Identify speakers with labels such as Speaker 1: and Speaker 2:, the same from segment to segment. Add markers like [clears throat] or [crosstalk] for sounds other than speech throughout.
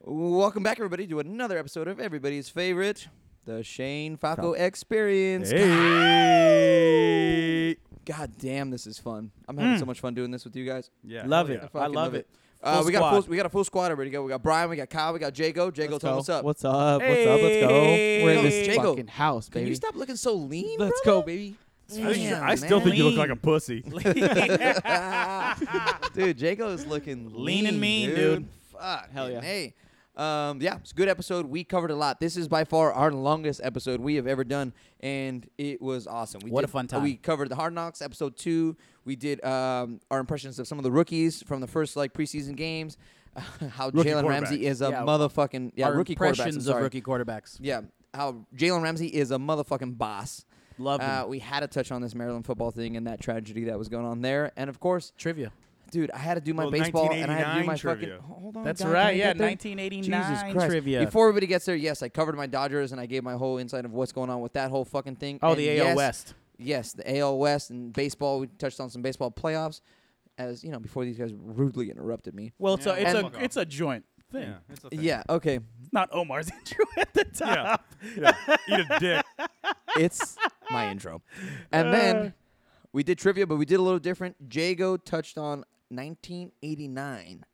Speaker 1: Welcome back, everybody, to another episode of everybody's favorite, the Shane Falco Experience.
Speaker 2: Hey.
Speaker 1: God damn, this is fun. I'm having so much fun doing this with you guys.
Speaker 2: Yeah.
Speaker 3: Mm. Love
Speaker 2: hell
Speaker 3: it.
Speaker 2: yeah.
Speaker 3: I
Speaker 1: fucking
Speaker 3: love it.
Speaker 1: Uh,
Speaker 3: Full
Speaker 1: we got full,
Speaker 3: squad.
Speaker 1: we got a full squad already. We got Brian, we got Kyle, we got Jago. Jago, tell us what's up.
Speaker 3: What's up? What's up? Let's go.
Speaker 2: Hey.
Speaker 3: We're in this
Speaker 1: Jago,
Speaker 3: fucking house,
Speaker 1: Can
Speaker 3: baby.
Speaker 1: you stop looking so lean?
Speaker 3: Let's
Speaker 1: brother?
Speaker 3: go, baby.
Speaker 2: I, think you-
Speaker 1: Damn,
Speaker 2: I still think you look
Speaker 1: man.
Speaker 2: like a
Speaker 1: [laughs]
Speaker 2: pussy.
Speaker 1: dude, Jago is looking
Speaker 3: Lean
Speaker 1: lean,
Speaker 3: and mean, dude.
Speaker 1: Fuck.
Speaker 3: Hell yeah.
Speaker 1: Hey. Um, yeah, it's a good episode. We covered a lot. This is by far our longest episode we have ever done, and it was awesome. We
Speaker 4: What a
Speaker 1: did-
Speaker 4: fun time.
Speaker 1: We covered the Hard Knocks episode two. We did um, our impressions of some of the rookies from the first like preseason games. [laughs] How
Speaker 2: Rookie
Speaker 1: Jalen Ramsey
Speaker 2: quarterbacks.
Speaker 1: is a
Speaker 4: Yeah.
Speaker 1: motherfucking yeah
Speaker 4: Our
Speaker 1: rookie quarterbacks, I'm
Speaker 4: impressions of
Speaker 1: sorry.
Speaker 4: rookie quarterbacks.
Speaker 1: Yeah, how Jalen Ramsey is a motherfucking boss.
Speaker 4: Love
Speaker 1: Uh, we had to touch on this Maryland football thing and that tragedy that was going on there, and of course,
Speaker 4: Trivia.
Speaker 1: dude, I had to do my
Speaker 2: Well,
Speaker 1: baseball and I had to do
Speaker 2: 1989
Speaker 1: my
Speaker 2: trivia.
Speaker 1: fucking. Oh, Hold on,
Speaker 4: That's
Speaker 1: God, can I
Speaker 4: right.
Speaker 1: get
Speaker 4: Yeah,
Speaker 1: there?
Speaker 4: 1989
Speaker 1: Jesus Christ.
Speaker 4: trivia.
Speaker 1: Before everybody gets there, yes, I covered my Dodgers and I gave my whole insight of what's going on with that whole fucking thing.
Speaker 4: oh,
Speaker 1: And
Speaker 4: the AL
Speaker 1: yes,
Speaker 4: West.
Speaker 1: Yes, the AL West and baseball. We touched on some baseball playoffs, as you know, before these guys rudely interrupted me.
Speaker 3: Well, it's
Speaker 2: Yeah,
Speaker 3: a it's
Speaker 1: and-
Speaker 3: a it's a joint thing.
Speaker 2: Yeah, it's a thing.
Speaker 1: Yeah, okay,
Speaker 3: It's not Omar's [laughs] intro at the top.
Speaker 2: Yeah. yeah. Eat a dick.
Speaker 1: it's my intro, and then we did trivia, but we did a little different. Jago touched on 1989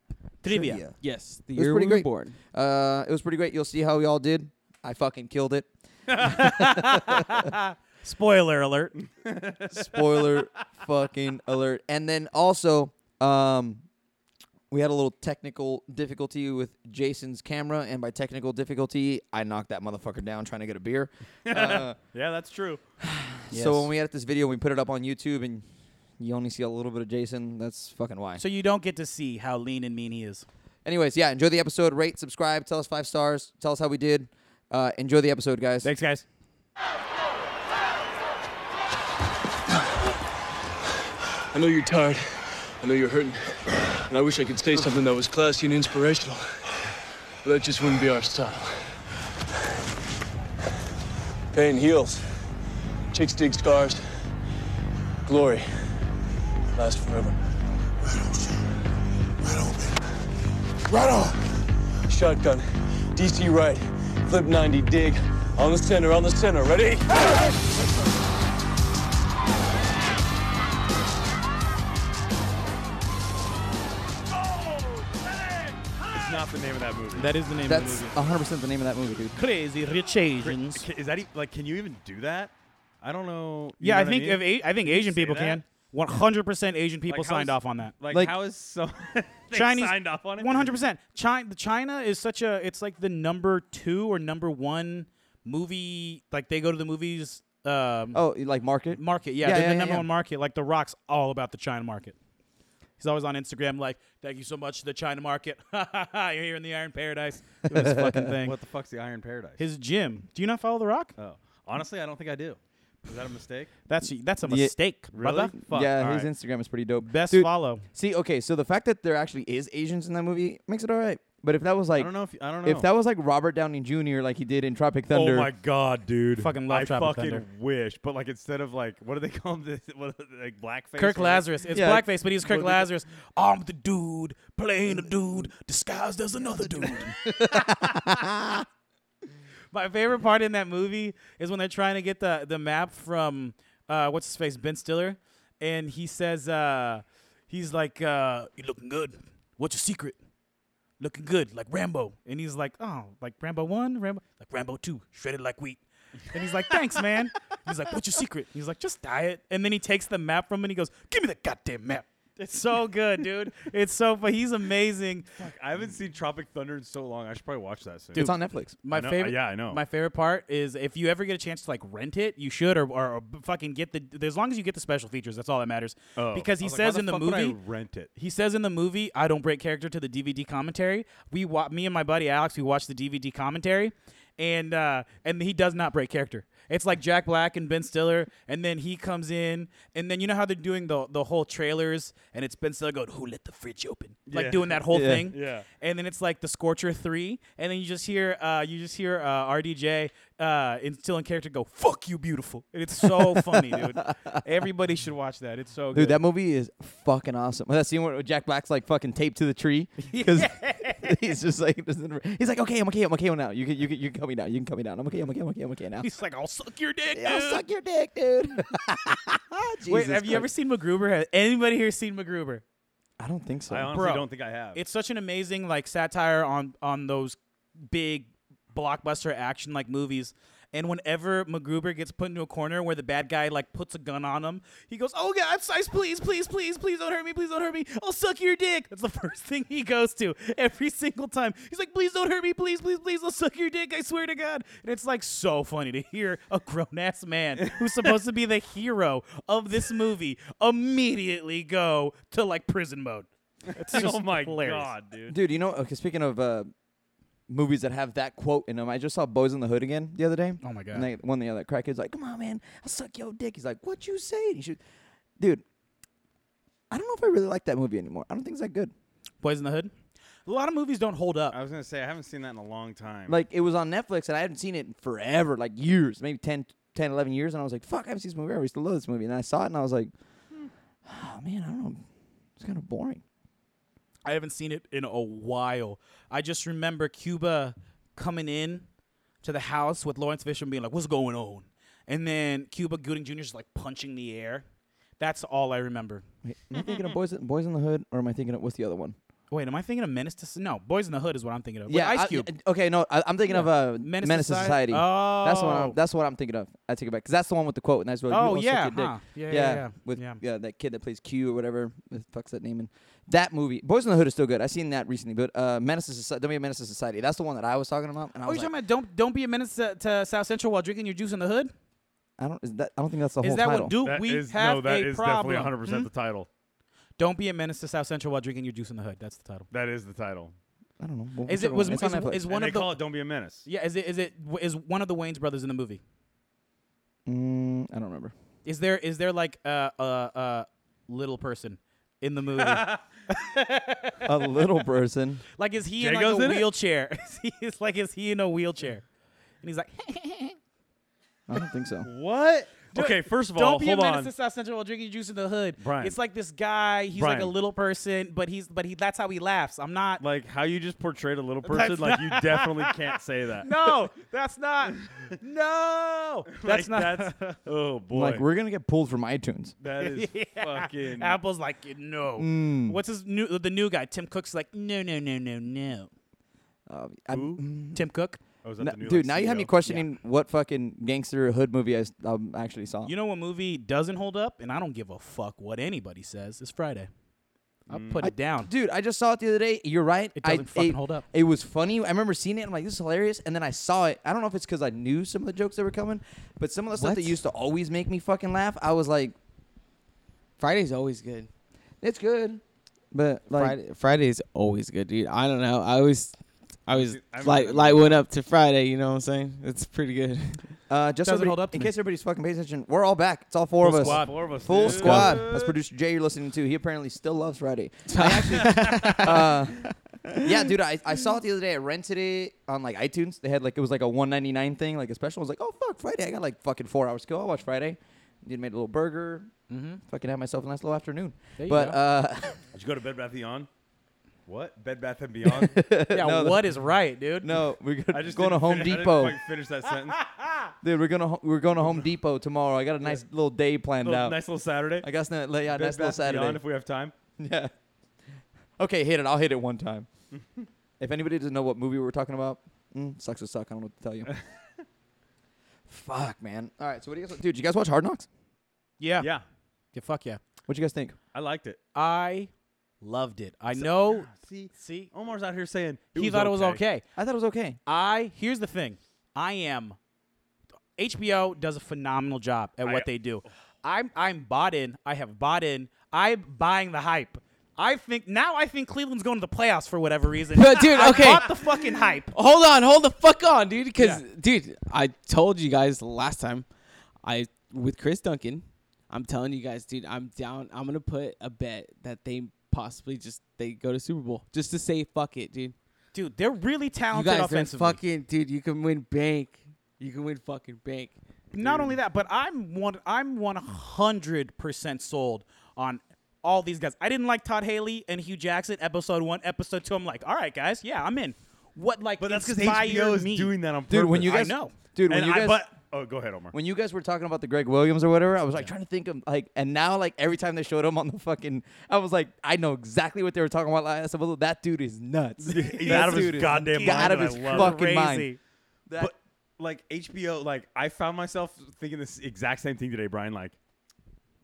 Speaker 4: Trivia.
Speaker 3: Yes, the
Speaker 1: It was
Speaker 3: year
Speaker 1: pretty
Speaker 3: we
Speaker 1: great.
Speaker 3: were born.
Speaker 1: Uh, it was pretty great. You'll see how we all did. I fucking killed it.
Speaker 3: Spoiler alert.
Speaker 1: Spoiler fucking alert. And then also, um, we had a little technical difficulty with Jason's camera, and by technical difficulty, I knocked that motherfucker down trying to get a beer. Uh,
Speaker 2: Yeah, that's true.
Speaker 1: So when we edit this video, we put it up on YouTube, and you only see a little bit of Jason. That's fucking why.
Speaker 3: So you don't get to see how lean and mean he is.
Speaker 1: Anyways, yeah, enjoy the episode. Rate, subscribe, tell us five stars, tell us how we did. Uh, enjoy the episode, guys.
Speaker 2: Thanks, guys.
Speaker 5: I know you're tired. I know you're hurting. And I wish I could say something that was classy and inspirational. But that just wouldn't be our style. Pain heals. Chicks dig scars. Glory lasts forever. Right on. Shotgun. DC right. Flip 90 dig. On the center, on the center. Ready?
Speaker 2: It's not the name of that movie.
Speaker 3: That is the name
Speaker 1: That's 100% the name of that movie, dude.
Speaker 3: Crazy Rich Asians.
Speaker 2: Ca- Is that e- like? Can you even do that? I don't know. You
Speaker 3: Yeah,
Speaker 2: know
Speaker 3: I
Speaker 2: what
Speaker 3: think
Speaker 2: mean?
Speaker 3: if a- I think Asian
Speaker 2: say
Speaker 3: people
Speaker 2: that?
Speaker 3: can. 100% Asian people
Speaker 2: Like, how's-
Speaker 3: signed off on that.
Speaker 2: like,
Speaker 1: like-
Speaker 2: how is so [laughs] they
Speaker 3: Chinese
Speaker 2: signed off on it? [laughs]
Speaker 3: 100%. China China is such a it's like the number 2 or number 1 movie like they go to the movies um
Speaker 1: Oh, you like market?
Speaker 3: market. Yeah,
Speaker 1: Yeah,
Speaker 3: they're
Speaker 1: yeah,
Speaker 3: the
Speaker 1: yeah,
Speaker 3: number
Speaker 1: yeah.
Speaker 3: one market. Like The Rock's all about the China market. He's always on Instagram like, "Thank you so much to the China market. [laughs] You're here in the Iron Paradise." Doing his fucking thing.
Speaker 2: What the fuck's the Iron Paradise?
Speaker 3: His gym. Do you not follow The Rock?
Speaker 2: oh, honestly, I don't think I do. Is that a mistake?
Speaker 3: That's that's a
Speaker 1: Yeah.
Speaker 3: mistake,
Speaker 2: Really?
Speaker 3: brother.
Speaker 2: Fuck.
Speaker 1: yeah,
Speaker 2: all
Speaker 1: his
Speaker 2: right.
Speaker 1: Instagram is pretty dope.
Speaker 3: Best
Speaker 1: Dude,
Speaker 3: follow.
Speaker 1: See, okay, so the fact that there actually is Asians in that movie makes it all right. But if that was
Speaker 2: I
Speaker 1: like,
Speaker 2: don't know if I don't know
Speaker 1: if that was like Robert Downey Jr. like he did in Tropic Thunder,
Speaker 2: Oh my god, dude!
Speaker 3: Fucking love
Speaker 2: I
Speaker 3: Tropic
Speaker 2: fucking
Speaker 3: Thunder.
Speaker 2: wish, but like instead of like what do they [laughs] call him? This- What, like blackface.
Speaker 3: Kirk
Speaker 2: or-
Speaker 3: Lazarus. It's
Speaker 1: Yeah.
Speaker 3: blackface, but he's Kirk Lazarus. I'm the dude playing a dude disguised as another dude. My favorite part in that movie is when they're trying to get the the map from uh, what's his face Ben Stiller, and he says uh, he's like uh, you looking good. What's your secret? Looking good like Rambo, and he's like oh like Rambo one, Rambo like Rambo two, shredded like wheat. And he's like, thanks, man. [laughs] He's like, what's your secret? He's like, just diet. And then he takes the map from him and he goes, give me the goddamn map. It's so good, dude. It's so fun. He's amazing.
Speaker 2: I haven't seen Tropic Thunder in so long. I should probably watch that soon.
Speaker 1: it's on Netflix.
Speaker 3: My
Speaker 2: know-
Speaker 3: favorite,
Speaker 2: yeah, I know.
Speaker 3: My favorite part is if you ever get a chance to like rent it, you should or, or, or fucking get the. As long as you get the special features, that's all that matters.
Speaker 2: Oh.
Speaker 3: Because he
Speaker 2: I was like, why
Speaker 3: says
Speaker 2: the
Speaker 3: in the
Speaker 2: fuck would I
Speaker 3: movie,
Speaker 2: rent
Speaker 3: [laughs]
Speaker 2: it?
Speaker 3: He says in the movie, I don't break character to the DVD commentary. We wa- me and my buddy Alex, we watched the DVD commentary, and uh, and he does not break character. It's like Jack Black and Ben Stiller, and then he comes in, and then you know how they're doing the the whole trailers, and it's Ben Stiller going, "Who let the fridge open?" Like
Speaker 2: Yeah.
Speaker 3: doing that whole
Speaker 1: Yeah.
Speaker 3: thing.
Speaker 2: Yeah.
Speaker 3: And then it's like the Scorcher three, and then you just hear uh, you just hear uh, RDJ uh, in still in character go, "Fuck you, beautiful," and it's so funny, dude.
Speaker 1: [laughs]
Speaker 3: Everybody should watch that. It's so
Speaker 1: [laughs]
Speaker 2: [laughs]
Speaker 3: good.
Speaker 1: Dude, that movie is fucking awesome. That scene where Jack Black's like fucking taped to the tree because [laughs] he's just like doesn't. He's like, okay, I'm okay, I'm okay now. You can you can you can cut me down. You can cut me down. I'm okay, I'm okay, I'm okay, I'm okay now.
Speaker 3: He's like, I'll suck your dick.
Speaker 1: Yeah, I'll
Speaker 3: dude."
Speaker 1: suck your dick, dude.
Speaker 3: [laughs]
Speaker 1: [laughs]
Speaker 3: Wait,
Speaker 1: Jesus
Speaker 3: have you ever
Speaker 1: Christ.
Speaker 3: seen MacGruber? Has anybody here seen MacGruber?
Speaker 1: I don't think so.
Speaker 2: I honestly
Speaker 3: Bro,
Speaker 2: don't think I [laughs] have.
Speaker 3: It's such an amazing like satire on on those big blockbuster action like movies. And whenever MacGruber gets put into a corner where the bad guy like puts a gun on him, he goes, "Oh God, I'm sorry, please, please, please, please don't hurt me, please don't hurt me. I'll suck your dick." That's the [laughs] first thing he goes to every single time. He's like, "Please don't hurt me, please, please, please. I'll suck your dick. I swear to God." And it's like so funny to hear a grown ass man who's supposed to be the hero of this movie immediately go to like prison mode. It's just
Speaker 2: oh my
Speaker 3: hilarious.
Speaker 2: god, dude.
Speaker 1: Dude, you know, okay, speaking of uh, movies that have that quote in them, I just saw Boys in the Hood again the other day.
Speaker 3: Oh my God.
Speaker 1: And they, one of the other crackheads like, "Come on, man, I'll suck your dick." He's like, "What you say?" And he should, dude. I don't know if I really like that movie anymore. I don't think it's that good.
Speaker 3: Boys in the Hood. A lot of movies don't hold up.
Speaker 2: I was gonna say I haven't seen that in a long time.
Speaker 1: Like it was on Netflix and I hadn't seen it in forever, like years, maybe 10, 10 11 years, and I was like, "Fuck, I haven't seen this movie. I used to love this movie." And I saw it and I was like, "Oh man, I don't know, it's kind of boring."
Speaker 3: I haven't seen it in a while. I just remember Cuba coming in to the house with Lawrence Fishburne being like, "What's going on?" And then Cuba Gooding Jr. is like punching the air. That's all I remember.
Speaker 1: Wait, am I thinking of Boys Boys in the Hood, or am I thinking of what's the other one?
Speaker 3: Wait, am I thinking of Menace to Society? No, Boys in the Hood is what I'm thinking of.
Speaker 1: Yeah,
Speaker 3: With
Speaker 1: I-
Speaker 3: Ice Cube.
Speaker 1: okay, no, I, I'm thinking of uh, Menace, to Society.
Speaker 3: Oh,
Speaker 1: That's what I'm, that's what I'm thinking of. I take it back because that's the one with the quote, and that's what.
Speaker 3: oh
Speaker 1: you
Speaker 3: yeah,
Speaker 1: also
Speaker 3: huh. yeah, yeah, yeah,
Speaker 1: with
Speaker 3: yeah.
Speaker 1: that kid that plays Q or whatever. The fuck's that name? And that movie, Boys in the Hood, is still good. I seen that recently, but uh, Menace to Society, Don't Be a Menace to Society. That's the one that I was talking about, and I
Speaker 3: Oh,
Speaker 1: was
Speaker 3: you're talking
Speaker 1: like,
Speaker 3: about don't don't be a menace to, to South Central while drinking your juice in the hood?
Speaker 1: I don't, is that, I don't think that's the
Speaker 3: Is
Speaker 1: whole
Speaker 3: that
Speaker 1: title.
Speaker 3: what? Do
Speaker 2: That
Speaker 3: we
Speaker 2: is-
Speaker 3: have
Speaker 2: no, that
Speaker 3: a
Speaker 2: is
Speaker 3: problem?
Speaker 2: definitely 100 percent
Speaker 3: Hmm?
Speaker 2: the title.
Speaker 3: Don't be a menace to South Central while drinking your juice in the hood. That's the title.
Speaker 2: That is the title.
Speaker 1: I don't know. Well,
Speaker 3: Is it
Speaker 1: whichever
Speaker 3: was
Speaker 1: one.
Speaker 3: is,
Speaker 1: It's on Netflix.
Speaker 3: is one
Speaker 2: and
Speaker 3: of
Speaker 2: they
Speaker 3: the
Speaker 2: call it "Don't Be a
Speaker 3: [laughs]
Speaker 2: Menace."
Speaker 3: yeah is it is it w- is one of the Wayne's brothers in the movie?
Speaker 1: Mm, I don't
Speaker 3: [laughs]
Speaker 1: remember.
Speaker 3: Is there is there like a uh, uh, uh, little person in
Speaker 2: [laughs]
Speaker 3: the movie?
Speaker 1: a little person.
Speaker 3: like is he in like
Speaker 2: Django's
Speaker 3: a
Speaker 2: in it?
Speaker 3: wheelchair? [laughs] Is he- it's like is he in a wheelchair? And he's like,
Speaker 1: I don't think
Speaker 3: [laughs]
Speaker 1: so.
Speaker 2: What? Okay, first of all,
Speaker 3: "Don't be a
Speaker 2: hold
Speaker 3: menace
Speaker 2: on.
Speaker 3: [laughs] to South Central while drinking juice in the hood."
Speaker 2: Brian.
Speaker 3: It's like this guy. He's like a
Speaker 2: Brian.
Speaker 3: little person, but he's but he that's how he laughs. I'm not.
Speaker 2: Like how you just portrayed a little person, like you definitely can't say [laughs] that.
Speaker 3: no, that's not. [laughs] No,
Speaker 2: [laughs] Like,
Speaker 3: that's not.
Speaker 2: That's,
Speaker 3: [laughs]
Speaker 2: oh boy.
Speaker 1: Like we're gonna get pulled from iTunes.
Speaker 2: that is
Speaker 1: [laughs]
Speaker 3: Yeah.
Speaker 2: fucking.
Speaker 3: Apple's like no. What's his new the new guy? Tim Cook's like no no no no no.
Speaker 1: Uh, I-
Speaker 2: Who?
Speaker 1: mm,
Speaker 3: Tim Cook.
Speaker 2: Oh, is that
Speaker 1: no-
Speaker 2: the new, like,
Speaker 1: dude, now you have me
Speaker 2: CEO?
Speaker 1: questioning what fucking gangster hood movie I s- um, actually saw.
Speaker 3: You know what movie doesn't hold up, and I don't give a fuck what anybody says. It's Friday. I'll put it
Speaker 2: um,
Speaker 3: down.
Speaker 1: Dude, I just saw it the other day. You're right.
Speaker 3: It
Speaker 1: I-
Speaker 3: doesn't fucking hold up.
Speaker 1: It was funny. I remember seeing it. I'm like, this is hilarious. And then I saw it. I don't know if it's because I knew some of the jokes that were coming, but some of the stuff that
Speaker 4: What?
Speaker 1: used to always make me fucking laugh, I was like,
Speaker 4: Friday's always good.
Speaker 1: it's good. But like,
Speaker 4: Friday, Friday's always good, dude. I don't know. I always, I always
Speaker 2: I remember
Speaker 4: light
Speaker 2: that
Speaker 4: light
Speaker 2: movie.
Speaker 4: went up to Friday. You know what I'm saying? It's pretty good. [laughs]
Speaker 1: uh, just so
Speaker 3: Doesn't
Speaker 1: everybody-
Speaker 3: hold up to
Speaker 1: in
Speaker 3: me.
Speaker 1: case everybody's fucking paying attention, we're all back. It's all four
Speaker 3: Full
Speaker 1: of us.
Speaker 3: squad.
Speaker 2: Four of us.
Speaker 1: Full
Speaker 2: dude.
Speaker 1: squad. That's producer Jay you're listening to. He apparently still loves Friday.
Speaker 2: [laughs]
Speaker 1: I actually, uh, yeah, dude, I, I saw it the other day. I rented it on like iTunes. They had like it was like a 1.99 thing, like a special. I was like, oh fuck, Friday. I got like fucking four hours to go. I'll watch Friday. Dude made a little burger.
Speaker 3: Mm-hmm.
Speaker 1: Fucking had myself a nice little afternoon.
Speaker 3: There you
Speaker 1: but
Speaker 3: go.
Speaker 1: uh, [laughs]
Speaker 2: Did you go to Bed Bath Beyond? What? Bed Bath and Beyond?
Speaker 3: yeah,
Speaker 1: no,
Speaker 3: what is right,
Speaker 2: [laughs]
Speaker 3: dude?
Speaker 1: no, we're
Speaker 2: I
Speaker 1: gonna,
Speaker 2: just
Speaker 1: going to
Speaker 2: didn't
Speaker 1: Home
Speaker 2: fin- I
Speaker 1: Depot,
Speaker 2: didn't quite finish
Speaker 1: [laughs]
Speaker 2: that sentence.
Speaker 1: dude. We're gonna ho- we're going to Home Depot tomorrow. I got a nice little day planned
Speaker 2: Little-
Speaker 1: out.
Speaker 2: Nice little Saturday.
Speaker 1: I guess no, yeah,
Speaker 2: Bed
Speaker 1: nice little
Speaker 2: Bath
Speaker 1: Saturday.
Speaker 2: Beyond if we have time.
Speaker 1: Yeah. Okay, hit it. I'll hit it one time. [laughs] if anybody doesn't know what movie we were talking about, mm, sucks to suck. I don't know what to [laughs] tell you. Fuck, man. All right, so what do you guys, dude? You guys watch Hard Knocks?
Speaker 3: Yeah.
Speaker 2: Yeah,
Speaker 3: Yeah, Fuck yeah.
Speaker 1: What you guys think?
Speaker 2: I liked it.
Speaker 3: I loved it. I know.
Speaker 2: See,
Speaker 3: See,
Speaker 2: Omar's out here saying
Speaker 3: he thought it was okay.
Speaker 1: I thought it was okay.
Speaker 3: I here's the thing. I am HBO does a phenomenal job at what
Speaker 2: I-
Speaker 3: they do. I'm I'm bought in. I have bought in. I'm buying the hype. I think now I think Cleveland's going to the playoffs for whatever reason.
Speaker 4: But, dude,
Speaker 3: I
Speaker 4: okay.
Speaker 3: bought the fucking hype.
Speaker 1: Oh,
Speaker 4: hold on, hold the fuck on, dude. Because
Speaker 3: Yeah.
Speaker 4: dude, I told you guys last time, I with Chris Duncan. I'm telling you guys, dude. I'm down. I'm gonna put a bet that they possibly just they go to Super Bowl just to say fuck it, dude.
Speaker 3: Dude, they're really
Speaker 4: You
Speaker 3: talented
Speaker 4: guys, they're
Speaker 3: offensively.
Speaker 4: fucking dude. You can win bank. You can win fucking bank.
Speaker 3: Not only that, but I'm one. I'm one hundred percent sold on all these guys. I didn't like Todd Haley and Hugh Jackson episode one, episode two. I'm like, all right, guys, yeah, I'm in. What like
Speaker 2: But that's because
Speaker 3: inspired
Speaker 2: HBO is
Speaker 3: me?
Speaker 2: doing that on purpose.
Speaker 1: dude. When you
Speaker 3: I
Speaker 1: guys,
Speaker 3: know.
Speaker 1: dude, when
Speaker 2: And
Speaker 1: you
Speaker 2: I-
Speaker 1: guys,
Speaker 2: but, oh, go ahead, Omar.
Speaker 1: when you guys were talking about the Greg Williams or whatever, I was like trying to think of like, and now like every time they showed him on the fucking, I was like, I know exactly what they were talking about. Like, I said, well, that dude is nuts. [laughs]
Speaker 2: He's
Speaker 1: That
Speaker 2: out of his
Speaker 1: dude is
Speaker 2: goddamn
Speaker 1: got
Speaker 2: mind.
Speaker 1: out of
Speaker 2: and
Speaker 1: his
Speaker 2: I love it.
Speaker 1: fucking
Speaker 3: Crazy.
Speaker 1: mind. That-
Speaker 2: But like HBO, like I found myself thinking this exact same thing today, Brian. Like,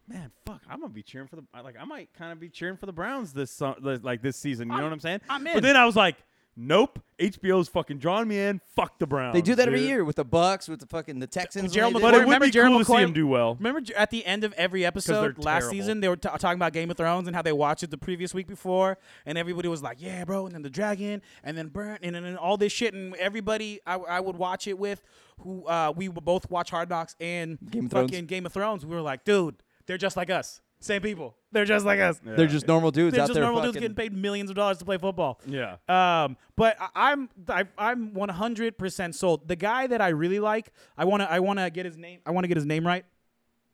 Speaker 2: man, fuck, I'm gonna be cheering for the I- like I might kind of be cheering for the Browns this su- li- like this season. You know what I'm saying?
Speaker 3: I'm in.
Speaker 2: But then I was like, nope, HBO's fucking drawing me in. Fuck the Browns.
Speaker 1: they do that every
Speaker 2: dude.
Speaker 1: year with the Bucks, with the fucking the Texans.
Speaker 3: Gerald
Speaker 1: when
Speaker 2: But
Speaker 1: they
Speaker 2: it
Speaker 1: did
Speaker 2: would
Speaker 3: Remember
Speaker 2: be
Speaker 3: Gerald
Speaker 2: cool to see
Speaker 3: McCoy-
Speaker 2: him do well.
Speaker 3: Remember j- at the end of every
Speaker 2: they're
Speaker 3: episode last
Speaker 2: terrible.
Speaker 3: season, they were ta talking about Game of Thrones and how they watched it the previous week before, and everybody was like, "Yeah, bro," and then the dragon, and then burnt, and then and all this shit, and everybody I, I would watch it with, who uh, we would both watch Hard Knocks and
Speaker 1: Game of Thrones.
Speaker 3: fucking Game of Thrones. We were like, "Dude, they're just like us, same people. They're just like us.
Speaker 1: They're just normal dudes
Speaker 3: They're
Speaker 1: out
Speaker 3: just
Speaker 1: there.
Speaker 3: normal dudes
Speaker 1: fucking,
Speaker 3: getting paid millions of dollars to play football."
Speaker 2: Yeah.
Speaker 3: Um, but I- I'm I, I'm 100% sold. The guy that I really like, I wanna I wanna get his name. I wanna get his name right.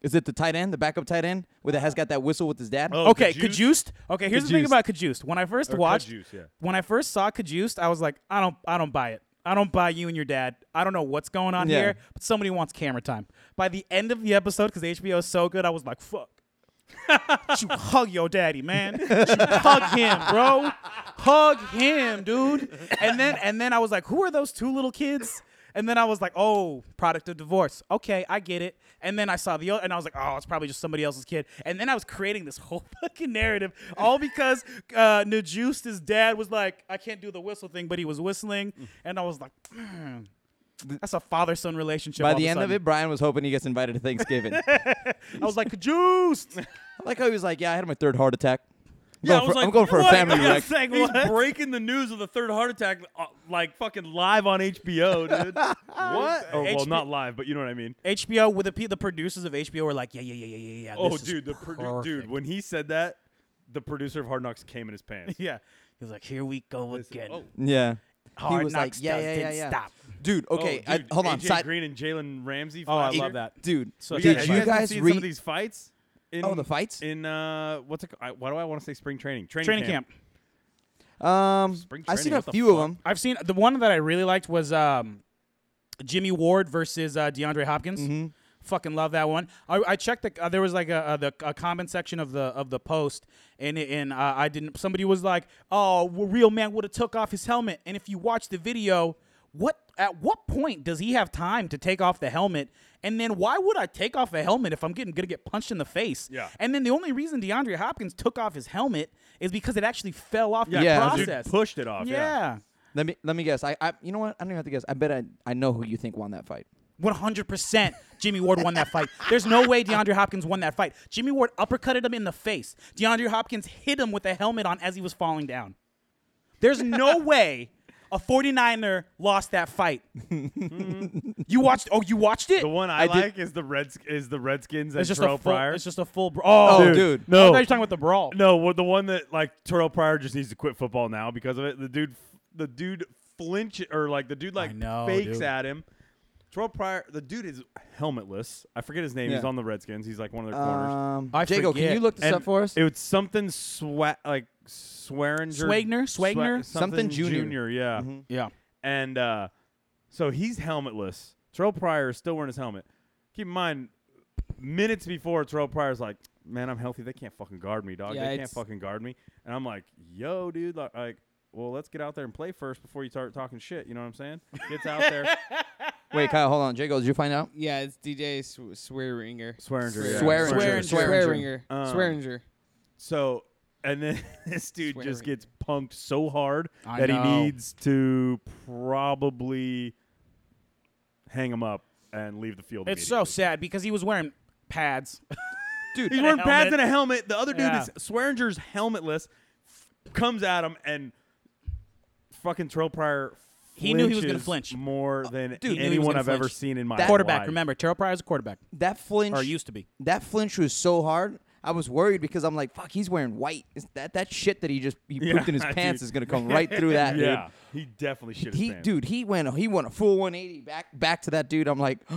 Speaker 1: Is it the tight end, the backup tight end, where that has got that whistle with his dad?
Speaker 2: Uh, Oh,
Speaker 3: Okay,
Speaker 2: Kajust?
Speaker 3: Kajust. Okay, here's the thing
Speaker 2: Kajust.
Speaker 3: about Kajust. When I first
Speaker 2: Or
Speaker 3: watched,
Speaker 2: Kajust, yeah.
Speaker 3: when I first saw Kajust, I was like, I don't, I don't buy it. I don't buy you and your dad. I don't know what's going on
Speaker 1: Yeah.
Speaker 3: here, but somebody wants camera time. By the end of the episode, because HBO is so good, I was like, fuck. you hug your daddy, man. You hug him, bro. Hug him, dude. And then and then I was like, who are those two little kids? And then I was like, oh, product of divorce. Okay, I get it. And then I saw the other, and I was like, oh, it's probably just somebody else's kid. And then I was creating this whole [laughs] fucking narrative, all because uh, Najusta's dad was like, I can't do the whistle thing, but he was whistling. And I was like, "Mm, that's a father son relationship.
Speaker 1: By
Speaker 3: all
Speaker 1: the
Speaker 3: a
Speaker 1: end of
Speaker 3: sudden."
Speaker 1: it, Brian was hoping he gets invited to
Speaker 2: [laughs]
Speaker 1: Thanksgiving. I
Speaker 3: I was like, juice.
Speaker 1: like how he was like, "Yeah, I had my third heart attack. I'm,
Speaker 2: Yeah,
Speaker 1: going,
Speaker 2: I
Speaker 1: for,
Speaker 2: was like,
Speaker 1: I'm going for a
Speaker 2: what?
Speaker 3: [laughs]
Speaker 1: family
Speaker 2: Yeah,
Speaker 1: wreck."
Speaker 2: it's like,
Speaker 3: He's
Speaker 2: what? breaking the news of the third heart attack, uh, like fucking live on HBO, dude. what? Oh, well,
Speaker 3: HBO
Speaker 2: not live, but you know what I mean.
Speaker 3: HBO with the pe- the producers of HBO were like, yeah, yeah, yeah, yeah, yeah, yeah.
Speaker 2: Oh,
Speaker 3: this is
Speaker 2: dude, the produ- dude,
Speaker 3: perfect."
Speaker 2: when he said that, the producer of Hard Knocks came in his [laughs] pants.
Speaker 3: yeah, he was like, here we go again.
Speaker 2: oh.
Speaker 1: Yeah,
Speaker 3: Hard
Speaker 1: he was
Speaker 3: knocks
Speaker 1: like, "Yeah, yeah,
Speaker 3: does-
Speaker 1: yeah,
Speaker 3: didn't
Speaker 1: yeah."
Speaker 3: stop.
Speaker 1: Dude, okay,
Speaker 2: Oh, dude,
Speaker 1: I, hold on,
Speaker 2: AJ
Speaker 1: side,
Speaker 2: Green and Jalen Ramsey.
Speaker 3: Oh, I
Speaker 2: fight.
Speaker 3: love that.
Speaker 1: dude.
Speaker 3: So
Speaker 2: But
Speaker 1: did
Speaker 2: yeah,
Speaker 1: you
Speaker 2: guys, been
Speaker 1: guys
Speaker 2: seeing some of
Speaker 1: read?
Speaker 2: these fights? In,
Speaker 1: Oh, the fights?
Speaker 2: in uh, what's it? ca- I, why do I want to say spring training? Training,
Speaker 3: Training camp.
Speaker 1: Um,
Speaker 2: Spring
Speaker 1: I seen
Speaker 2: training,
Speaker 1: a
Speaker 2: what the
Speaker 1: few of
Speaker 2: fuck?
Speaker 1: them.
Speaker 3: I've seen the one that I really liked was um, Jimmy Ward versus uh, DeAndre Hopkins. Fucking love that one. I, I checked the uh, there was like a, uh the a comment section of the of the post and it- and uh, I didn't. Somebody was like, "Oh, well, real man would have took off his helmet." And if you watch the video, what at what point does he have time to take off the helmet? And then why would I take off a helmet if I'm getting gonna get punched in the face?
Speaker 2: Yeah.
Speaker 3: And then the only reason DeAndre Hopkins took off his helmet is because it actually fell off the
Speaker 1: Yeah,
Speaker 2: dude
Speaker 3: process.
Speaker 2: pushed it off. Yeah.
Speaker 3: yeah.
Speaker 1: Let me let me guess. I, I you know what? I don't even have to guess. I bet I, I know who you think won that fight.
Speaker 3: 100% Jimmy Ward won that fight. There's no way DeAndre Hopkins won that fight. Jimmy Ward uppercutted him in the face. DeAndre Hopkins hit him with a helmet on as he was falling down. There's
Speaker 1: [laughs]
Speaker 3: no way a 49er lost that fight. you watched Oh, you watched it?
Speaker 2: The one I, like is the Reds is the Redskins and
Speaker 3: it's just
Speaker 2: Terrell
Speaker 3: a full,
Speaker 2: Pryor.
Speaker 3: It's just a full bra- Oh,
Speaker 1: Dude, dude.
Speaker 3: I
Speaker 2: no.
Speaker 3: thought you were talking about the brawl.
Speaker 2: No, well, the one that like Terrell Pryor just needs to quit football now because of it. The dude, the dude flinch or like the dude like
Speaker 3: know,
Speaker 2: fakes
Speaker 3: dude.
Speaker 2: at him. Terrell Pryor, the dude is helmetless. I forget his name. He's
Speaker 1: Yeah.
Speaker 2: on the Redskins. He's like one of their corners.
Speaker 1: Um,
Speaker 3: I
Speaker 1: Jago, can
Speaker 3: forget.
Speaker 1: you look this
Speaker 2: And
Speaker 1: up for us?
Speaker 2: It was something swa- like Swearinger,
Speaker 3: Swagner?
Speaker 2: Swa-
Speaker 3: Swagner?
Speaker 1: Something junior. Mm-hmm.
Speaker 2: yeah.
Speaker 3: Yeah.
Speaker 2: And uh, so he's helmetless. Terrell Pryor is still wearing his helmet. Keep in mind, minutes before Terrell Pryor's like, "Man, I'm healthy. They can't fucking guard me, dog.
Speaker 4: Yeah,
Speaker 2: they can't
Speaker 4: it's-
Speaker 2: fucking guard me." And I'm like, "Yo, dude, li- like." Well, let's get out there and play first before you start talking shit. You know what I'm saying? Gets
Speaker 1: [laughs]
Speaker 2: out there.
Speaker 1: Wait, Kyle, hold on. Jago, did you find out?
Speaker 4: Yeah, it's DJ Sw- Swearinger.
Speaker 2: Swearinger,
Speaker 1: yeah. Swearinger,
Speaker 4: Swearinger.
Speaker 1: Swearinger.
Speaker 2: Um,
Speaker 4: Swearinger.
Speaker 2: So, and then [laughs] this dude just
Speaker 4: Swearing.
Speaker 2: gets punked so hard
Speaker 3: I
Speaker 2: that he
Speaker 3: know.
Speaker 2: needs to probably hang him up and leave the field.
Speaker 3: It's so
Speaker 2: immediately.
Speaker 3: sad because he was wearing pads.
Speaker 2: Dude, he's
Speaker 3: and a
Speaker 2: wearing pads
Speaker 3: helmet.
Speaker 2: and a helmet. The other dude
Speaker 3: Yeah.
Speaker 2: is Swearinger's helmetless, f- comes at him and fucking Terrell Pryor.
Speaker 3: He knew he was gonna
Speaker 2: flinches
Speaker 3: flinch. Uh,
Speaker 2: more than
Speaker 1: dude, he knew he was
Speaker 2: anyone
Speaker 3: gonna
Speaker 2: I've ever
Speaker 3: flinch.
Speaker 2: seen in my
Speaker 1: That-
Speaker 3: quarterback,
Speaker 2: life.
Speaker 3: remember. Terrell Pryor's a quarterback
Speaker 1: That flinch
Speaker 3: or used to be.
Speaker 1: That flinch was so hard. I was worried because I'm like, fuck, he's wearing white. Is that that shit that he just he
Speaker 2: Yeah,
Speaker 1: pooped in
Speaker 3: [laughs]
Speaker 1: his
Speaker 2: dude.
Speaker 1: pants is gonna come right through that,
Speaker 2: Yeah, he definitely should.
Speaker 1: dude. He dude, he went he went a full 180 back back to that dude. I'm like, [gasps]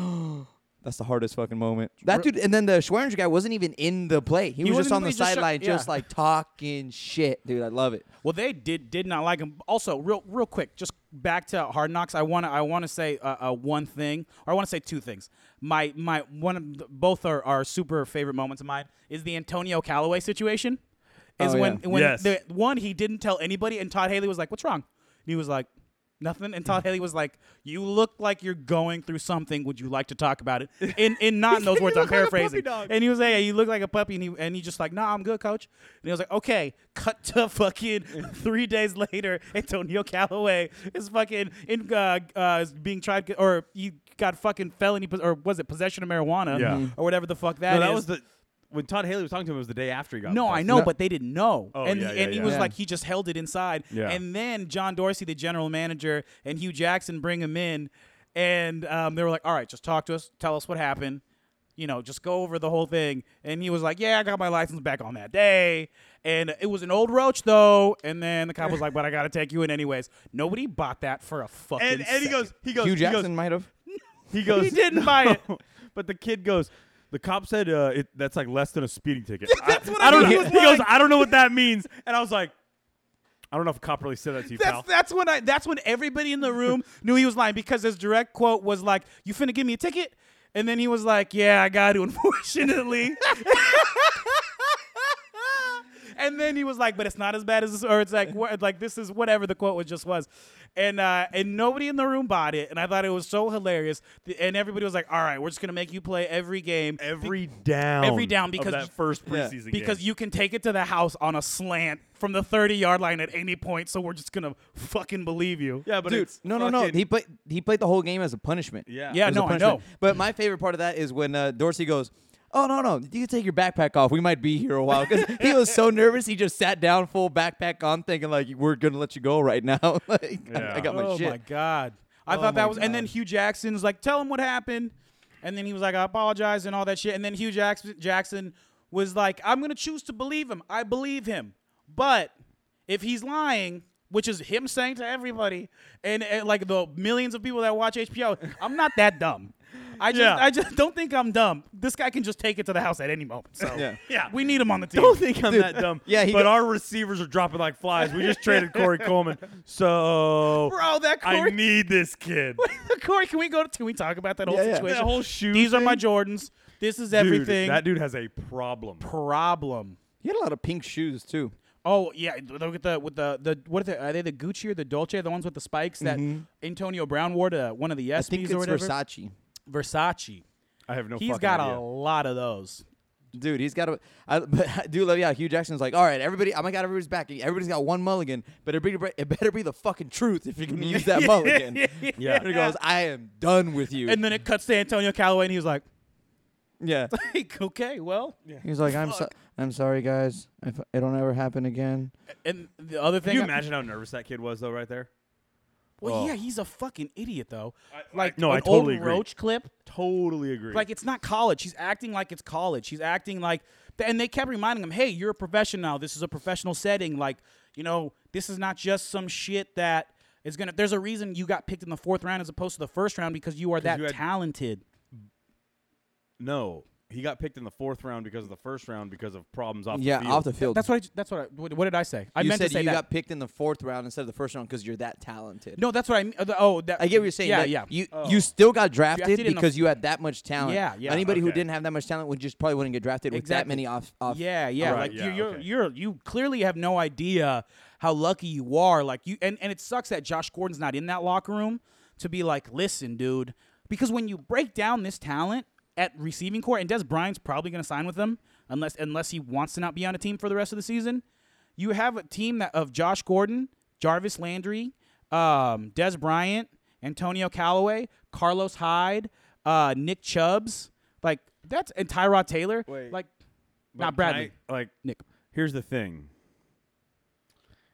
Speaker 1: That's the hardest fucking moment. That dude, and then the Schweringer guy wasn't even in the play. He, was
Speaker 3: He
Speaker 1: just
Speaker 3: wasn't
Speaker 1: on the
Speaker 3: even- he just shut-
Speaker 1: sideline, just,
Speaker 3: yeah.
Speaker 1: like talking shit, dude. I love it.
Speaker 3: Well, they did did not like him. Also, real real quick, just back to Hard Knocks. I want to I want to say uh, uh, one thing, or I want to say two things. My my one of the, both are, are super favorite moments of mine is the Antonio Callaway situation. Is
Speaker 1: Oh,
Speaker 3: when
Speaker 1: yeah.
Speaker 3: when
Speaker 2: Yes.
Speaker 3: the one he didn't tell anybody, and Todd Haley was like, "What's wrong?" And he was like, "Nothing."
Speaker 2: [laughs]
Speaker 3: And Todd Haley was like, "You look like you're going through something. Would you like to talk about it?" In
Speaker 2: [laughs]
Speaker 3: in not in those words, I'm
Speaker 2: look like a puppy
Speaker 3: paraphrasing.
Speaker 2: dog.
Speaker 3: [laughs] And he was like, "Yeah, you look like a puppy," and he and he just like, "Nah, I'm good, coach." And he was like, "Okay." Cut to [laughs] fucking three days later, Antonio Callaway is fucking in uh, uh is being tried or he got fucking felony pos- or was it possession of marijuana
Speaker 2: Yeah. Mhm.
Speaker 3: or whatever the fuck
Speaker 2: No,
Speaker 3: is.
Speaker 2: that was the when Todd Haley was talking to him. It was the day after he got.
Speaker 3: No, I
Speaker 2: busted.
Speaker 3: know,
Speaker 1: No.
Speaker 3: but they didn't know.
Speaker 2: Oh,
Speaker 3: and
Speaker 2: yeah,
Speaker 3: he,
Speaker 2: yeah,
Speaker 3: and he
Speaker 2: yeah.
Speaker 3: was
Speaker 1: Yeah.
Speaker 3: like he just held it inside.
Speaker 2: Yeah.
Speaker 3: And then John Dorsey, the general manager, and Hugh Jackson bring him in and um, they were like, "All right, just talk to us, tell us what happened." You know, just go over the whole thing. And he was like, "Yeah, I got my license back on that day." And it was an old roach though. And then the cop was like, "But I got to take you in anyways." Nobody bought that for a fucking
Speaker 2: And and he
Speaker 3: second.
Speaker 2: goes, he goes,
Speaker 1: Hugh
Speaker 2: he goes,
Speaker 1: Jackson might have.
Speaker 2: He goes.
Speaker 3: He didn't buy it.
Speaker 2: [laughs] but the kid goes. The cop said uh, it, that's like less than a speeding
Speaker 3: [laughs]
Speaker 2: ticket.
Speaker 3: that's what I
Speaker 2: don't
Speaker 3: mean, he
Speaker 2: know.
Speaker 3: was
Speaker 2: He goes,
Speaker 3: lying.
Speaker 2: I don't know what that means, and I was like, I don't know if a cop really said that to you,
Speaker 3: That's
Speaker 2: pal.
Speaker 3: that's when I that's when everybody in the
Speaker 2: [laughs]
Speaker 3: room knew he was lying because his direct quote was like, "You finna give me a ticket," and then he was like, "Yeah, I got to, [laughs] unfortunately." [laughs] and then he was like, "But it's not as bad as this," or it's like, wha- "Like this is whatever the quote was just was," and uh, and nobody in the room bought it, and I thought it was so hilarious, The- and everybody was like, "All right, we're just gonna make you play every game."
Speaker 2: every down,
Speaker 3: Every down
Speaker 2: of
Speaker 3: because-
Speaker 2: that first
Speaker 1: Yeah.
Speaker 2: preseason game.
Speaker 3: because you can take it to the house on a slant from the 30 yard line at any point, so we're just gonna fucking believe you.
Speaker 2: yeah, but
Speaker 1: Dude,
Speaker 2: it's
Speaker 1: no, no, no.
Speaker 2: fucking-
Speaker 1: He played. He played the whole game as a punishment.
Speaker 2: yeah,
Speaker 3: Yeah,
Speaker 1: As a
Speaker 3: no, I
Speaker 1: punishment.
Speaker 3: know.
Speaker 1: But my favorite part of that is when uh, Dorsey goes, "Oh no, no, you can take your backpack off. We might be here a while." Because he was
Speaker 2: [laughs]
Speaker 1: so nervous, he just sat down, full backpack on, thinking like, "We're gonna let you go right now." [laughs] like, I- I,
Speaker 2: Yeah.
Speaker 1: got my
Speaker 3: oh
Speaker 1: shit.
Speaker 3: my god! I thought
Speaker 1: my
Speaker 3: that was, and then
Speaker 1: God.
Speaker 3: Hugh Jackson's like, "Tell him what happened," and then he was like, "I apologize" and all that shit. And then Hugh Jackson Jackson was like, "I'm gonna choose to believe him. I believe him, but if he's lying." Which is him saying to everybody, and, and, like the millions of people that watch HBO, I'm not that dumb. I just,
Speaker 2: Yeah.
Speaker 3: I just don't think I'm dumb. This guy can just take it to the house at any moment. So
Speaker 1: Yeah.
Speaker 2: Yeah.
Speaker 3: we need him on the team.
Speaker 2: don't think I'm that dumb.
Speaker 1: yeah, he
Speaker 2: but
Speaker 1: go-
Speaker 2: our receivers are dropping like flies. We just
Speaker 3: [laughs]
Speaker 2: traded Corey Coleman, so
Speaker 3: Bro, that
Speaker 2: I
Speaker 3: Corey-
Speaker 2: need this kid.
Speaker 3: [laughs] Corey, can we go? To, can we talk about that whole
Speaker 1: Yeah, yeah.
Speaker 3: situation?
Speaker 2: That whole shoe
Speaker 3: These are my
Speaker 2: thing?
Speaker 3: Jordans. This is
Speaker 2: Dude,
Speaker 3: everything.
Speaker 2: that dude has a problem.
Speaker 3: problem.
Speaker 1: He had a lot of pink shoes too.
Speaker 3: Oh yeah, look at the with the the what are they? Are they the Gucci or the Dolce? The ones with the spikes that Antonio Brown wore to one of the
Speaker 1: I
Speaker 3: ESPYS
Speaker 1: think it's
Speaker 3: or whatever.
Speaker 1: Versace.
Speaker 3: Versace.
Speaker 2: I have no.
Speaker 3: He's
Speaker 2: fucking
Speaker 3: got
Speaker 2: idea.
Speaker 3: a lot of those.
Speaker 1: Dude, he's got a. I, [laughs] but I do love yeah. Hugh Jackson's like, all right, everybody. Oh my god, everybody's back. Everybody's got one mulligan, but it better, be- it better be the fucking truth if you're gonna use
Speaker 2: [laughs]
Speaker 1: that mulligan.
Speaker 2: Yeah.
Speaker 1: And he goes, I am done with you.
Speaker 3: And then it cuts to Antonio Callaway, and he was like, [laughs]
Speaker 1: [laughs] yeah,
Speaker 3: like, "Okay, well."
Speaker 1: he's like, I'm so- I'm sorry, guys. If it'll never happen again.
Speaker 3: And the other
Speaker 2: Can
Speaker 3: thing,
Speaker 2: you
Speaker 3: I-
Speaker 2: imagine how nervous that kid was though, right there?
Speaker 3: Well,
Speaker 2: Oh.
Speaker 3: yeah, he's a fucking idiot though.
Speaker 2: I- I-
Speaker 3: like
Speaker 2: no,
Speaker 3: an
Speaker 2: I totally
Speaker 3: old
Speaker 2: agree.
Speaker 3: Roach clip.
Speaker 2: Totally agree.
Speaker 3: Like it's not college. She's acting like it's college. She's acting like, and they kept reminding him, "Hey, you're a professional now. This is a professional setting. Like, you know, this is not just some shit that is gonna. There's a reason you got picked in the fourth round as opposed to the first round because you are that
Speaker 2: you had-
Speaker 3: talented.
Speaker 2: No, he got picked in the fourth round because of the first round because of problems off
Speaker 1: Yeah,
Speaker 2: the field.
Speaker 1: off the field.
Speaker 3: That's what. I, that's what. I, what, what did I say? I
Speaker 1: you
Speaker 3: meant
Speaker 1: said
Speaker 3: to say
Speaker 1: you
Speaker 3: that.
Speaker 1: got picked in the fourth round instead of the first round because you're that talented.
Speaker 3: no, that's what I. mean. Oh, that,
Speaker 1: I get what you're saying.
Speaker 3: Yeah,
Speaker 1: like,
Speaker 3: yeah. Oh.
Speaker 1: You you still got drafted,
Speaker 3: Drafted in the-
Speaker 1: because you had that much talent.
Speaker 3: Yeah, yeah,
Speaker 1: Anybody who
Speaker 2: okay.
Speaker 1: didn't have that much talent would just probably wouldn't get drafted with that
Speaker 3: Exactly.
Speaker 1: many off. off
Speaker 3: Yeah, yeah.
Speaker 2: Right,
Speaker 3: like
Speaker 2: yeah,
Speaker 3: you're,
Speaker 2: okay.
Speaker 3: you're, you're, you clearly have no idea how lucky you are. Like you, and, and it sucks that Josh Gordon's not in that locker room to be like, listen, dude, because when you break down this talent at receiving core, and Des Bryant's probably going to sign with them unless unless he wants to not be on a team for the rest of the season. You have a team that of Josh Gordon, Jarvis Landry, um, Des Bryant, Antonio Callaway, Carlos Hyde, uh, Nick Chubbs, like that's and Tyrod Taylor,
Speaker 2: Wait.
Speaker 3: like
Speaker 2: But
Speaker 3: not
Speaker 2: can
Speaker 3: Bradley.
Speaker 2: I- like
Speaker 3: Nick.
Speaker 2: Here's the thing.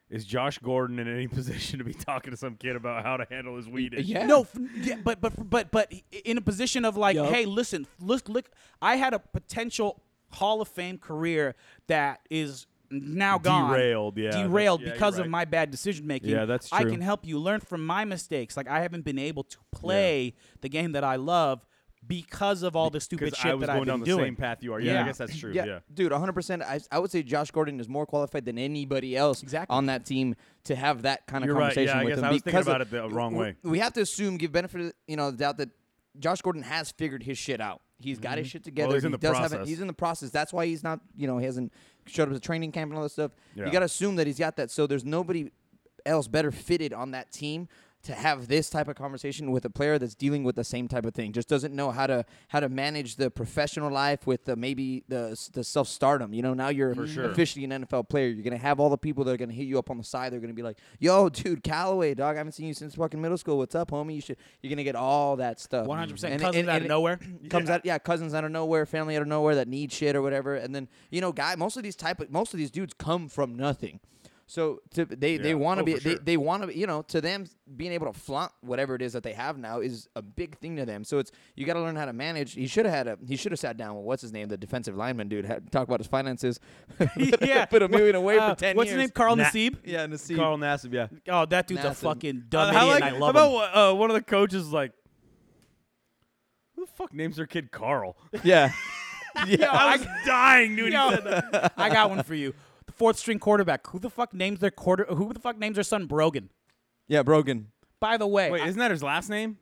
Speaker 2: Is Josh Gordon in any [laughs] position to be talking to some kid about how to handle his weed? issue?
Speaker 1: Yeah.
Speaker 3: No, f- yeah, but but but but in a position of like,
Speaker 4: Yup.
Speaker 3: hey, listen, look, look, I had a potential Hall of Fame career that is now gone,
Speaker 2: Derailed, yeah, that's-
Speaker 3: derailed
Speaker 2: yeah, you're
Speaker 3: because of
Speaker 2: right.
Speaker 3: my bad decision making.
Speaker 2: Yeah, that's
Speaker 3: I
Speaker 2: true.
Speaker 3: can help you learn from my mistakes. Like I haven't been able to play the game that I love because of all the stupid
Speaker 2: Because
Speaker 3: shit
Speaker 2: I was
Speaker 3: that
Speaker 2: going
Speaker 3: I've been
Speaker 2: down the
Speaker 3: doing.
Speaker 2: same path you are. Yeah,
Speaker 3: Yeah.
Speaker 2: I guess that's true.
Speaker 1: yeah,
Speaker 2: Yeah.
Speaker 1: dude, 100. percent I, I would say Josh Gordon is more qualified than anybody else
Speaker 3: Exactly.
Speaker 1: on that team to have that kind of
Speaker 2: You're right. Yeah,
Speaker 1: conversation
Speaker 2: I
Speaker 1: with
Speaker 2: guess
Speaker 1: him.
Speaker 2: I was thinking
Speaker 1: because of-
Speaker 2: about it the wrong
Speaker 1: w-
Speaker 2: way.
Speaker 1: We have to assume, give benefit, of, you know, the doubt that Josh Gordon has figured his shit out. He's got his shit together.
Speaker 2: Mm-hmm. he's in
Speaker 1: he
Speaker 2: the
Speaker 1: does have it-
Speaker 2: process.
Speaker 1: he's in the process. That's why he's not, you know, he hasn't showed up to training camp and all that stuff.
Speaker 2: Yeah.
Speaker 1: You got to assume that he's got that. So there's nobody else better fitted on that team to have this type of conversation with a player that's dealing with the same type of thing. Just doesn't know how to how to manage the professional life with the maybe the the self stardom. You know, now you're
Speaker 2: sure.
Speaker 1: officially an NFL player. You're gonna have all the people that are gonna hit you up on the side. They're gonna be like, "Yo, dude, Callaway, dog, I haven't seen you since fucking middle school. What's up, homie? You should." You're gonna get all that stuff.
Speaker 3: 100%
Speaker 1: And it-
Speaker 3: cousins
Speaker 1: and-
Speaker 3: out
Speaker 1: and
Speaker 3: of
Speaker 1: it-
Speaker 3: nowhere.
Speaker 1: comes out yeah cousins out of nowhere family out of nowhere that need shit or whatever and then you know guy most of these type of most of these dudes come from nothing so to, they they
Speaker 2: Yeah.
Speaker 1: want to
Speaker 2: Oh,
Speaker 1: be
Speaker 2: for
Speaker 1: they,
Speaker 2: sure.
Speaker 1: they want to you know to them being able to flaunt whatever it is that they have now is a big thing to them so it's you got to learn how to manage he should have had a he should have sat down with what's his name the defensive lineman dude had, talk about his finances [laughs]
Speaker 3: [laughs] yeah,
Speaker 1: [laughs]
Speaker 3: [laughs]
Speaker 1: put a million away
Speaker 3: Uh,
Speaker 1: for 10
Speaker 3: What's
Speaker 1: years
Speaker 3: his name? Carl
Speaker 2: Nah.
Speaker 3: Nassib.
Speaker 1: yeah Nasib.
Speaker 2: Carl Nassib. Yeah.
Speaker 3: Oh, that dude's a
Speaker 1: Nassib.
Speaker 3: fucking dumb
Speaker 2: Uh, how,
Speaker 3: idiot,
Speaker 2: like,
Speaker 3: and I
Speaker 2: how
Speaker 3: love him.
Speaker 2: about uh, one of the coaches like, who the fuck names their kid Carl?
Speaker 1: yeah
Speaker 3: Yo, I,
Speaker 2: I was dying, dude.
Speaker 3: yo, I got one for you. The fourth string quarterback. Who the fuck names their quarter? Who the fuck names their son Brogan?
Speaker 1: yeah brogan
Speaker 3: By the way,
Speaker 2: Wait,
Speaker 3: I-
Speaker 2: isn't that his last name?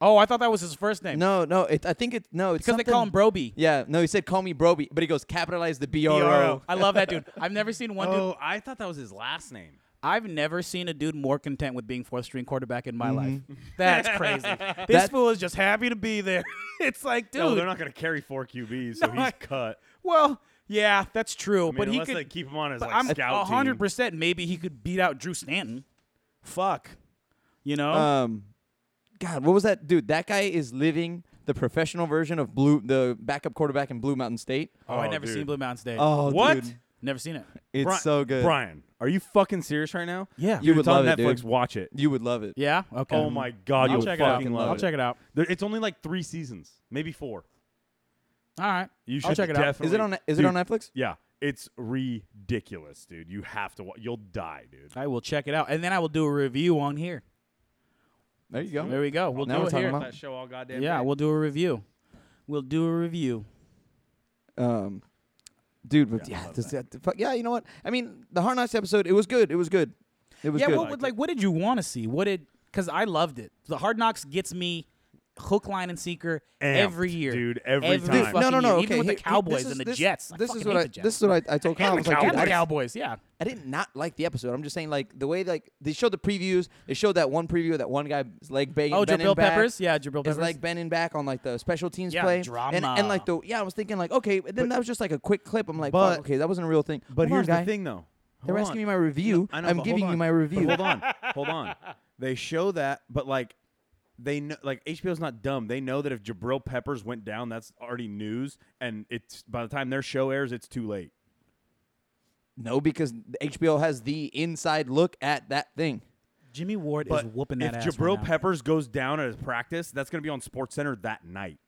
Speaker 3: oh, I thought that was his first name.
Speaker 1: no no it, i think it's no it's
Speaker 3: because they call him
Speaker 1: something-
Speaker 3: Broby.
Speaker 1: yeah no he said call me broby but he goes capitalize the
Speaker 3: BRO.
Speaker 1: bro
Speaker 3: I love that dude. I've never seen one dude.
Speaker 2: Oh, I thought that was his last name.
Speaker 3: I've never seen a dude more content with being fourth string quarterback in my life. That's
Speaker 2: [laughs]
Speaker 3: crazy. this
Speaker 1: Mm-hmm. That-
Speaker 3: fool is just happy to be there. [laughs] it's like, dude.
Speaker 2: No, they're not going to carry four QBs, so
Speaker 3: No,
Speaker 2: he's
Speaker 3: I-
Speaker 2: cut.
Speaker 3: well, yeah, that's true.
Speaker 2: I mean,
Speaker 3: but he
Speaker 2: unless
Speaker 3: could
Speaker 2: they keep him on as
Speaker 3: But
Speaker 2: like
Speaker 3: I'm
Speaker 2: scout team.
Speaker 3: hundred percent. Maybe he could beat out Drew Stanton. Fuck, you know.
Speaker 1: Um, God, what was that dude? That guy is living the professional version of blue, the backup quarterback in Blue Mountain State.
Speaker 3: oh, I
Speaker 2: oh,
Speaker 3: never
Speaker 2: dude.
Speaker 3: seen Blue Mountain State.
Speaker 1: Oh,
Speaker 2: What?
Speaker 1: dude,
Speaker 3: never seen it.
Speaker 1: it's
Speaker 2: Bri-
Speaker 1: so good.
Speaker 2: Brian, are you fucking serious right now?
Speaker 3: Yeah.
Speaker 1: You
Speaker 2: Dude,
Speaker 1: would
Speaker 2: it's on
Speaker 1: love it,
Speaker 2: Netflix.
Speaker 1: dude.
Speaker 2: Watch it.
Speaker 1: You would love it.
Speaker 3: Yeah. Okay.
Speaker 2: Oh my god,
Speaker 3: I'll
Speaker 2: you
Speaker 3: check
Speaker 2: would
Speaker 3: it out.
Speaker 2: fucking love
Speaker 3: I'll
Speaker 2: it.
Speaker 3: check it out.
Speaker 2: There- It's only like three seasons, maybe four.
Speaker 3: All right.
Speaker 2: You should
Speaker 3: I'll check it out.
Speaker 2: definitely.
Speaker 1: Is it on? Is it
Speaker 2: Dude,
Speaker 1: on Netflix?
Speaker 2: Yeah, it's ridiculous, dude. You have to. Wa- you'll die, dude.
Speaker 3: I will check it out, and then I will do a review on here.
Speaker 1: There you go.
Speaker 3: There we go. We'll
Speaker 1: Now we're
Speaker 3: do it
Speaker 1: talking
Speaker 3: here.
Speaker 1: about-
Speaker 2: That show all goddamn.
Speaker 3: yeah, we'll do a review. We'll do a review.
Speaker 1: Um, dude, but
Speaker 2: Yeah, I
Speaker 1: yeah,
Speaker 2: love
Speaker 1: this, that- fuck- yeah, you know what? I mean, the Hard Knocks episode, it was good. It was good. It was
Speaker 3: Yeah.
Speaker 1: good.
Speaker 3: What would like? What did you want to see? What did? Because I loved it. The Hard Knocks gets me hook, line, and sinker every
Speaker 2: Amped,
Speaker 3: year,
Speaker 2: dude, every time.
Speaker 3: fucking
Speaker 2: No,
Speaker 3: year. Even with
Speaker 1: here-
Speaker 3: the
Speaker 1: this
Speaker 3: Cowboys
Speaker 1: is-
Speaker 3: and the
Speaker 1: this-
Speaker 3: Jets. I
Speaker 1: This is
Speaker 3: fucking
Speaker 1: what
Speaker 3: hate
Speaker 1: I.
Speaker 3: the Jets.
Speaker 1: This is what I I told Kyle. I was like, dude,
Speaker 3: and the
Speaker 1: I just-
Speaker 3: Cowboys. Yeah.
Speaker 1: I did not like the episode. I'm just saying, like the way like they showed the previews. They showed that one preview of that one guy's leg banging.
Speaker 3: Oh,
Speaker 1: bending
Speaker 3: Jabril
Speaker 1: back,
Speaker 3: Peppers. Yeah, Jabril Peppers.
Speaker 1: Is like bending back on like the special teams
Speaker 3: Yeah,
Speaker 1: play and,
Speaker 3: drama.
Speaker 1: and like the yeah. I was thinking like okay, but then that was just like a quick clip. I'm like,
Speaker 2: But-
Speaker 1: fuck, okay, that wasn't a real thing.
Speaker 2: But
Speaker 1: Hold
Speaker 2: here's
Speaker 1: on, guy.
Speaker 2: the thing, though.
Speaker 1: They're
Speaker 2: Hold
Speaker 1: asking me
Speaker 2: on.
Speaker 1: my review.
Speaker 2: I know,
Speaker 1: I'm
Speaker 2: but hold
Speaker 1: giving you
Speaker 2: on.
Speaker 1: my
Speaker 2: But
Speaker 1: review. [laughs]
Speaker 2: Hold on, hold on. They show that, but like they know, like HBO's not dumb. They know that if Jabril Peppers went down, that's already news, and it's by the time their show airs, it's too late.
Speaker 1: No, because HBO has the inside look at that thing.
Speaker 3: Jimmy Ward
Speaker 2: But
Speaker 3: is whooping
Speaker 2: if
Speaker 3: that ass.
Speaker 2: Jabril
Speaker 3: right now.
Speaker 2: Peppers goes down at his practice, that's going to be on Sports Center that night.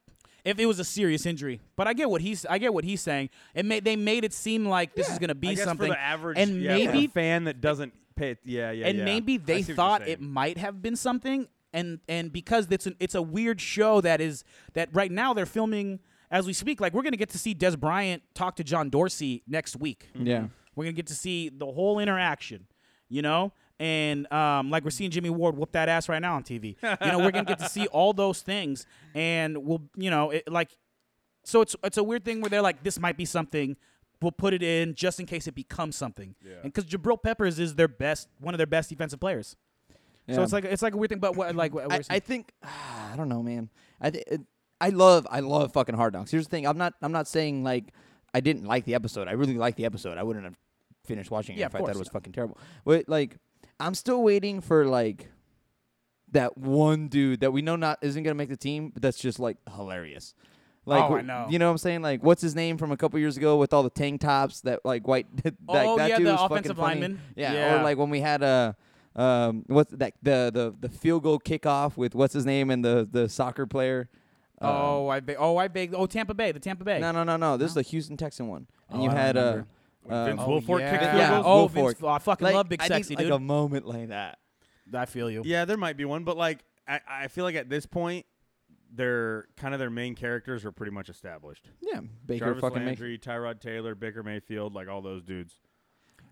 Speaker 3: if it was a serious injury, but I get what he's I get what he's saying. It made they made it seem like this is going to be
Speaker 2: I guess
Speaker 3: something.
Speaker 2: for the average
Speaker 3: and
Speaker 2: yeah, for the
Speaker 3: maybe
Speaker 2: fan that doesn't pay. Yeah, yeah,
Speaker 3: and
Speaker 2: yeah.
Speaker 3: maybe
Speaker 2: I
Speaker 3: they
Speaker 2: see what you're
Speaker 3: thought
Speaker 2: saying.
Speaker 3: it might have been something, and and because it's an, it's a weird show that is that right now they're filming as we speak. Like we're going to get to see Des Bryant talk to John Dorsey next week.
Speaker 1: Yeah.
Speaker 3: We're gonna get to see the whole interaction, you know, and um, like we're seeing Jimmy Ward whoop that ass right now on TV. You know, we're gonna get to see all those things, and we'll, you know, it, like, so it's it's a weird thing where they're like, this might be something. We'll put it in just in case it becomes something, and because Jabril Peppers is their best, one of their best defensive players. So
Speaker 1: Yeah.
Speaker 3: it's like it's like a weird thing, but what, like what
Speaker 1: I,
Speaker 3: we're
Speaker 1: I
Speaker 3: saying.
Speaker 1: think [sighs] I don't know, man. I th- it- I love I love fucking Hard Knocks. Here's the thing. I'm not I'm not saying like I didn't like the episode. I really liked the episode. I wouldn't have finished watching it
Speaker 3: Yeah,
Speaker 1: if
Speaker 3: of
Speaker 1: I thought
Speaker 3: course.
Speaker 1: it was fucking terrible. But like I'm still waiting for like that one dude that we know not isn't gonna make the team, but that's just like hilarious. Like
Speaker 3: Oh, I
Speaker 1: wh-
Speaker 3: know.
Speaker 1: you know what I'm saying? Like what's his name from a couple years ago with all the tank tops that like white [laughs] that,
Speaker 3: Oh,
Speaker 1: that
Speaker 3: yeah,
Speaker 1: dude
Speaker 3: the
Speaker 1: was fucking
Speaker 3: offensive
Speaker 1: funny.
Speaker 3: lineman.
Speaker 1: Yeah,
Speaker 3: Yeah.
Speaker 1: or like when we had a um what's that the the the field goal kickoff with what's his name and the the soccer player. Um,
Speaker 3: oh, I beg, oh I beg, oh Tampa Bay, the Tampa Bay.
Speaker 1: no no no no! This is the Houston Texan one, and
Speaker 3: Oh,
Speaker 1: you
Speaker 3: I don't
Speaker 1: had uh,
Speaker 3: remember.
Speaker 1: uh,
Speaker 2: Vince
Speaker 1: um,
Speaker 3: Oh,
Speaker 2: Wilfork kicked
Speaker 3: yeah.
Speaker 2: field
Speaker 1: yeah,
Speaker 2: goals?
Speaker 3: Oh,
Speaker 1: Wilfork.
Speaker 3: Vince, I fucking
Speaker 1: like,
Speaker 3: love Big
Speaker 1: I need,
Speaker 3: Sexy
Speaker 1: like
Speaker 3: dude.
Speaker 1: a moment like that.
Speaker 3: I feel you.
Speaker 2: Yeah, there might be one, but like I, I feel like at this point, their kind of their main characters are pretty much established.
Speaker 1: Yeah, Baker
Speaker 2: Jarvis
Speaker 1: fucking Mayfield.
Speaker 2: Landry, Tyrod Taylor, Baker Mayfield, like all those dudes.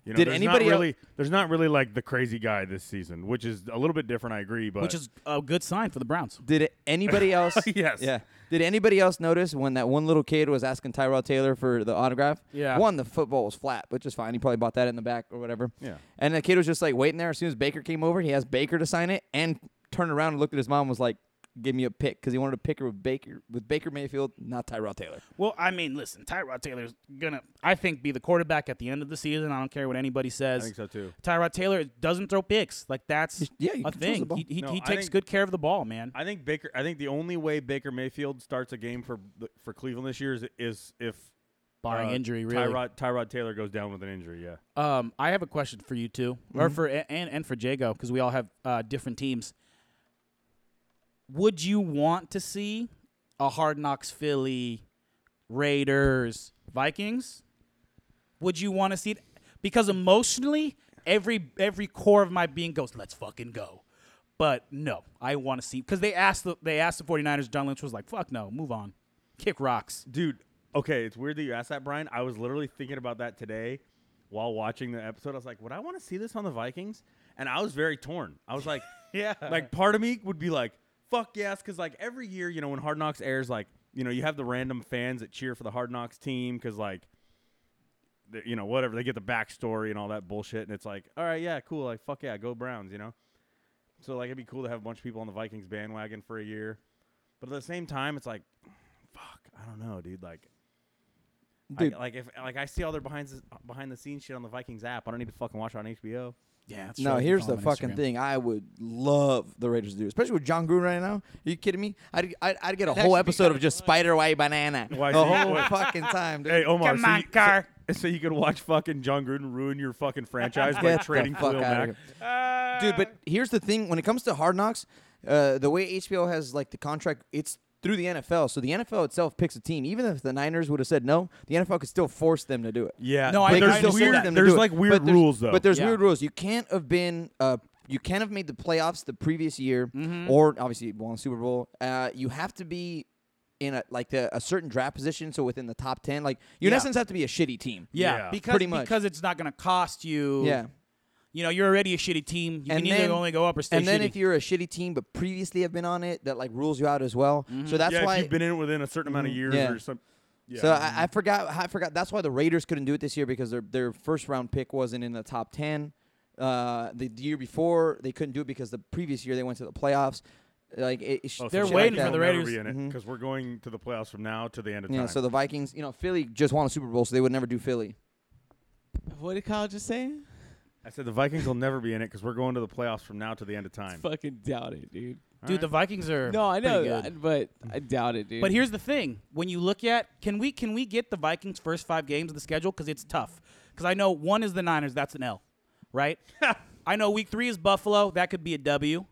Speaker 2: You know,
Speaker 1: Did
Speaker 2: there's
Speaker 1: anybody
Speaker 2: not
Speaker 1: el-
Speaker 2: really? there's not really like the crazy guy this season, which is a little bit different. I agree, but
Speaker 3: which is a good sign for the Browns.
Speaker 1: Did anybody else?
Speaker 2: [laughs] Yes.
Speaker 1: Yeah. Did anybody else notice when that one little kid was asking Tyrod Taylor for the autograph?
Speaker 3: Yeah.
Speaker 1: One, the football was flat, which is fine. He probably bought that in the back or whatever.
Speaker 2: Yeah.
Speaker 1: And the kid was just like waiting there. As soon as Baker came over, he asked Baker to sign it and turned around and looked at his mom. and Was like, "Give me a pick," because he wanted a picker with Baker with Baker Mayfield, not Tyrod Taylor.
Speaker 3: Well, I mean, listen, Tyrod Taylor's gonna, I think, be the quarterback at the end of the season. I don't care what anybody
Speaker 2: I
Speaker 3: says.
Speaker 2: think so too.
Speaker 3: Tyrod Taylor doesn't throw picks. Like that's
Speaker 1: Yeah, he
Speaker 3: a
Speaker 1: controls the
Speaker 3: thing.
Speaker 1: ball.
Speaker 3: He, he,
Speaker 2: No,
Speaker 3: he
Speaker 2: I
Speaker 3: takes
Speaker 2: think-
Speaker 3: good care of the ball, man.
Speaker 2: I think Baker. I think the only way Baker Mayfield starts a game for the- for Cleveland this year is, is if
Speaker 3: Barring
Speaker 2: uh,
Speaker 3: injury, really.
Speaker 2: Tyrod Tyrod Taylor goes down with an injury. Yeah.
Speaker 3: Um, I have a question for you too, or
Speaker 1: Mm-hmm.
Speaker 3: for and and for Jago because we all have uh, different teams. Would you want to see a Hard Knocks Philly, Raiders, Vikings? Would you want to see it? Because emotionally, every every core of my being goes, "Let's fucking go." But no, I want to see because they asked the they asked the 49ers. John Lynch was like, "Fuck no, move on, kick rocks."
Speaker 2: Dude, okay, it's weird that you asked that, Brian. I was literally thinking about that today while watching the episode. I was like, would I want to see this on the Vikings? And I was very torn. I was like, yeah. Like, part of me would be like, fuck yes. Cause, like, every year, you know, when Hard Knocks airs, like, you know, you have the random fans that cheer for the Hard Knocks team because, like, they- you know, whatever, they get the backstory and all that bullshit. And it's like, all right, yeah, cool. Like, fuck yeah, go Browns, you know? So, like, it'd be cool to have a bunch of people on the Vikings bandwagon for a year. But at the same time, it's like, fuck, I don't know, dude. Like,
Speaker 1: Dude.
Speaker 2: I, like if like I see all their behind the, behind the scenes shit on the Vikings app, I don't need to fucking watch it on HBO.
Speaker 3: Yeah. that's
Speaker 1: No,
Speaker 3: right. You
Speaker 1: here's
Speaker 3: follow
Speaker 1: the
Speaker 3: him on
Speaker 1: fucking
Speaker 3: Instagram.
Speaker 1: thing. I would love the Raiders to do, especially with John Gruden right now. Are you kidding me? I'd I'd, I'd get a whole episode of just Spider White Banana
Speaker 2: Why
Speaker 1: the
Speaker 2: is he-
Speaker 1: whole
Speaker 2: wait.
Speaker 1: fucking time, dude.
Speaker 2: Hey, Omar,
Speaker 3: Come
Speaker 2: so
Speaker 3: on,
Speaker 2: you,
Speaker 3: car.
Speaker 2: [laughs] So, so you could watch fucking John Gruden ruin your fucking franchise by
Speaker 1: Get the
Speaker 2: trading
Speaker 1: fuck
Speaker 2: Khalil
Speaker 1: outta
Speaker 2: Mack.
Speaker 1: here. dude. But here's the thing: when it comes to Hard Knocks, uh, the way HBO has like the contract, it's through the NFL. So the NFL itself picks a team. Even if the Niners would have said no, the NFL could still force them to do it.
Speaker 2: Yeah,
Speaker 3: No, I
Speaker 1: They
Speaker 3: But
Speaker 1: could
Speaker 3: there's
Speaker 1: still force
Speaker 3: weird-
Speaker 1: them to
Speaker 2: there's
Speaker 1: do it.
Speaker 2: like weird
Speaker 1: But there's-
Speaker 2: rules though.
Speaker 1: But there's
Speaker 3: Yeah.
Speaker 1: weird rules. You can't have been. Uh, you can't have made the playoffs the previous year, or obviously won the Super Bowl. Uh, you have to be. In a like the, a certain draft position, so within the top ten, like you in
Speaker 3: Yeah.
Speaker 1: essence have to be a shitty team.
Speaker 3: Yeah,
Speaker 2: Yeah.
Speaker 3: because
Speaker 1: Pretty much.
Speaker 3: because it's not going to cost you.
Speaker 1: Yeah.
Speaker 3: you know you're already a shitty team. You
Speaker 1: And
Speaker 3: can either
Speaker 1: then-
Speaker 3: only go up or stay
Speaker 1: and then
Speaker 3: shitty.
Speaker 1: if you're a shitty team but previously have been on it, that like rules you out as well. So that's
Speaker 2: Mm-hmm. yeah, if
Speaker 1: why Mm-hmm.
Speaker 2: you've been in it within a certain amount of years
Speaker 1: yeah.
Speaker 2: or something. Yeah. Oh,
Speaker 1: So I, I forgot. I forgot. That's why the Raiders couldn't do it this year because their their first round pick wasn't in the top ten. Uh, the year before they couldn't do it because the previous year they went to the playoffs. Like it, it's
Speaker 2: Oh, so
Speaker 3: They're
Speaker 1: shit
Speaker 2: the
Speaker 3: waiting
Speaker 1: like
Speaker 3: for
Speaker 1: that.
Speaker 2: Vikings will
Speaker 3: the
Speaker 2: never
Speaker 3: Raiders-
Speaker 2: be in it because we're going to the playoffs from now to the end of
Speaker 1: Mm-hmm. Yeah.
Speaker 2: time.
Speaker 1: So the Vikings, you know, Philly just won a Super Bowl, so they would never do Philly.
Speaker 4: What did Kyle just say?
Speaker 2: I said the Vikings will never be in it because we're going to the playoffs from now to the end of time.
Speaker 4: Fucking doubt it, dude.
Speaker 3: dude, the Vikings are
Speaker 4: No, I know
Speaker 3: pretty good.
Speaker 4: that, but I doubt it, dude.
Speaker 3: But here's the thing: when you look at can we can we get the Vikings' first five games of the schedule because it's tough. Because I know one is the Niners, that's an L, right? I know week three is Buffalo, that could be a W.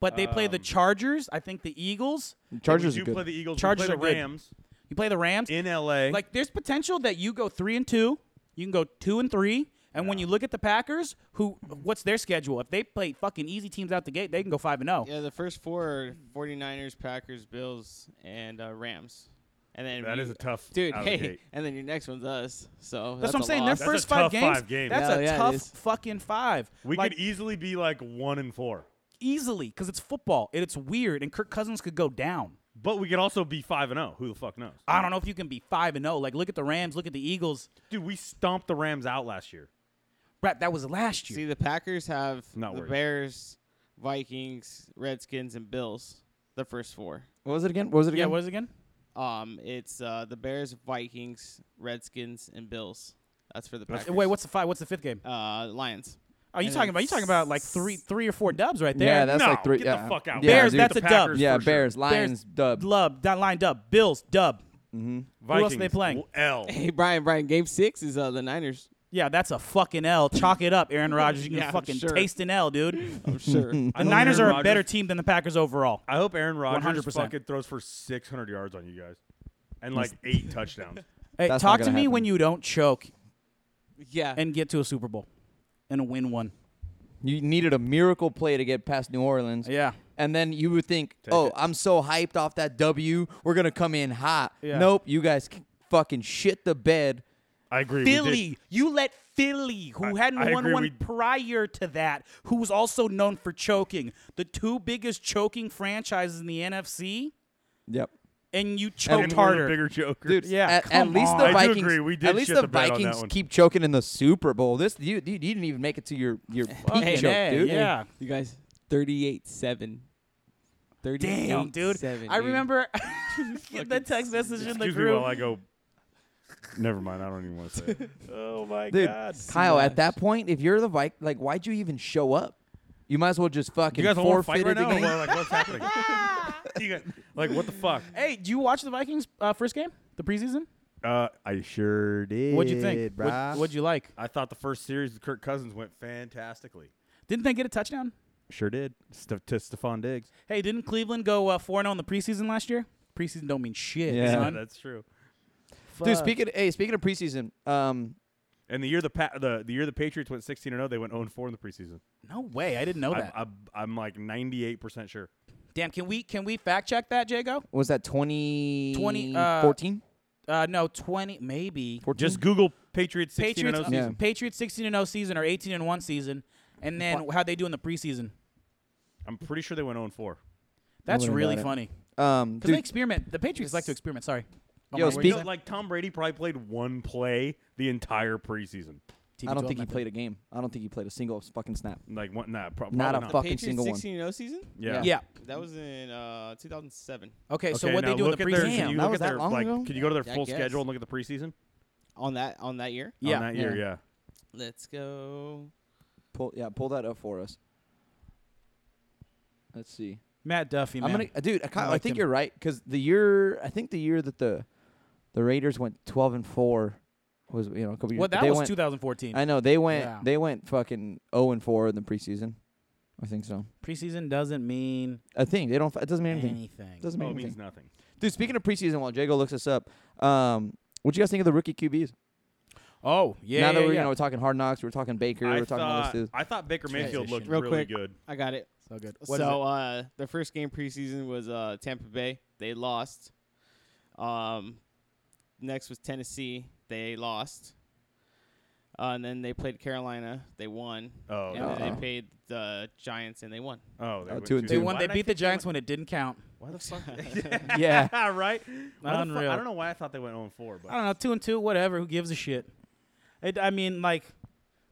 Speaker 3: But they play the Chargers. I think the Eagles.
Speaker 1: Chargers
Speaker 2: we
Speaker 1: are
Speaker 2: do
Speaker 1: good.
Speaker 2: play the Eagles.
Speaker 3: Chargers
Speaker 2: we play the
Speaker 3: are good.
Speaker 2: Rams
Speaker 3: You play the Rams.
Speaker 2: in L.A.
Speaker 3: Like there's potential that you go three and two, you can go two and three, and when you look at the Packers, who what's their schedule? If they play fucking easy teams out the gate, they can go five and oh. zero.
Speaker 4: yeah, the first four are 49ers, Packers, Bills, and uh, Rams. And then
Speaker 2: that
Speaker 4: we-
Speaker 2: is a tough
Speaker 4: dude.
Speaker 2: out of the
Speaker 4: Hey,
Speaker 2: gate.
Speaker 4: and then your next one's us. So
Speaker 3: That's,
Speaker 4: a
Speaker 3: what I'm saying.
Speaker 4: Loss.
Speaker 3: Their
Speaker 2: a
Speaker 3: first five
Speaker 2: tough
Speaker 3: games,
Speaker 2: five games.
Speaker 3: That's
Speaker 4: Hell
Speaker 3: a
Speaker 4: yeah, it
Speaker 3: tough
Speaker 4: is.
Speaker 3: fucking five.
Speaker 2: we
Speaker 3: like
Speaker 2: could e easily be like one and four.
Speaker 3: easily because it's football and it's weird. And Kirk Cousins could go down.
Speaker 2: But we could also be five and zero. Who the fuck knows?
Speaker 3: I don't know if you can be five and zero. Like look at the Rams, look at the Eagles.
Speaker 2: Dude, we stomped the Rams out last year.
Speaker 3: Brad, that was last year.
Speaker 4: See, the Packers have
Speaker 2: Not
Speaker 4: the
Speaker 2: worried.
Speaker 4: Bears, Vikings, Redskins, and Bills. The first four.
Speaker 1: what was it again? What was it
Speaker 3: yeah,
Speaker 1: again?
Speaker 3: what is it again?
Speaker 4: Um, it's uh, the Bears, Vikings, Redskins, and Bills. That's for the
Speaker 2: That's-
Speaker 4: Packers.
Speaker 3: Wait, what's the five? What's the fifth game?
Speaker 4: uh, Lions?
Speaker 3: Are you
Speaker 4: and
Speaker 3: talking
Speaker 4: then
Speaker 3: about? You talking about like three, three or four dubs right there?
Speaker 1: Yeah, that's
Speaker 2: no,
Speaker 1: like three.
Speaker 2: Get
Speaker 1: yeah.
Speaker 2: the fuck out.
Speaker 1: Yeah,
Speaker 3: Bears,
Speaker 1: dude.
Speaker 3: that's a
Speaker 2: The
Speaker 3: dub.
Speaker 2: Packers
Speaker 1: yeah,
Speaker 2: for sure.
Speaker 1: Bears, Lions, dub.
Speaker 3: Love that lined up. Bills dub.
Speaker 2: Vikings,
Speaker 3: else are they playing?
Speaker 2: w-
Speaker 1: [laughs]
Speaker 2: L.
Speaker 4: Hey, Brian, Brian. Game six is uh, the Niners.
Speaker 3: Yeah, that's a fucking L. Chalk it up, Aaron Rodgers. You can
Speaker 4: Yeah, I'm
Speaker 3: fucking
Speaker 4: sure.
Speaker 3: taste an L, dude. [laughs]
Speaker 4: I'm sure.
Speaker 2: I
Speaker 3: The
Speaker 2: hope
Speaker 3: Niners
Speaker 2: Aaron
Speaker 3: are a better
Speaker 2: Rodgers-
Speaker 3: team than the Packers overall.
Speaker 2: I hope Aaron Rodgers
Speaker 3: 100%.
Speaker 2: fucking throws for 600 yards on you guys and like eight
Speaker 3: [laughs]
Speaker 2: touchdowns.
Speaker 3: Hey,
Speaker 1: That's
Speaker 3: talk
Speaker 1: not
Speaker 3: to
Speaker 1: gonna
Speaker 3: me when
Speaker 1: happen.
Speaker 3: you don't choke
Speaker 4: yeah.
Speaker 3: and get to a Super Bowl and win one.
Speaker 1: You needed a miracle play to get past New Orleans.
Speaker 3: Yeah.
Speaker 1: And then you would think,
Speaker 2: Take
Speaker 1: oh,
Speaker 2: it.
Speaker 1: I'm so hyped off that W. We're going to come in hot.
Speaker 3: Yeah.
Speaker 1: Nope. You guys c- fucking shit the bed.
Speaker 2: I agree. we did-
Speaker 3: Philly. You let Philly, who
Speaker 2: I-
Speaker 3: hadn't
Speaker 2: I
Speaker 3: won
Speaker 2: agree,
Speaker 3: one
Speaker 2: we-
Speaker 3: prior to that, who was also known for choking, the two biggest choking franchises in the NFC,
Speaker 1: Yep.
Speaker 3: and you
Speaker 2: and
Speaker 3: choked
Speaker 2: one of the
Speaker 3: harder.
Speaker 2: bigger jokers.
Speaker 1: Dude,
Speaker 3: Yeah,
Speaker 1: at, at
Speaker 3: come
Speaker 1: least
Speaker 3: on.
Speaker 1: the
Speaker 3: I do
Speaker 1: Vikings.
Speaker 2: agree, we did
Speaker 1: at least
Speaker 2: shit
Speaker 1: the
Speaker 2: the bed on that
Speaker 1: Vikings
Speaker 2: one.
Speaker 1: keep choking in the Super Bowl. This you, you, you didn't even make it to your your peak
Speaker 3: Fucking
Speaker 1: choke,
Speaker 3: A,
Speaker 1: dude.
Speaker 3: Yeah.
Speaker 4: You guys, 38-7. 38-7.
Speaker 3: Damn, dude. I remember [laughs] the text message in the
Speaker 2: Excuse me
Speaker 3: group.
Speaker 2: while I go. Never mind. I don't even want to say.
Speaker 3: [laughs]
Speaker 2: It.
Speaker 3: oh my
Speaker 1: Dude,
Speaker 3: god.
Speaker 1: Kyle, at that point, if you're the Vic, like, why'd you even show up? You might as well just fucking
Speaker 2: You guys want to
Speaker 1: forfeit
Speaker 2: fight
Speaker 1: the
Speaker 2: right now? or
Speaker 1: game.
Speaker 2: what? Like what's happening?
Speaker 3: [laughs]
Speaker 2: You guys- like what the fuck?
Speaker 3: Hey, do you watch the Vikings uh, first game, the preseason?
Speaker 2: Uh, I sure did.
Speaker 3: What'd you think?
Speaker 2: bruh.
Speaker 3: What, what'd you like?
Speaker 2: I thought the first series with Kirk Cousins went fantastically.
Speaker 3: Didn't they get a touchdown?
Speaker 2: Sure did. St- to Stephon Diggs.
Speaker 3: Hey, didn't Cleveland go uh, 4 0 in the preseason last year? Preseason don't mean shit.
Speaker 1: Yeah.
Speaker 2: Yeah,
Speaker 3: son.
Speaker 2: that's true.
Speaker 1: Dude,
Speaker 3: Fuck.
Speaker 1: speaking hey, speaking of preseason, um,
Speaker 2: And the year the pa- the the year the Patriots went 16 and 0, they went 0 and 4 in the preseason.
Speaker 3: No way. I didn't know
Speaker 2: I'm,
Speaker 3: that.
Speaker 2: I'm, I'm like 98% sure.
Speaker 3: Damn, can we can we fact check that, Jago?
Speaker 1: was that 20,
Speaker 3: 20, uh,
Speaker 1: 14?
Speaker 3: Uh, no, 20 maybe.
Speaker 1: 14?
Speaker 2: Just Google Mm-hmm. Patriots 16
Speaker 3: Patriots
Speaker 2: and 0
Speaker 1: Yeah.
Speaker 2: season.
Speaker 3: Patriots 16 and 0 season or 18 and 1 season and then how they do in the preseason.
Speaker 2: I'm pretty sure they went 0 and 4.
Speaker 3: That's
Speaker 1: wouldn't
Speaker 3: really
Speaker 1: doubt it.
Speaker 3: funny.
Speaker 1: um,
Speaker 3: Cuz they
Speaker 1: dude,
Speaker 3: experiment. The Patriots like to experiment, sorry. Oh
Speaker 1: Yo,
Speaker 3: my-
Speaker 1: speak-
Speaker 2: No, like Tom Brady probably played one play the entire preseason.
Speaker 3: Tiki
Speaker 1: I don't
Speaker 3: Twelve
Speaker 1: think he
Speaker 3: method.
Speaker 1: played a game. I don't think he played a single fucking snap.
Speaker 2: Like one, nah, pro- probably
Speaker 1: Not a
Speaker 2: not.
Speaker 1: fucking
Speaker 4: Patriots
Speaker 1: single one.
Speaker 4: 16-0 season?
Speaker 2: Yeah.
Speaker 3: Yeah.
Speaker 4: That was in uh, 2007.
Speaker 3: Okay, so
Speaker 2: Okay,
Speaker 3: what they
Speaker 2: now
Speaker 3: do in the
Speaker 2: look at their-
Speaker 3: preseason?
Speaker 2: Can you
Speaker 1: that
Speaker 2: look
Speaker 1: was
Speaker 2: at
Speaker 1: that
Speaker 2: their,
Speaker 1: long
Speaker 2: like,
Speaker 1: ago?
Speaker 2: Can you go to their
Speaker 4: I
Speaker 2: full
Speaker 4: guess.
Speaker 2: schedule and look at the preseason?
Speaker 4: On that on that year?
Speaker 2: On
Speaker 3: yeah.
Speaker 2: that year,
Speaker 1: Yeah.
Speaker 2: yeah.
Speaker 4: Let's go.
Speaker 1: Pull, yeah, pull that up for us. Let's see.
Speaker 3: Matt Duffy, man.
Speaker 1: I'm gonna, uh, dude. I, kind
Speaker 3: I
Speaker 1: I
Speaker 3: like
Speaker 1: think
Speaker 3: him.
Speaker 1: you're right because the year, I think the year that the the Raiders went 12 and four was you know a couple years.
Speaker 3: well, that
Speaker 1: they
Speaker 3: was
Speaker 1: went,
Speaker 3: 2014.
Speaker 1: I know they went
Speaker 3: Yeah.
Speaker 1: they went fucking 0 and 4 in the preseason. I think so.
Speaker 3: preseason doesn't mean
Speaker 1: I think they don't. It doesn't mean anything.
Speaker 3: anything.
Speaker 1: It doesn't mean
Speaker 2: Oh, it
Speaker 1: anything.
Speaker 2: means nothing.
Speaker 1: Dude, speaking of preseason, while Jago looks us up, um, what you guys think of the rookie QBs?
Speaker 3: Oh, yeah.
Speaker 1: now that
Speaker 3: yeah,
Speaker 1: we're you
Speaker 3: yeah.
Speaker 1: know we're talking hard knocks, we're talking Baker,
Speaker 2: I
Speaker 1: we're talking all this
Speaker 2: thought,
Speaker 1: dude.
Speaker 2: I thought Baker Mayfield looked
Speaker 3: Transition.
Speaker 4: Real
Speaker 2: really
Speaker 4: quick.
Speaker 2: good.
Speaker 4: I got it.
Speaker 3: so good. What is
Speaker 4: so
Speaker 3: it?
Speaker 4: uh the first game preseason was uh Tampa Bay. They lost. Um next was Tennessee. They lost. Uh, and then they played Carolina. They won.
Speaker 2: Oh,
Speaker 4: and then
Speaker 1: Uh-oh.
Speaker 4: they played the Giants and they won.
Speaker 2: Oh, they
Speaker 1: Oh,
Speaker 2: went
Speaker 1: two and
Speaker 3: they
Speaker 1: two.
Speaker 3: won.
Speaker 2: Why
Speaker 3: They
Speaker 2: did I
Speaker 3: beat the
Speaker 2: think they
Speaker 3: Giants [laughs]
Speaker 2: went-
Speaker 3: when it didn't count.
Speaker 2: Why the
Speaker 4: [laughs]
Speaker 2: fuck?
Speaker 1: [laughs]
Speaker 2: [laughs]
Speaker 1: Yeah.
Speaker 2: right. Why the fuck-
Speaker 3: Unreal.
Speaker 2: I don't know why I thought they went 0 4, but
Speaker 3: I don't know, two and two, whatever. Who gives a shit? It, I mean, like,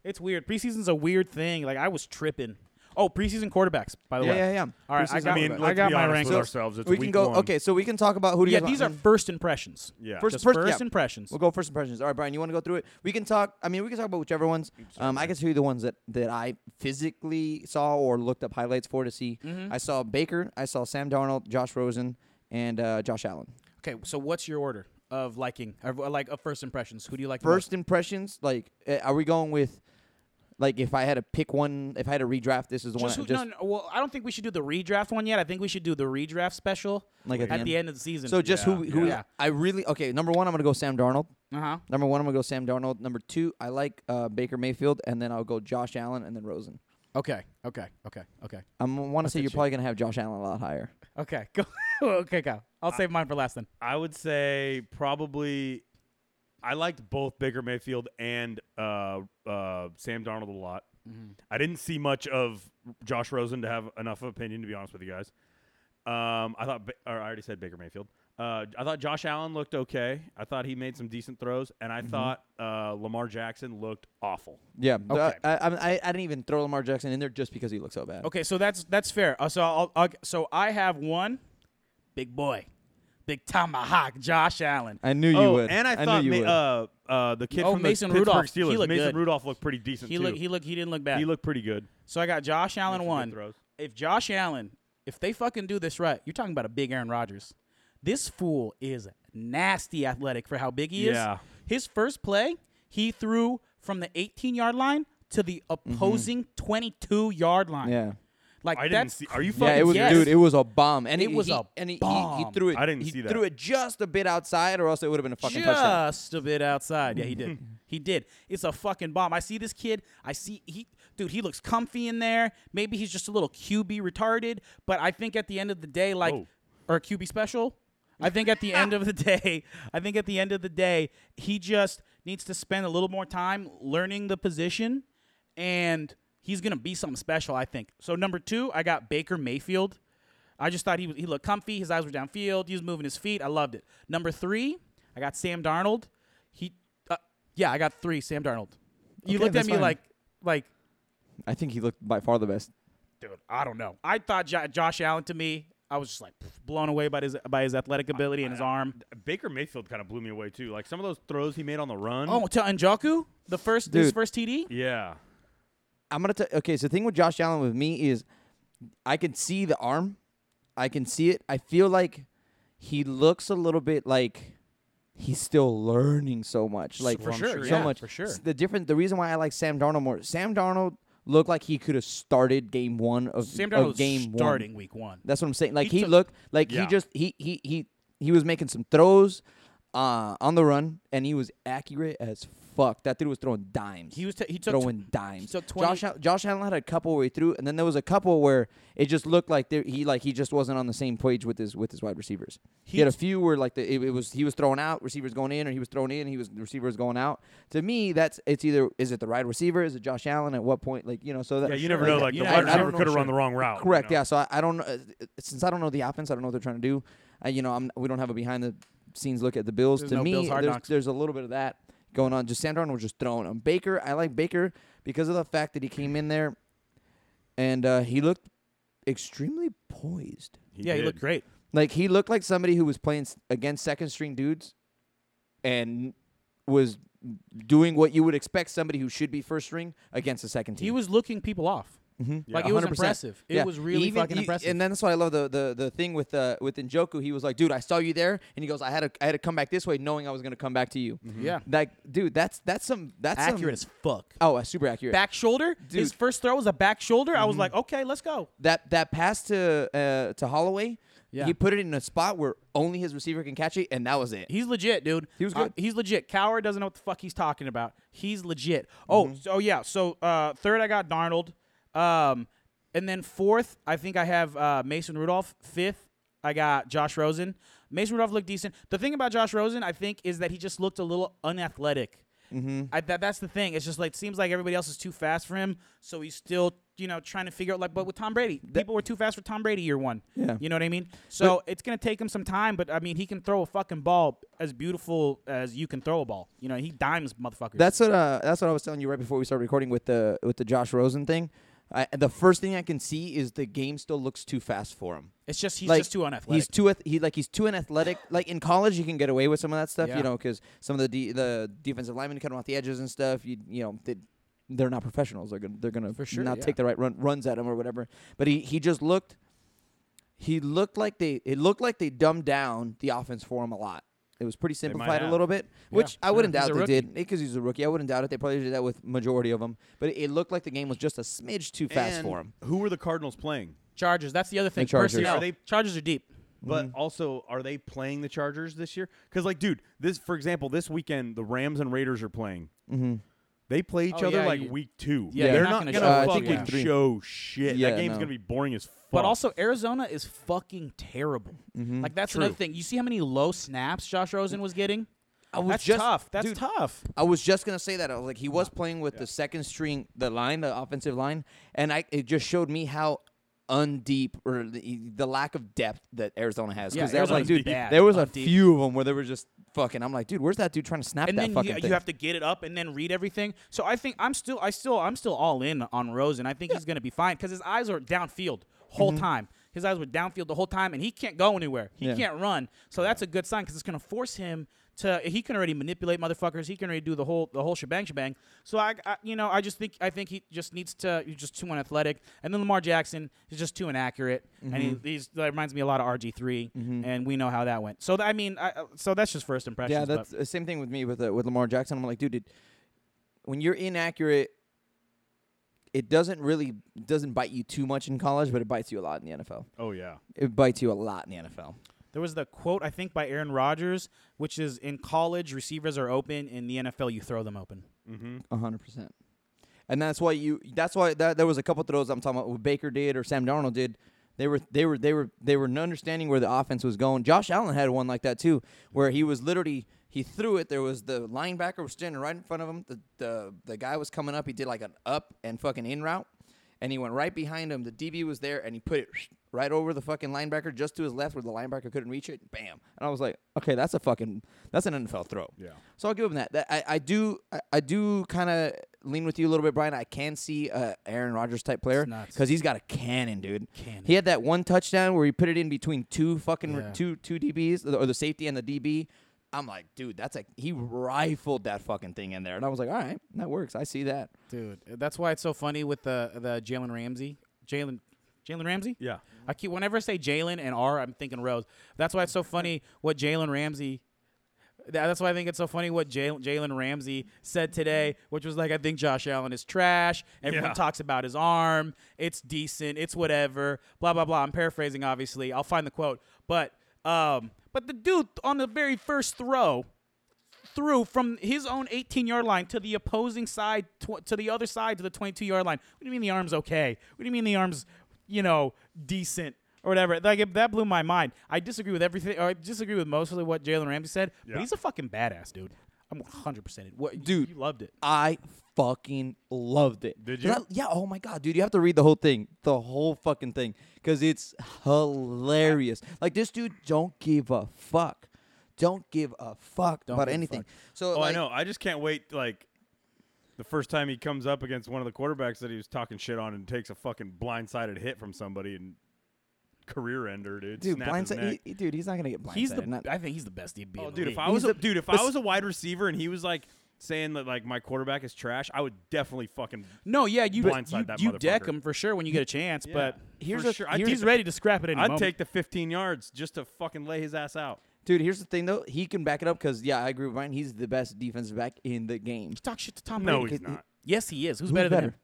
Speaker 3: it's weird. Preseason's a weird thing. Like, I was tripping. Oh, preseason quarterbacks, by the
Speaker 1: Yeah,
Speaker 3: way.
Speaker 1: yeah, yeah.
Speaker 3: All right, I
Speaker 1: Preseason
Speaker 3: got,
Speaker 2: I mean,
Speaker 1: quarterbacks.
Speaker 2: let's
Speaker 3: I got
Speaker 2: be
Speaker 3: my
Speaker 2: honest with
Speaker 3: rankings.
Speaker 2: ourselves. It's
Speaker 1: we can
Speaker 2: week
Speaker 1: go.
Speaker 2: one.
Speaker 1: Okay, so we can talk about who do you
Speaker 3: yeah,
Speaker 1: guys
Speaker 3: these are
Speaker 1: want-
Speaker 3: first impressions.
Speaker 2: Yeah.
Speaker 1: First-
Speaker 3: Just first
Speaker 1: yeah.
Speaker 3: impressions.
Speaker 1: We'll go first impressions. All right, Brian, you want to go through it? We can talk. I mean, we can talk about whichever ones. Um, I can tell you the ones that that I physically saw or looked up highlights for to see.
Speaker 3: Mm-hmm.
Speaker 1: I saw Baker. I saw Sam Darnold, Josh Rosen, and uh, Josh Allen.
Speaker 3: Okay, so what's your order of liking, of, uh, like, of first impressions? Who do you like the most?
Speaker 1: First impressions, like, eh, are we going with, like, if I had to pick one, if I had to redraft, this is the
Speaker 3: Just
Speaker 1: one.
Speaker 3: who,
Speaker 1: I just
Speaker 3: no, no, well, I don't think we should do the redraft one yet. I think we should do the redraft special
Speaker 1: like
Speaker 3: at the end of the season.
Speaker 1: So just who
Speaker 2: Yeah,
Speaker 1: who
Speaker 3: yeah.
Speaker 1: I really okay. Number one, I'm gonna go Sam Darnold.
Speaker 3: uh huh.
Speaker 1: Number one, I'm gonna go Sam Darnold. Number two, I like uh, Baker Mayfield, and then I'll go Josh Allen, and then Rosen.
Speaker 3: Okay, okay, okay, okay,
Speaker 1: I want to say
Speaker 3: at
Speaker 1: you're
Speaker 3: you.
Speaker 1: probably gonna have Josh Allen a lot higher.
Speaker 3: okay. [laughs] Go. okay, Kyle. I'll save mine for last then.
Speaker 2: I would say probably I liked both Baker Mayfield and uh, uh, Sam Darnold a lot. I didn't see much of Josh Rosen to have enough of opinion to be honest with you guys. Um, I thought, Ba- or I already said Baker Mayfield. Uh, I thought Josh Allen looked okay. I thought he made some decent throws, and I thought uh, Lamar Jackson looked awful.
Speaker 1: Yeah. th-
Speaker 3: Okay.
Speaker 1: I, I, I, I didn't even throw Lamar Jackson in there just because he looked so bad.
Speaker 3: Okay, so that's that's fair. Uh, so I'll, I'll, so I have one big boy, big tomahawk, Josh Allen.
Speaker 1: I knew you
Speaker 2: oh,
Speaker 1: would.
Speaker 2: and I,
Speaker 1: I
Speaker 2: thought
Speaker 1: knew you would.
Speaker 2: ma- uh, uh, the kid
Speaker 3: Oh,
Speaker 2: from
Speaker 3: Mason
Speaker 2: the Pittsburgh
Speaker 3: Rudolph. He
Speaker 2: Steelers,
Speaker 3: looked
Speaker 2: Mason
Speaker 3: good.
Speaker 2: Rudolph looked pretty decent
Speaker 3: He
Speaker 2: too.
Speaker 3: look he look he didn't look bad.
Speaker 2: he looked pretty good.
Speaker 3: so I got Josh Allen
Speaker 2: Some good
Speaker 3: one.
Speaker 2: throws.
Speaker 3: If Josh Allen, if they fucking do this right, you're talking about a big Aaron Rodgers. This fool is nasty athletic for how big he is.
Speaker 2: Yeah.
Speaker 3: His first play, he threw from the 18 yard line to the opposing 22 yard line.
Speaker 1: yeah.
Speaker 3: Like
Speaker 2: Mm-hmm. I didn't
Speaker 3: that's
Speaker 2: see. Are you fucking
Speaker 1: Yeah, it was
Speaker 3: yes.
Speaker 1: dude, it was a bomb. And
Speaker 3: It was
Speaker 1: he,
Speaker 3: a
Speaker 1: and he, he- He,
Speaker 3: bomb.
Speaker 1: threw it
Speaker 2: I didn't
Speaker 1: he
Speaker 2: see
Speaker 1: threw
Speaker 2: that.
Speaker 1: it just a bit outside or else it would have been a fucking
Speaker 3: just
Speaker 1: touchdown. [laughs]
Speaker 3: a bit outside. Yeah, he did. he did. It's a fucking bomb. I see this kid. I see he dude, he looks comfy in there. Maybe he's just a little QB retarded, but I think at the end of the day, like,
Speaker 1: Oh.
Speaker 2: Whoa.
Speaker 3: or QB special. I think at the end of the [laughs] day, I think at the end of the day, he just needs to spend a little more time learning the position, and he's gonna be something special. I think. So number two, I got Baker Mayfield. I just thought he was, he looked comfy. His eyes were downfield. He was moving his feet. I loved it. Number three, I got Sam Darnold. He, uh, yeah, I got three. Sam Darnold. You
Speaker 1: Okay,
Speaker 3: looked at
Speaker 1: that's
Speaker 3: me
Speaker 1: fine.
Speaker 3: like, like,
Speaker 1: I think he looked by far the best.
Speaker 3: dude, I don't know. I thought jo- Josh Allen to me. I was just like blown away by his by his athletic ability and his arm.
Speaker 2: Baker Mayfield kind of blew me away too. Like some of those throws he made on the run.
Speaker 3: Oh, to Njoku, the first his
Speaker 1: Dude.
Speaker 3: first TD.
Speaker 2: yeah.
Speaker 1: I'm gonna tell. Okay, so the thing with Josh Allen with me is, I can see the arm, I can see it. I feel like he looks a little bit like he's still learning so much, like
Speaker 2: For
Speaker 1: from
Speaker 2: sure,
Speaker 1: so
Speaker 2: yeah,
Speaker 1: much.
Speaker 2: for sure.
Speaker 1: S- The different. The reason why I like Sam Darnold more. Sam Darnold looked like he could have started game one of,
Speaker 3: Sam
Speaker 1: of
Speaker 3: Darnold was
Speaker 1: game
Speaker 3: starting
Speaker 1: one.
Speaker 3: week one.
Speaker 1: That's what I'm saying. Like
Speaker 3: He
Speaker 1: he,
Speaker 3: took-
Speaker 1: looked like
Speaker 2: Yeah.
Speaker 1: he just he he he he was making some throws uh, on the run, and he was accurate as fuck. That dude was throwing dimes
Speaker 3: He was t- he took
Speaker 1: throwing dimes.
Speaker 3: took 20
Speaker 1: Josh Al- Josh Allen had a couple where he threw, and then there was a couple where it just looked like there, he like he just wasn't on the same page with his with his wide receivers. He, had a
Speaker 3: He's-
Speaker 1: few where like the it, it was he was throwing out, receivers going in, or he was throwing in, he was receivers going out. To me, that's it's either is it the right receiver, is it Josh Allen? At what point, like you know, so that,
Speaker 2: Yeah, you never
Speaker 1: like,
Speaker 2: know. Like the
Speaker 3: you never
Speaker 2: wide
Speaker 3: know.
Speaker 1: I- I don't
Speaker 2: receiver
Speaker 1: know,
Speaker 2: could have
Speaker 1: sure.
Speaker 2: run the wrong route. you
Speaker 1: Correct.
Speaker 2: know?
Speaker 1: Yeah. So I, I don't know. uh, Since I don't know the offense, I don't know what they're trying to do. Uh, you know, I'm, we don't have a behind the scenes look at the Bills.
Speaker 3: There's
Speaker 1: to
Speaker 3: no
Speaker 1: me,
Speaker 3: Bills hard
Speaker 1: there's,
Speaker 3: knocks.
Speaker 1: there's a little bit of that going on. Just Sam Darnold was just throwing him. Baker, I like Baker because of the fact that he came in there and uh, he looked extremely poised.
Speaker 3: yeah, he
Speaker 2: did.
Speaker 3: looked great.
Speaker 1: Like he looked like somebody who was playing s- against second string dudes and was doing what you would expect somebody who should be first string against a second team. Mm-hmm.
Speaker 3: He was looking people off.
Speaker 2: Yeah,
Speaker 3: Like it was
Speaker 1: 100%.
Speaker 3: impressive. It
Speaker 1: Yeah.
Speaker 3: was really
Speaker 1: Even-
Speaker 3: fucking
Speaker 1: e-
Speaker 3: impressive.
Speaker 1: And then that's why I love the the, the thing with uh, with Njoku. He was like, "Dude, I saw you there," and he goes, "I had to I had to come back this way, knowing I was gonna come back to you."
Speaker 3: yeah,
Speaker 1: Like, dude, that's that's some that's some-
Speaker 3: accurate as fuck.
Speaker 1: oh, uh, super accurate.
Speaker 3: Back shoulder. His
Speaker 1: Dude. Mm-hmm.
Speaker 3: first throw was a back shoulder. I was like, okay, let's go.
Speaker 1: that that pass to uh, to Holloway,
Speaker 3: Yeah.
Speaker 1: he put it in a spot where only his receiver can catch it, and that was it.
Speaker 3: He's legit, dude.
Speaker 1: He was
Speaker 3: Uh,
Speaker 1: good.
Speaker 3: he's legit. Coward doesn't know what the fuck he's talking about. He's legit. Oh,
Speaker 1: Mm-hmm.
Speaker 3: so, oh yeah. So uh, third, I got Darnold. Um, and then fourth, I think I have uh, Mason Rudolph. Fifth, I got Josh Rosen. Mason Rudolph looked decent. The thing about Josh Rosen, I think, is that he just looked a little unathletic.
Speaker 1: Mm-hmm.
Speaker 3: I, that, that's the thing. It's just like seems like everybody else is too fast for him, so he's still you know trying to figure out like. But with Tom Brady, people were too fast for Tom Brady year one.
Speaker 1: Yeah.
Speaker 3: you know what I mean. So it's gonna take him some time, but I mean he can throw a fucking ball as beautiful as you can throw a ball. You know he dimes motherfuckers.
Speaker 1: That's what uh, that's what I was telling you right before we started recording with the with the Josh Rosen thing. I, the first thing I can see is the game still looks too fast for him.
Speaker 3: it's just he's
Speaker 1: like,
Speaker 3: just too unathletic.
Speaker 1: He's too ath- he like he's too
Speaker 3: [sighs]
Speaker 1: unathletic. Like in college, you can get away with some of that stuff,
Speaker 3: Yeah.
Speaker 1: you know, because some of the de- the defensive linemen cut 'em off the edges and stuff. You you know they they're not professionals. They're gonna they're gonna
Speaker 3: For sure,
Speaker 1: not
Speaker 3: yeah.
Speaker 1: take the right run runs at him or whatever. But he he just looked he looked like they it looked like they dumbed down the offense for him a lot. It was pretty simplified a
Speaker 2: have.
Speaker 1: little bit, which I wouldn't
Speaker 3: He's
Speaker 1: doubt
Speaker 3: a
Speaker 1: they
Speaker 3: rookie.
Speaker 1: did because he's a rookie. I wouldn't doubt it. They probably did that with majority of them, but it, it looked like the game was just a smidge too fast
Speaker 2: And
Speaker 1: for him.
Speaker 2: Who were the Cardinals playing?
Speaker 3: Chargers. That's the other thing.
Speaker 1: Chargers.
Speaker 3: Personnel.
Speaker 2: Are they-
Speaker 3: Chargers are deep.
Speaker 2: But also, are they playing the Chargers this year? Because, like, dude, this for example, this weekend the Rams and Raiders are playing. Mm-hmm. They play each
Speaker 3: Oh,
Speaker 2: other
Speaker 3: yeah,
Speaker 2: like
Speaker 3: you-
Speaker 2: week two.
Speaker 3: Yeah,
Speaker 2: they're
Speaker 3: they're
Speaker 2: not gonna,
Speaker 3: not gonna
Speaker 1: show up.
Speaker 2: fucking
Speaker 1: Yeah. Three.
Speaker 2: show shit.
Speaker 1: Yeah,
Speaker 2: that game's
Speaker 1: no.
Speaker 2: gonna be boring as fuck.
Speaker 3: But also Arizona is fucking terrible.
Speaker 1: Mm-hmm.
Speaker 3: Like that's another thing. You see how many low snaps Josh Rosen was getting?
Speaker 1: I was
Speaker 3: that's
Speaker 1: just-
Speaker 3: tough. That's
Speaker 1: dude,
Speaker 3: tough.
Speaker 1: I was just gonna say that. I was like, he was playing with the second string, the line, the offensive line, and I it just showed me how undeep or the, e, the lack of depth that Arizona has.
Speaker 3: Yeah,
Speaker 1: Because was like,
Speaker 3: Arizona's
Speaker 1: dude,
Speaker 3: bad.
Speaker 1: there was a
Speaker 3: Undeep.
Speaker 1: few of them where they were just fucking. I'm like, dude, where's that dude trying to snap
Speaker 3: and
Speaker 1: that
Speaker 3: then
Speaker 1: fucking
Speaker 3: you,
Speaker 1: thing?
Speaker 3: you have to get it up and then read everything. So I think I'm still, I still, I'm still all in on Rosen. I think he's going to be fine because his eyes are downfield whole time. His eyes were downfield the whole time, and he can't go anywhere. He
Speaker 1: Mm-hmm. Yeah.
Speaker 3: can't run. So that's a good sign because it's going to force him to. He can already manipulate motherfuckers. He can already do the whole, the whole shebang, shebang. So I, I you know, I just think, I think he just needs to. He's just too unathletic. And then Lamar Jackson is just too inaccurate, and
Speaker 1: Mm-hmm.
Speaker 3: he, he's that reminds me a lot of RG 3 and we know how that went. So th- I mean, I, uh, so that's just first impressions.
Speaker 1: yeah,
Speaker 3: but-
Speaker 1: that's the same thing with me with uh, with Lamar Jackson. I'm like, dude, it, when you're inaccurate, it doesn't really doesn't bite you too much in college, but it bites you a lot in the NFL.
Speaker 2: oh yeah,
Speaker 1: It bites you a lot in the NFL.
Speaker 3: There was the quote I think by Aaron Rodgers, which is in college receivers are open, in the NFL you throw them open.
Speaker 1: hundred percent. and that's why you. That's why that there was a couple throws I'm talking about. What Baker did or Sam Darnold did. They were they were they were they were not understanding where the offense was going. Josh Allen had one like that too, where he was literally he threw it. There was the linebacker was standing right in front of him. The the the guy was coming up. He did like an up and fucking in route, and he went right behind him. The DB was there, and he put it [sniffs] right over the fucking linebacker, just to his left, where the linebacker couldn't reach it. Bam! And I was like, okay, that's a fucking that's an NFL throw.
Speaker 2: Yeah.
Speaker 1: So I'll give him that. that I, I do I, I do kind of lean with you a little bit, Brian. I can see uh, Aaron Rodgers type player
Speaker 3: nuts.
Speaker 1: because he's got a cannon, dude.
Speaker 3: Cannon.
Speaker 1: He had that one touchdown where he put it in between two fucking
Speaker 3: Yeah.
Speaker 1: two two DBs or the safety and the DB. I'm like, dude, that's like he rifled that fucking thing in there, and I was like, all right, that works. I see that.
Speaker 3: dude. That's why it's so funny with the the Jalen Ramsey, Jalen, Jalen Ramsey.
Speaker 2: Yeah.
Speaker 3: I keep whenever I say Jalen and R, I'm thinking Rose. That's why it's so funny what Jalen Ramsey. that- That's why I think it's so funny what Jal- Jalen Ramsey said today, which was like, "I think Josh Allen is trash. Everyone
Speaker 2: Yeah.
Speaker 3: talks about his arm. It's decent. It's whatever. Blah blah blah." I'm paraphrasing, obviously. I'll find the quote, but um, but the dude on the very first throw threw from his own 18 yard line to the opposing side tw- to the other side to the 22 yard line. What do you mean the arm's okay? What do you mean the arm's you know decent or whatever? Like it, that blew my mind. I disagree with everything. Or I disagree with mostly what Jalen Ramsey said,
Speaker 2: Yeah.
Speaker 3: but he's a fucking badass, dude. I'm 100 percent What
Speaker 1: Dude.
Speaker 3: You loved it.
Speaker 1: I fucking loved it.
Speaker 2: Did
Speaker 1: 'Cause
Speaker 2: you?
Speaker 1: I- yeah. Oh my god, dude, you have to read the whole thing, the whole fucking thing, because it's hilarious. Like this dude, don't give a fuck. Don't give a fuck about
Speaker 3: give a
Speaker 1: anything.
Speaker 3: fuck.
Speaker 1: So
Speaker 2: Oh,
Speaker 1: like,
Speaker 2: I know. I just can't wait. Like the first time he comes up against one of the quarterbacks that he was talking shit on and takes a fucking blindsided hit from somebody and career ender, dude.
Speaker 1: Dude,
Speaker 2: Snap his neck.
Speaker 1: blindside. he- dude, he's not gonna get blindsided.
Speaker 3: He's the.
Speaker 1: not-
Speaker 3: I think he's the best DB.
Speaker 2: Oh,
Speaker 3: in the
Speaker 2: dude,
Speaker 3: league.
Speaker 2: if I was a,
Speaker 1: the-
Speaker 2: dude, if I
Speaker 1: bes-
Speaker 2: was a wide receiver and he was like saying that like my quarterback is trash, I would definitely fucking
Speaker 3: no, yeah, you
Speaker 2: Blindside
Speaker 3: you,
Speaker 2: that
Speaker 3: you deck
Speaker 2: motherfucker.
Speaker 3: him for sure when you get a chance.
Speaker 2: Yeah.
Speaker 3: But
Speaker 2: Here's
Speaker 3: for
Speaker 2: a-
Speaker 3: sure,
Speaker 2: I'd take
Speaker 3: he's
Speaker 2: the-
Speaker 3: ready to scrap it in.
Speaker 2: I'd take the 15 yards just to fucking lay his ass out.
Speaker 1: dude, here's the thing though. He can back it up because yeah, I agree with Brian. He's the best defensive back in the game.
Speaker 3: talk shit to Tom.
Speaker 2: No,
Speaker 3: Brady.
Speaker 2: he's
Speaker 1: could-
Speaker 2: not.
Speaker 3: yes, he is. Who's,
Speaker 1: Who's
Speaker 3: better, than him?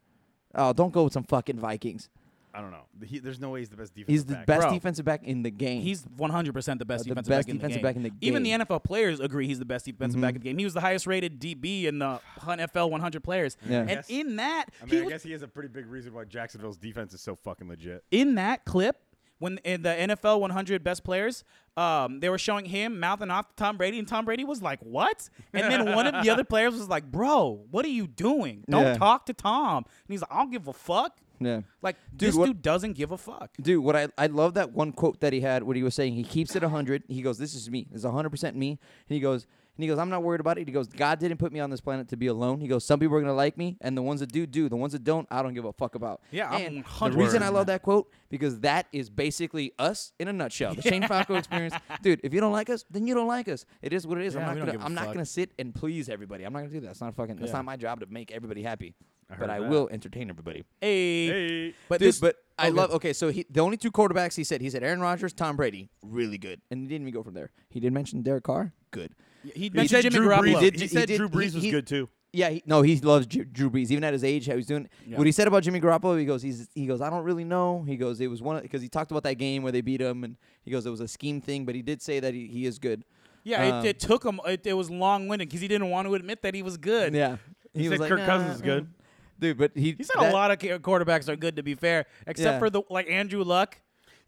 Speaker 1: Oh, don't go with some fucking Vikings.
Speaker 2: I don't know. He, there's no way he's the best defensive
Speaker 1: He's the
Speaker 2: back.
Speaker 1: best
Speaker 3: Bro.
Speaker 1: defensive back in the game.
Speaker 3: He's 100% the best
Speaker 1: Uh, The
Speaker 3: defensive,
Speaker 1: best
Speaker 3: back, in
Speaker 1: defensive
Speaker 3: the game.
Speaker 1: back in the
Speaker 3: Even the
Speaker 1: game. Mm-hmm.
Speaker 3: NFL players agree he's the best defensive back in the game. He was the highest rated DB in the NFL 100 players.
Speaker 1: Yeah.
Speaker 3: And
Speaker 2: Yes.
Speaker 3: in that,
Speaker 2: I
Speaker 3: he
Speaker 2: mean, I
Speaker 3: was-
Speaker 2: guess he is a pretty big reason why Jacksonville's defense is so fucking legit.
Speaker 3: in that clip when in the NFL 100 best players, um, they were showing him mouthing off to Tom Brady, and Tom Brady was like, "What?" And then one of
Speaker 2: [laughs]
Speaker 3: the other players was like, "Bro, what are you doing? Don't
Speaker 1: Yeah.
Speaker 3: talk to Tom." And he's like, "I don't give a fuck."
Speaker 1: yeah.
Speaker 3: Like
Speaker 1: Dude,
Speaker 3: this
Speaker 1: what-
Speaker 3: dude doesn't give a fuck.
Speaker 1: Dude, what I, I love that one quote that he had when he was saying he keeps it 100. He goes, "This is me. This is 100% me." And he goes, and he goes, "I'm not worried about it." He goes, "God didn't put me on this planet to be alone." He goes, "Some people are going to like me, and the ones that do do. The ones that don't, I don't give a fuck about."
Speaker 3: Yeah, I'm
Speaker 1: and the
Speaker 3: 100%
Speaker 1: reason I
Speaker 3: on
Speaker 1: love that quote because that is basically us in a nutshell. The Shane Falco
Speaker 3: [laughs]
Speaker 1: experience. Dude, if you don't like us, then you don't like us. It is what it is.
Speaker 3: Yeah,
Speaker 1: I'm
Speaker 3: we
Speaker 1: not
Speaker 3: don't
Speaker 1: going
Speaker 3: give
Speaker 1: to
Speaker 3: a
Speaker 1: I'm not
Speaker 3: fuck.
Speaker 1: going to sit and please everybody. I'm not going to do that. It's not fucking it's
Speaker 3: Yeah.
Speaker 1: not my job to make everybody happy. but
Speaker 2: heard
Speaker 1: I
Speaker 2: that.
Speaker 1: will entertain everybody.
Speaker 3: Hey,
Speaker 2: Hey,
Speaker 3: but
Speaker 1: Dude,
Speaker 3: this,
Speaker 1: but Oh, I
Speaker 3: okay.
Speaker 1: love. Okay, so he the only two quarterbacks he said he said Aaron Rodgers, Tom Brady, really good, and he didn't even go from there. He did mention Derek Carr, good.
Speaker 3: he
Speaker 2: he
Speaker 3: mentioned
Speaker 2: said
Speaker 3: Jimmy
Speaker 2: Drew Brees.
Speaker 3: Garoppolo.
Speaker 1: did-
Speaker 2: He,
Speaker 1: he
Speaker 2: said
Speaker 1: did-
Speaker 2: Drew
Speaker 1: he-
Speaker 2: Brees was
Speaker 1: he-
Speaker 2: good too.
Speaker 1: Yeah, he, no, he loves Ju- Drew Brees, even at his age, how he's doing. What he said about Jimmy Garoppolo, he goes, he's, he goes, I don't really know. He goes, it was one because he talked about that game where they beat him, and he goes, it was a scheme thing, but he did say that he, he is good.
Speaker 3: Yeah,
Speaker 1: Um,
Speaker 3: it, it took him. It, it was long winded because he didn't want to admit that he was good.
Speaker 1: Yeah, he,
Speaker 2: said Kirk Cousins is good."
Speaker 1: dude. But he
Speaker 3: He said a lot of ca- quarterbacks are good to be fair, except
Speaker 1: Yeah.
Speaker 3: for the like Andrew Luck.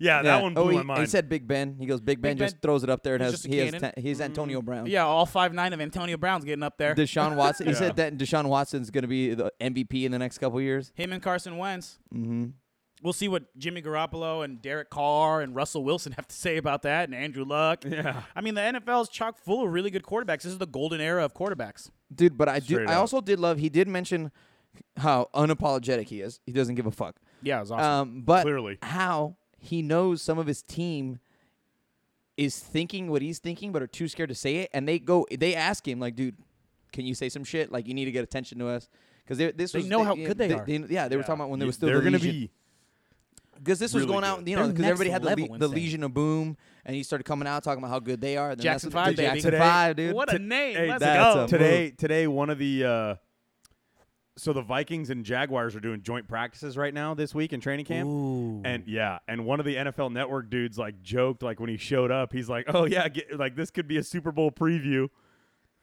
Speaker 2: Yeah, that one blew
Speaker 1: oh, he,
Speaker 2: my mind.
Speaker 1: He said Big Ben. He goes, Big Ben,
Speaker 3: Ben-
Speaker 1: just throws it up there and
Speaker 3: he's
Speaker 1: has
Speaker 3: just a
Speaker 1: he has
Speaker 3: cannon.
Speaker 1: ta-
Speaker 3: Mm-hmm.
Speaker 1: he's Antonio Brown.
Speaker 3: Yeah, all five nine of Antonio Brown's getting up there.
Speaker 1: Deshaun Watson. He
Speaker 2: Yeah.
Speaker 1: said that Deshaun Watson's going to be the MVP in the next couple years.
Speaker 3: Him and Carson Wentz. Mm-hmm. We'll see what Jimmy Garoppolo and Derek Carr and Russell Wilson have to say about that, and Andrew Luck.
Speaker 2: Yeah.
Speaker 3: I mean the NFL is chock full of really good quarterbacks. This is the golden era of quarterbacks.
Speaker 1: Dude, but I do.
Speaker 2: Straight
Speaker 1: I
Speaker 2: up.
Speaker 1: also did love. He did mention how unapologetic he is. He doesn't give a fuck.
Speaker 3: Yeah, it was awesome.
Speaker 1: Um, but
Speaker 2: Clearly.
Speaker 1: how he knows some of his team is thinking what he's thinking, but are too scared to say it. And they go. They ask him like, "Dude, can you say some shit? Like, you need to get attention to us." Because this
Speaker 3: They
Speaker 1: was,
Speaker 3: know how good they are.
Speaker 1: yeah, they were
Speaker 2: Yeah.
Speaker 1: talking about when they
Speaker 2: You-
Speaker 1: were still.
Speaker 2: They're
Speaker 1: the
Speaker 2: gonna
Speaker 1: Legion.
Speaker 2: be.
Speaker 1: because this was
Speaker 2: really
Speaker 1: going out,
Speaker 2: good.
Speaker 1: you know,
Speaker 3: They're
Speaker 1: because everybody
Speaker 3: next
Speaker 1: had the,
Speaker 3: level
Speaker 1: le- the
Speaker 3: insane.
Speaker 1: Legion of Boom, and he started coming out talking about how good they are. and then that's
Speaker 3: Jackson
Speaker 1: what-
Speaker 3: Five,
Speaker 1: dude,
Speaker 3: baby.
Speaker 1: Jackson
Speaker 2: Today-
Speaker 1: Five, dude.
Speaker 3: what a name!
Speaker 2: Hey,
Speaker 3: Let's
Speaker 1: that's
Speaker 3: go.
Speaker 1: a-
Speaker 2: today today one of the uh so the Vikings and Jaguars are doing joint practices right now this week in training camp. And yeah, and one of the NFL Network dudes like joked like when he showed up, he's like, "Oh yeah, get, like this could be a Super Bowl preview."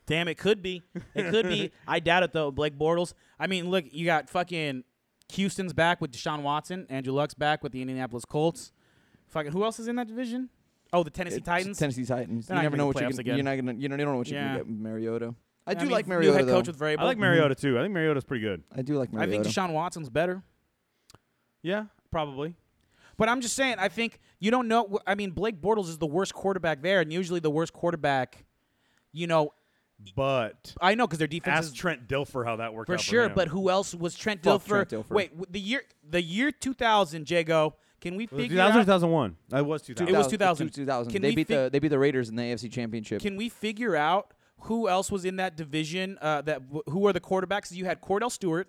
Speaker 3: Damn, it could be. It could
Speaker 1: [laughs]
Speaker 3: be. I doubt it though. Blake Bortles. I mean, look, you got fucking Houston's back with Deshaun Watson. Andrew Luck's back with the Indianapolis Colts. Fucking who else is in that division? Oh, the Tennessee
Speaker 1: It's
Speaker 3: Titans.
Speaker 1: Tennessee Titans.
Speaker 3: They're
Speaker 1: you
Speaker 3: not
Speaker 1: never
Speaker 3: gonna
Speaker 1: know
Speaker 3: make
Speaker 1: what
Speaker 3: the
Speaker 1: you
Speaker 3: playoffs
Speaker 1: can,
Speaker 3: again.
Speaker 1: You're not gonna. You don't you don't know what you're
Speaker 3: Yeah.
Speaker 1: gonna get. with Mariota. I do
Speaker 3: mean,
Speaker 1: like
Speaker 3: new
Speaker 1: Mariota
Speaker 3: head
Speaker 1: though.
Speaker 3: coach with Vrabel.
Speaker 2: I like Mariota too. I think Mariota's pretty good.
Speaker 1: I do like
Speaker 3: I
Speaker 1: Mariota.
Speaker 3: think Deshaun Watson's better.
Speaker 2: Yeah, probably.
Speaker 3: But I'm just saying, I think you don't know. I mean, Blake Bortles is the worst quarterback there, and usually the worst quarterback, you know,
Speaker 2: But
Speaker 3: I know because their defense
Speaker 2: ask
Speaker 3: is
Speaker 2: Trent Dilfer how that worked
Speaker 3: for
Speaker 2: out
Speaker 3: sure.
Speaker 2: him.
Speaker 3: But who else was Trent
Speaker 1: Fuck
Speaker 3: Dilfer?
Speaker 1: Trent Dilfer.
Speaker 3: Wait, w- the year the year 2000, Jago. Can we
Speaker 2: was it
Speaker 3: figure
Speaker 2: 2000 or
Speaker 3: out?
Speaker 2: 2001? It was 2000.
Speaker 3: It was 2000.
Speaker 1: 2000.
Speaker 3: Can
Speaker 1: They
Speaker 3: we
Speaker 1: beat
Speaker 3: fig-
Speaker 1: the they beat the Raiders in the AFC Championship.
Speaker 3: Can we figure out who else was in that division? Uh, that w- who are the quarterbacks? You had Cordell Stewart.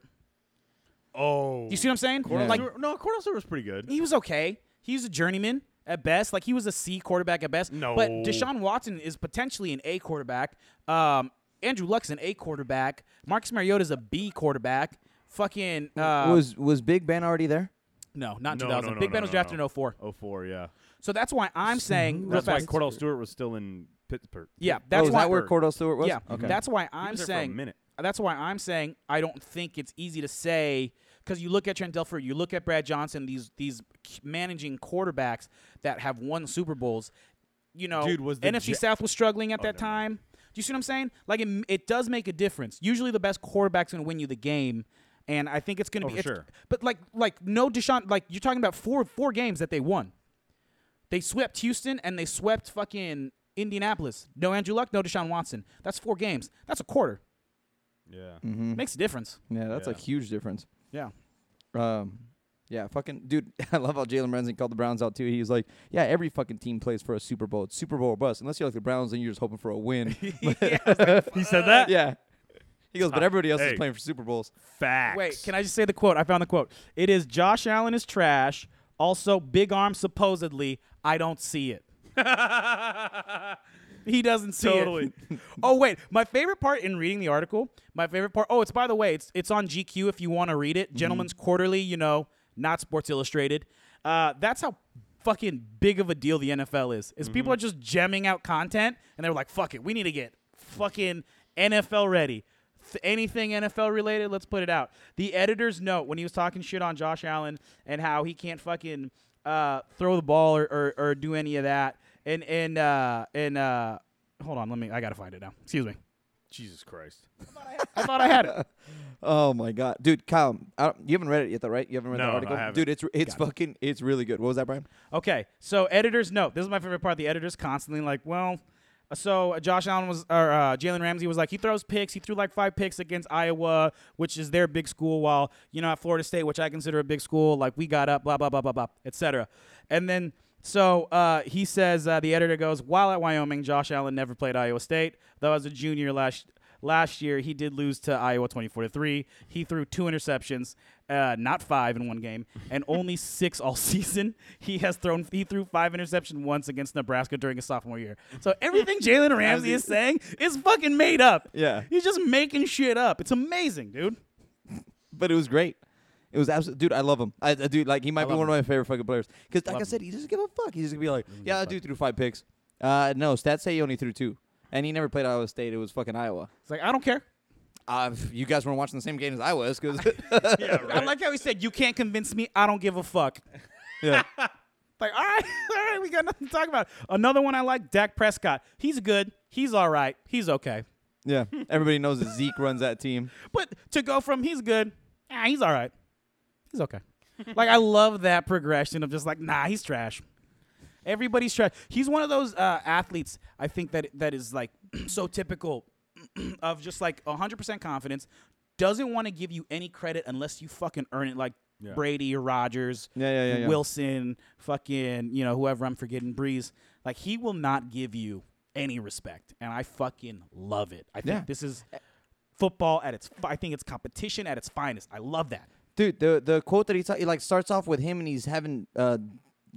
Speaker 2: oh,
Speaker 3: You see what I'm saying?
Speaker 1: Cordell
Speaker 3: Like
Speaker 2: Stewart- no, Cordell Stewart was pretty good.
Speaker 3: he was okay. He was a journeyman at best. Like he was a C quarterback at best.
Speaker 2: No.
Speaker 3: But Deshaun Watson is potentially an A quarterback. Um, Andrew Luck's an A quarterback. Marcus Mariota's a B quarterback. Fucking uh,
Speaker 1: was was Big Ben already there?
Speaker 3: no, not in
Speaker 2: No,
Speaker 3: 2000.
Speaker 2: no, no,
Speaker 3: Big
Speaker 2: no,
Speaker 3: Ben was
Speaker 2: no,
Speaker 3: drafted
Speaker 2: no.
Speaker 3: in 04.
Speaker 2: 04, Oh, yeah.
Speaker 3: So that's why I'm saying real
Speaker 2: That's why
Speaker 3: fast.
Speaker 2: Cordell Stewart was still in Pittsburgh.
Speaker 3: Yeah,
Speaker 1: oh,
Speaker 3: that's
Speaker 1: is
Speaker 3: why
Speaker 1: that where Cordell Stewart was?
Speaker 3: Yeah,
Speaker 1: Okay.
Speaker 3: that's why I'm
Speaker 2: was there for a
Speaker 3: saying.
Speaker 2: minute.
Speaker 3: That's why I'm saying I don't think it's easy to say because you look at Trent Dilfer, you look at Brad Johnson, these these k- managing quarterbacks that have won Super Bowls. You know,
Speaker 2: Dude, was the
Speaker 3: NFC
Speaker 2: Ja-
Speaker 3: South was struggling at that
Speaker 2: never
Speaker 3: time. Do you see what I'm saying? Like it, it does make a difference. Usually, the best quarterback's going to win you the game. And I think it's going to
Speaker 2: Oh,
Speaker 3: be
Speaker 2: for
Speaker 3: it's-
Speaker 2: sure.
Speaker 3: But like, like no Deshaun. Like you're talking about four four games that they won. They swept Houston and they swept fucking Indianapolis. No Andrew Luck, no Deshaun Watson. That's four games. That's a quarter.
Speaker 2: Yeah.
Speaker 1: mm-hmm.
Speaker 3: Makes a difference.
Speaker 1: Yeah, that's a
Speaker 2: Yeah.
Speaker 1: huge difference.
Speaker 3: Yeah.
Speaker 1: Um, yeah, fucking dude. [laughs] I love how Jalen Ramsey called the Browns out too. He was like, "Yeah, every fucking team plays for a Super Bowl. It's Super Bowl or bust. Unless you're like the Browns, then you're just hoping for a win."
Speaker 2: He said that?
Speaker 1: yeah. He goes, but everybody else
Speaker 2: Hey.
Speaker 1: is playing for Super Bowls.
Speaker 2: Facts.
Speaker 3: Wait, can I just say the quote? I found the quote. It is Josh Allen is trash. Also, big arm supposedly. I don't see
Speaker 2: [laughs]
Speaker 3: it. He doesn't see
Speaker 2: Totally.
Speaker 3: it. [laughs] oh wait, my favorite part in reading the article. My favorite part. Oh, it's by the way, it's it's on GQ if you want to read it. Gentlemen's Quarterly. You know, not Sports Illustrated. Uh, that's how fucking big of a deal the NFL is. Is people are just jamming out content and they're like, "Fuck it, we need to get fucking NFL ready." Th- anything NFL related, let's put it out. The editor's note when he was talking shit on Josh Allen and how he can't fucking uh, throw the ball or, or, or do any of that. And and uh, and uh, hold on, let me. I gotta find it now. Excuse me.
Speaker 2: Jesus Christ.
Speaker 3: I thought I had it.
Speaker 1: Oh my god, dude, Kyle, I don't, you haven't read it yet, though, right? You haven't read
Speaker 2: No,
Speaker 1: that
Speaker 2: I
Speaker 1: article,
Speaker 2: haven't.
Speaker 1: dude. It's it's fucking it's really good. What was that, Brian?
Speaker 3: Okay, so editor's note. This is my favorite part. The editor's constantly like, well, so uh, Josh Allen was, or uh, Jalen Ramsey was like, he throws picks. He threw like five picks against Iowa, which is their big school, while, you know, at Florida State, which I consider a big school, like we got up, blah, blah, blah, blah, blah, etc. And then, so uh, he says, uh, the editor goes, while at Wyoming, Josh Allen never played Iowa State, though as a junior last. Last year, he did lose to Iowa 24 to 3. He threw two interceptions, uh, not five in one game,
Speaker 1: [laughs]
Speaker 3: and only six all season. He has thrown, he threw five interceptions once against Nebraska during his sophomore year. So
Speaker 1: [laughs]
Speaker 3: everything Jalen Ramsey is saying is fucking made up.
Speaker 1: Yeah.
Speaker 3: He's just making shit up. It's amazing, dude.
Speaker 1: But it was great. It was absolutely, dude. I love him. I, I dude, like he might be
Speaker 3: love
Speaker 1: one of my favorite fucking players. Because, like I said, he doesn't give a fuck. He's just gonna be like, yeah, I do threw five picks. Uh, no, stats say he only threw two, and he never played Iowa State. It was fucking Iowa.
Speaker 3: It's like, I don't
Speaker 1: [laughs]
Speaker 3: care.
Speaker 1: Uh, you guys weren't watching the same game as I was, because
Speaker 2: Yeah,
Speaker 3: I like how he said, You can't convince me. I don't give a fuck.
Speaker 1: [laughs] yeah.
Speaker 3: [laughs] Like, all right, [laughs] all right, we got nothing to talk about. Another one I like, Dak Prescott. He's good. He's all right. He's okay.
Speaker 1: [laughs] Yeah, everybody knows that Zeke runs that team.
Speaker 3: But to go from he's good, ah, he's all right, he's okay. like I love that progression of just like nah, he's trash. Everybody's trash. He's one of those uh, athletes I think that that is like [clears throat] so typical [clears throat] of just like 100% confidence. Doesn't want to give you any credit unless you fucking earn it, like
Speaker 2: Yeah.
Speaker 3: Brady or Rogers,
Speaker 1: Yeah, yeah, yeah, yeah.
Speaker 3: Wilson, fucking you know whoever I'm forgetting, Breeze. Like he will not give you any respect, and I fucking love it. I think
Speaker 1: Yeah.
Speaker 3: this is football at its. I think it's competition at its finest. I love that.
Speaker 1: dude the the quote that he ta- it like starts off with him and he's having uh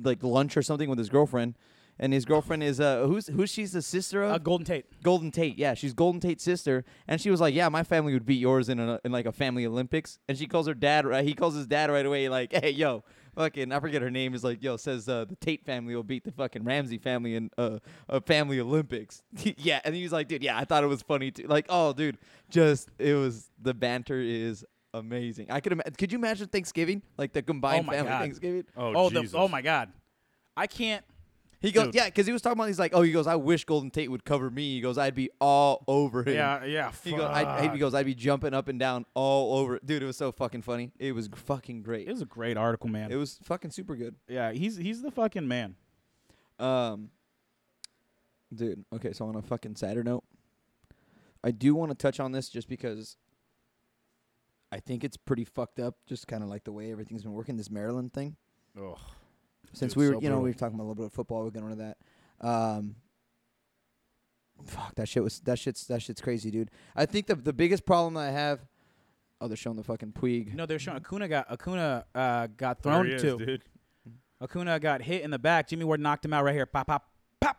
Speaker 1: like lunch or something with his girlfriend and his girlfriend is uh who's who's she's the sister of
Speaker 3: Uh, Golden Tate.
Speaker 1: golden tate yeah she's golden tate's sister and she was like yeah my family uh, would beat yours in, a, in like a family olympics and she calls her dad right he calls his dad right away like hey yo fucking I forget her name is like yo says uh, the Tate family will beat the fucking Ramsey family in uh, a family Olympics. [laughs] yeah, and he was like, dude, yeah, I thought it was funny too. Like, oh, dude, just it was the banter is amazing. I could imagine. Could you imagine Thanksgiving like the combined
Speaker 3: my
Speaker 1: family
Speaker 3: God.
Speaker 1: Thanksgiving?
Speaker 2: Oh,
Speaker 3: oh, the,
Speaker 2: Jesus.
Speaker 3: oh my God, I can't.
Speaker 1: He goes,
Speaker 3: Dude.
Speaker 1: yeah, because he was talking about. He's like, oh, he goes, I wish Golden Tate would cover me. He goes, I'd be all over him.
Speaker 3: Yeah, yeah.
Speaker 1: He goes, I'd,
Speaker 3: fuck.
Speaker 1: he goes, I'd be jumping up and down all over. it." Dude, it was so fucking funny. It was g- fucking great.
Speaker 3: It was a great article, man.
Speaker 1: It was fucking super good.
Speaker 3: yeah, he's he's the fucking man.
Speaker 1: Um, dude. Okay, so on a fucking sadder note, I do want to touch on this just because I think it's pretty fucked up. Just kind of like the way everything's been working. This Maryland thing.
Speaker 3: Ugh.
Speaker 1: Since
Speaker 3: Dude,
Speaker 1: we were,
Speaker 3: so
Speaker 1: you know, we
Speaker 3: brutal.
Speaker 1: were talking about a little bit of football. We're going to that. Um, fuck that shit was that shit's that shit's crazy, dude. I think the the biggest problem that I have. Oh, they're showing the fucking Puig.
Speaker 3: No, they're showing Acuna got Acuna uh, got
Speaker 2: There
Speaker 3: thrown
Speaker 2: he is,
Speaker 3: to.
Speaker 2: dude.
Speaker 3: Acuna got hit in the back. Jimmy Ward knocked him out right here. Pop, pop,
Speaker 1: [laughs]
Speaker 3: pop.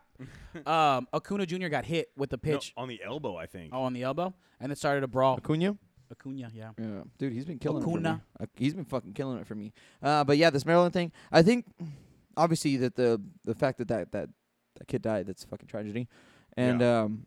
Speaker 3: um, Acuna Jr. got hit with the
Speaker 2: No,
Speaker 3: pitch
Speaker 2: on the elbow, I think.
Speaker 3: oh, on the elbow, and it started a brawl.
Speaker 1: Acuna.
Speaker 3: Acuna, yeah.
Speaker 1: Yeah, dude, he's been killing it for me.
Speaker 3: Acuna.
Speaker 1: Uh, He's been fucking killing it for me. Uh, but yeah, this Maryland thing. I think obviously that the the fact that that that, that kid died that's a fucking tragedy, and um,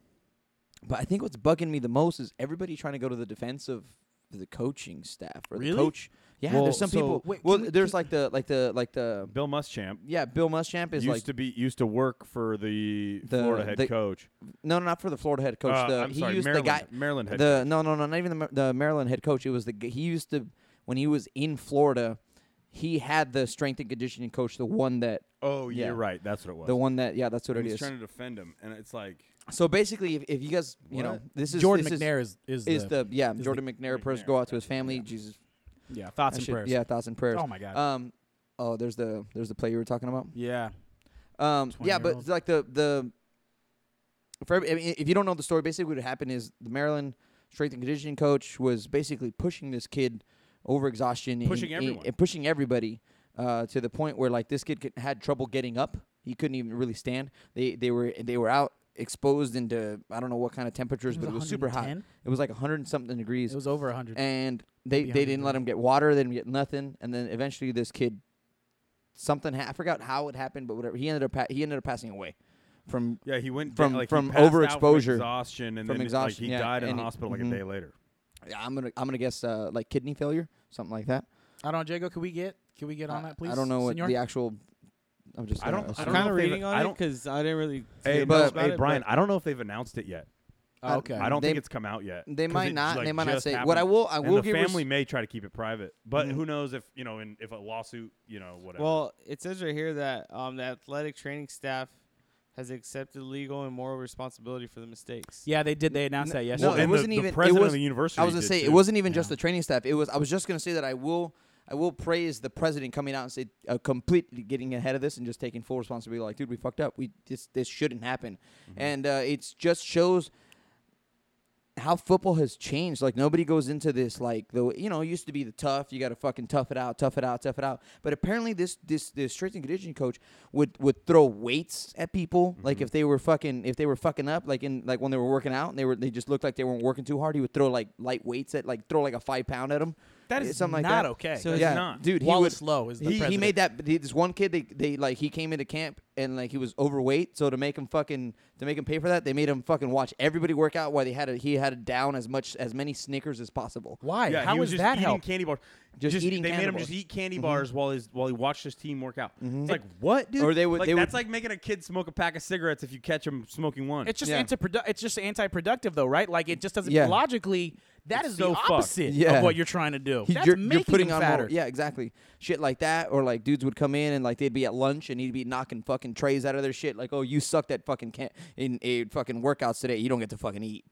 Speaker 1: but I think what's bugging me the most is everybody trying to go to the defense of the coaching staff or the
Speaker 3: Really?
Speaker 1: coach. Yeah,
Speaker 2: Well,
Speaker 1: there's some
Speaker 2: so-
Speaker 1: people.
Speaker 3: Wait,
Speaker 1: well,
Speaker 3: can we-
Speaker 1: there's
Speaker 3: can-
Speaker 1: like the like the like the
Speaker 2: Bill Muschamp
Speaker 1: yeah Bill Muschamp is
Speaker 2: used
Speaker 1: like
Speaker 2: to be used to work for the,
Speaker 1: The-
Speaker 2: Florida head
Speaker 1: the-
Speaker 2: coach.
Speaker 1: no no not for the Florida head coach.
Speaker 2: Uh,
Speaker 1: the,
Speaker 2: I'm
Speaker 1: he
Speaker 2: sorry,
Speaker 1: used
Speaker 2: Maryland,
Speaker 1: the guy
Speaker 2: Maryland head.
Speaker 1: the no no no not even the, Mar- the Maryland head coach. It was the g- he used to when he was in Florida, he had the strength and conditioning coach, the one that
Speaker 2: oh,
Speaker 1: yeah.
Speaker 2: you're right. That's what it was.
Speaker 1: the one that yeah that's what
Speaker 2: He
Speaker 1: it
Speaker 2: was
Speaker 1: is.
Speaker 2: trying to defend him, and it's like
Speaker 1: So basically, if, if you guys you know
Speaker 2: What?
Speaker 1: this is
Speaker 3: Jordan
Speaker 1: this is-
Speaker 3: McNair is is,
Speaker 1: is,
Speaker 3: the,
Speaker 1: the, yeah
Speaker 3: the-
Speaker 1: Jordan McNair, prayers
Speaker 2: McNair,
Speaker 1: go out to his family. Jesus,
Speaker 3: yeah thoughts
Speaker 1: that
Speaker 3: and
Speaker 1: shit-
Speaker 3: prayers.
Speaker 1: yeah thoughts and prayers.
Speaker 3: Oh my God.
Speaker 1: Um, oh there's the there's the play you were talking about.
Speaker 3: yeah.
Speaker 1: Um, yeah, but
Speaker 3: 20-year-old.
Speaker 1: like the the for every, I mean, if you don't know the story, basically what happened is the Maryland strength and conditioning coach was basically pushing this kid over exhaustion, and-
Speaker 2: Pushing
Speaker 1: and,
Speaker 2: everyone.
Speaker 1: and pushing everybody uh, to the point where like this kid could, had trouble getting up. He couldn't even really stand. They they were they were out exposed into I don't know what kind of temperatures,
Speaker 3: It
Speaker 1: but
Speaker 3: was
Speaker 1: it was super hot.
Speaker 3: 110?
Speaker 1: It was like hundred and something degrees
Speaker 3: It was over hundred.
Speaker 1: and they,
Speaker 3: be
Speaker 1: they
Speaker 3: 100
Speaker 1: didn't let him get water. They didn't get nothing. And then eventually this kid, something ha- I forgot how it happened, but whatever. He ended up pa- he ended up passing away from
Speaker 2: yeah, he went
Speaker 1: From-
Speaker 2: down, like,
Speaker 1: from
Speaker 2: he passed out
Speaker 1: overexposure.
Speaker 2: from exhaustion, and
Speaker 1: From
Speaker 2: then
Speaker 1: exhaustion,
Speaker 2: like he
Speaker 1: yeah,
Speaker 2: died in
Speaker 1: and
Speaker 2: the
Speaker 1: he-
Speaker 2: hospital
Speaker 1: mhm.
Speaker 2: like a day later.
Speaker 1: yeah, I'm gonna I'm gonna guess uh, like kidney failure, something like that.
Speaker 3: I don't, Jago. Can we get can we get on
Speaker 1: I-
Speaker 3: that, please?
Speaker 1: I don't know what
Speaker 3: senor?
Speaker 1: the actual. I'm just
Speaker 2: I
Speaker 1: uh,
Speaker 2: don't- I
Speaker 4: I'm
Speaker 2: don't
Speaker 1: assuming-
Speaker 4: kind
Speaker 2: know
Speaker 4: of
Speaker 2: if they've-
Speaker 4: reading
Speaker 2: I
Speaker 4: on it
Speaker 2: don't-
Speaker 4: because I didn't really.
Speaker 2: Hey,
Speaker 4: know
Speaker 1: but-
Speaker 4: about
Speaker 2: hey
Speaker 4: it,
Speaker 2: Brian, I don't know if they've announced it yet.
Speaker 3: Oh, okay.
Speaker 2: I don't
Speaker 1: They-
Speaker 2: think it's come out yet.
Speaker 1: they
Speaker 2: 'cause
Speaker 1: might
Speaker 2: it,
Speaker 1: not.
Speaker 2: like,
Speaker 1: They might not
Speaker 2: just
Speaker 1: say.
Speaker 2: happened.
Speaker 1: What I will I
Speaker 2: And
Speaker 1: will
Speaker 2: the
Speaker 1: give res-
Speaker 2: family may try to keep it private, but
Speaker 1: Mhm.
Speaker 2: who knows if you know, in, if a lawsuit, you know, whatever.
Speaker 4: Well, it says right here that um, the athletic training staff has accepted legal and moral responsibility for the mistakes.
Speaker 3: yeah, they did. They announced
Speaker 1: No,
Speaker 3: that
Speaker 1: no,
Speaker 3: yesterday.
Speaker 2: well,
Speaker 1: it
Speaker 2: and
Speaker 1: wasn't
Speaker 2: the,
Speaker 1: even-
Speaker 2: the
Speaker 1: it
Speaker 2: president
Speaker 1: was-
Speaker 2: of the university.
Speaker 1: I was gonna
Speaker 2: did
Speaker 1: say
Speaker 2: too.
Speaker 1: it wasn't even just
Speaker 3: Yeah.
Speaker 1: the training staff. It was I was just gonna say that I will I will praise the president coming out and say uh, completely getting ahead of this and just taking full responsibility. Like, dude, we fucked up. We this this shouldn't happen,
Speaker 2: Mm-hmm.
Speaker 1: and uh, it just shows how football has changed. Like nobody goes into this like the you know it used to be the tough. You got to fucking tough it out, tough it out, tough it out. But apparently this this this strength and conditioning coach would would throw weights at people like
Speaker 3: Mm-hmm.
Speaker 1: if they were fucking if they were fucking up like in like when they were working out and they were they just looked like they weren't working too hard. He would throw like light weights at like throw like a five pound at them.
Speaker 3: that
Speaker 1: eh,
Speaker 3: is
Speaker 1: something like
Speaker 3: not
Speaker 1: that.
Speaker 3: okay.
Speaker 4: So it's
Speaker 1: yeah,
Speaker 2: not.
Speaker 1: dude. He would,
Speaker 3: Wallace Lowe is the
Speaker 1: he, he
Speaker 3: president.
Speaker 1: made that he, this one kid they, they like he came into camp and like he was overweight so to make him fucking to make him pay for that they made him fucking watch everybody work out while they had a, he had down as much as many snickers as possible
Speaker 3: Why?
Speaker 2: Yeah,
Speaker 3: How
Speaker 2: he was
Speaker 3: is
Speaker 2: just
Speaker 3: that
Speaker 2: eating
Speaker 3: help?
Speaker 2: Candy bars.
Speaker 1: Just eating Mm-hmm.
Speaker 2: They
Speaker 1: candy
Speaker 2: made him
Speaker 1: bars.
Speaker 2: just eat candy bars while his while he watched his team work out. It's like what, dude?
Speaker 1: Mm-hmm. Or they would-
Speaker 2: Like,
Speaker 1: they would-
Speaker 2: that's like making a kid smoke a pack of cigarettes if you catch him smoking one.
Speaker 3: It's just
Speaker 1: Yeah.
Speaker 3: anti it's just anti-productive though, right? Like it just doesn't
Speaker 1: Yeah.
Speaker 3: logically that is
Speaker 2: so
Speaker 3: the
Speaker 2: fucked.
Speaker 3: opposite
Speaker 1: Yeah.
Speaker 3: of what you're trying to do.
Speaker 1: He-
Speaker 3: That's
Speaker 1: you're, you're
Speaker 3: making
Speaker 1: putting
Speaker 3: them
Speaker 1: on
Speaker 3: fatter.
Speaker 1: more yeah exactly shit like that or like dudes would come in and like they'd be at lunch and he'd be knocking fucking trays out of their shit like oh you sucked at fucking can- in a fucking workouts today you don't get to fucking eat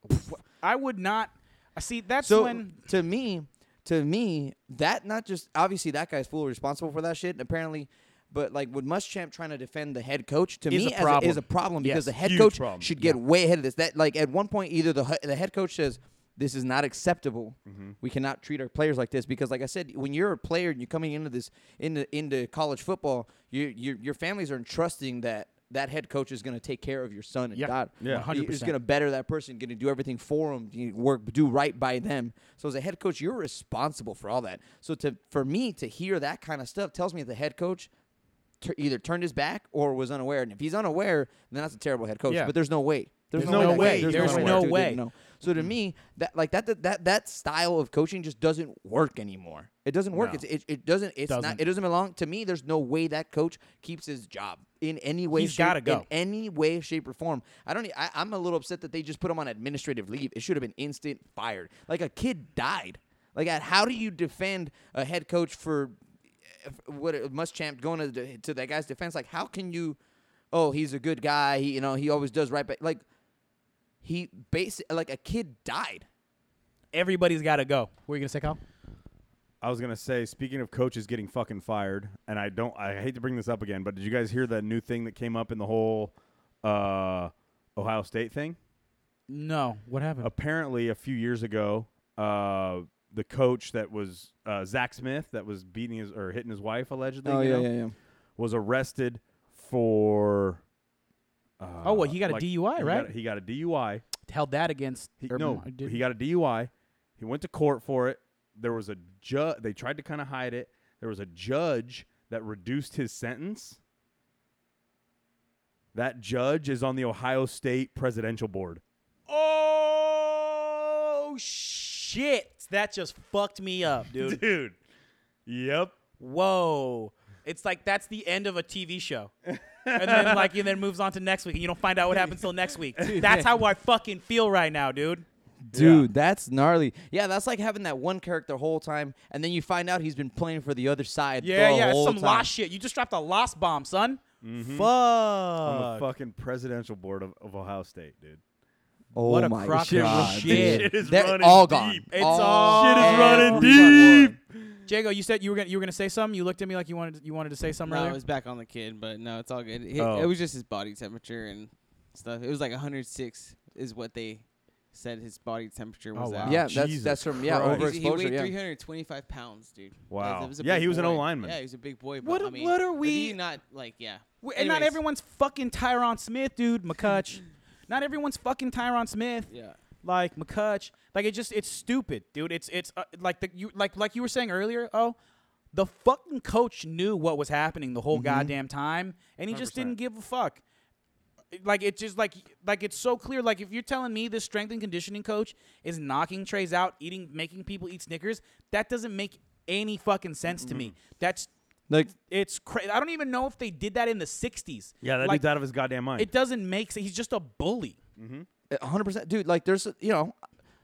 Speaker 3: I would not. I see. That's
Speaker 1: so
Speaker 3: when
Speaker 1: to me to me that not just obviously that guy's fully responsible for that shit and apparently but like with Muschamp trying to defend the head coach to
Speaker 3: Is
Speaker 1: me
Speaker 3: a
Speaker 1: as
Speaker 3: problem.
Speaker 1: is a problem because
Speaker 3: Yes,
Speaker 1: the head
Speaker 2: huge
Speaker 1: coach
Speaker 2: problem.
Speaker 1: should get way ahead of this that like at one point either the hu- the head coach says this is not acceptable
Speaker 3: Mm-hmm.
Speaker 1: we cannot treat our players like this because like I said when you're a player and you're coming into this into into college football you, you your families are entrusting that that head coach is going to take care of your son and
Speaker 3: Yeah.
Speaker 1: daughter.
Speaker 2: Yeah.
Speaker 1: He- he's
Speaker 3: 100%.
Speaker 1: going to better that person, going to do everything for him, you work, do right by them. So as a head coach, you're responsible for all that. So to for me to hear that kind of stuff tells me the head coach tur either turned his back or was unaware. And if he's unaware, then that's a terrible head coach.
Speaker 3: Yeah.
Speaker 1: But there's no way. There's,
Speaker 2: There's
Speaker 1: no,
Speaker 2: no
Speaker 1: way. that
Speaker 2: way. Mm-hmm.
Speaker 1: guy-
Speaker 2: There's
Speaker 1: that
Speaker 2: no
Speaker 1: dude
Speaker 3: way.
Speaker 1: didn't know. So to me, that like that, that that that style of coaching just doesn't work anymore. It doesn't work.
Speaker 3: No.
Speaker 1: It's, it it doesn't. It's not.
Speaker 3: Doesn't.
Speaker 1: It doesn't belong to me. There's no way that coach keeps his job in any way.
Speaker 3: He's
Speaker 1: shape-
Speaker 3: gotta
Speaker 1: In
Speaker 3: go.
Speaker 1: any way, shape, or form. I don't. e- I, am a little upset that they just put him on administrative leave. It should have been instant fired. Like a kid died. Like, uh, how do you defend a head coach for uh, f- what uh, Muschamp going to, the- to that guy's defense? Like, how can you? Oh, he's a good guy. He, you know, he always does right. But like, he basically like a kid died.
Speaker 3: Everybody's got to go. What are you gonna say, Kyle?
Speaker 2: I was gonna say, speaking of coaches getting fucking fired, and I don't, I hate to bring this up again, but did you guys hear that new thing that came up in the whole uh, Ohio State thing?
Speaker 3: No. What happened?
Speaker 2: Apparently, a few years ago, uh, the coach that was uh, Zach Smith, that was beating his or hitting his wife allegedly, you know,
Speaker 1: Oh, yeah.
Speaker 2: was arrested for. Uh,
Speaker 3: Oh, what, he got a DUI,
Speaker 2: he
Speaker 3: right?
Speaker 2: got- he got a DUI.
Speaker 3: Held that against.
Speaker 2: He,
Speaker 3: Urban
Speaker 2: no,
Speaker 3: Meyer, did-
Speaker 2: he got a DUI. He went to court for it. There was a judge. They tried to kind of hide it. There was a judge that reduced his sentence. That judge is on the Ohio State presidential board. [laughs]
Speaker 3: oh shit! That just fucked me [laughs] up, dude.
Speaker 2: Dude. Yep.
Speaker 3: Whoa. It's like that's the end of a TV show. and then like and then moves on to next week and you don't find out what happens till next [laughs] week. That's how I fucking feel right now, dude.
Speaker 1: Dude, that's gnarly. Yeah, that's like having that one character the whole time, and then you find out he's been playing for the other side.
Speaker 3: Yeah,
Speaker 1: the
Speaker 3: yeah, it's
Speaker 1: whole
Speaker 3: some
Speaker 1: time.
Speaker 3: lost shit. You just dropped a lost bomb, son.
Speaker 2: On the
Speaker 3: Mm-hmm. Fuck.
Speaker 2: fucking presidential board of, of Ohio State, dude.
Speaker 1: Oh
Speaker 3: What a
Speaker 1: my
Speaker 3: crock of
Speaker 1: god, dude.
Speaker 3: shit. This
Speaker 2: shit is
Speaker 1: They're
Speaker 2: running
Speaker 1: all gone.
Speaker 2: deep.
Speaker 3: It's all- Shit is
Speaker 1: everyone.
Speaker 3: running
Speaker 2: deep.
Speaker 3: Jago, you said you were gonna you were gonna say something. You looked at me like you wanted you wanted to say something
Speaker 4: No,
Speaker 3: earlier.
Speaker 4: it was back on the kid, but no, it's all good. It,
Speaker 2: Oh.
Speaker 4: it was just his body temperature and stuff. It was like 106 is what they said his body temperature was
Speaker 3: Oh,
Speaker 4: at.
Speaker 3: wow.
Speaker 1: Yeah, that's
Speaker 2: Jesus
Speaker 1: that's from yeah
Speaker 2: Christ.
Speaker 4: He's- He
Speaker 1: overexposure.
Speaker 4: weighed
Speaker 1: yeah.
Speaker 4: 325 pounds, dude. Like,
Speaker 2: Wow.
Speaker 4: that a
Speaker 2: Yeah,
Speaker 4: big
Speaker 2: he was an
Speaker 4: boy.
Speaker 2: O-lineman.
Speaker 4: Yeah, he was a big boy. But
Speaker 3: What-
Speaker 4: I mean,
Speaker 3: what are
Speaker 4: if
Speaker 3: we-
Speaker 4: he not like? Yeah.
Speaker 3: W- and not
Speaker 4: Anyways,
Speaker 3: everyone's fucking Tyron Smith,
Speaker 4: [laughs]
Speaker 3: dude, McCutch. not everyone's fucking Tyron Smith.
Speaker 4: Yeah.
Speaker 3: like McCutch. Like it just it's stupid, dude. It's it's uh, like the you like like you were saying earlier. Oh, the fucking coach knew what was happening the whole
Speaker 4: Mm-hmm.
Speaker 3: goddamn time, and he just didn't give a fuck. Like it just like like it's so clear. Like if you're telling me this strength and conditioning coach is knocking trays out, eating, making people eat Snickers, that doesn't make any fucking sense to
Speaker 4: Mm-hmm.
Speaker 3: me. That's
Speaker 1: Like
Speaker 3: it's crazy. I don't even know if they did that in the '60s.
Speaker 2: Yeah, that
Speaker 3: like,
Speaker 2: dude's out of his goddamn mind.
Speaker 3: It doesn't make sense. He's just a bully.
Speaker 1: 100, percent dude. Like there's you know,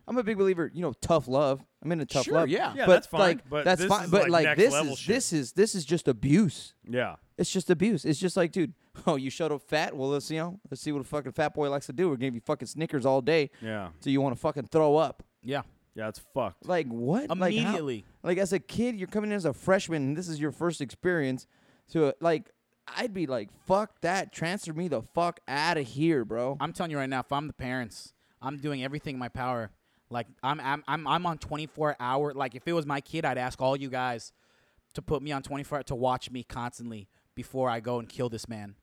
Speaker 1: I'm a big believer. You know, tough love. I'm into tough
Speaker 3: Sure,
Speaker 1: love.
Speaker 3: yeah.
Speaker 2: Yeah,
Speaker 1: but
Speaker 2: that's fine,
Speaker 1: Like,
Speaker 2: but
Speaker 1: that's
Speaker 2: this
Speaker 1: fine.
Speaker 2: is,
Speaker 1: but
Speaker 2: like,
Speaker 1: like
Speaker 2: next
Speaker 1: this
Speaker 2: level
Speaker 1: is
Speaker 2: shit.
Speaker 1: this is this is just abuse.
Speaker 2: yeah.
Speaker 1: It's just abuse. It's just like, dude, [laughs] oh, you showed up fat. Well, let's you know, let's see what a fucking fat boy likes to do. We're gonna be fucking Snickers all day.
Speaker 2: Yeah.
Speaker 1: So you want to fucking throw up?
Speaker 3: Yeah.
Speaker 2: Yeah, it's fucked.
Speaker 1: Like what? Like, how-
Speaker 3: Immediately.
Speaker 1: Like, as a kid, you're coming in as a freshman. and This is your first experience. So like, I'd be like, fuck that. Transfer me the fuck out of here, bro.
Speaker 3: I'm telling you right now, if I'm the parents, I'm doing everything in my power. Like I'm I'm I'm, I'm on 24 hour. Like if it was my kid, I'd ask all you guys to put me on 24 to watch me constantly before I go and kill this man.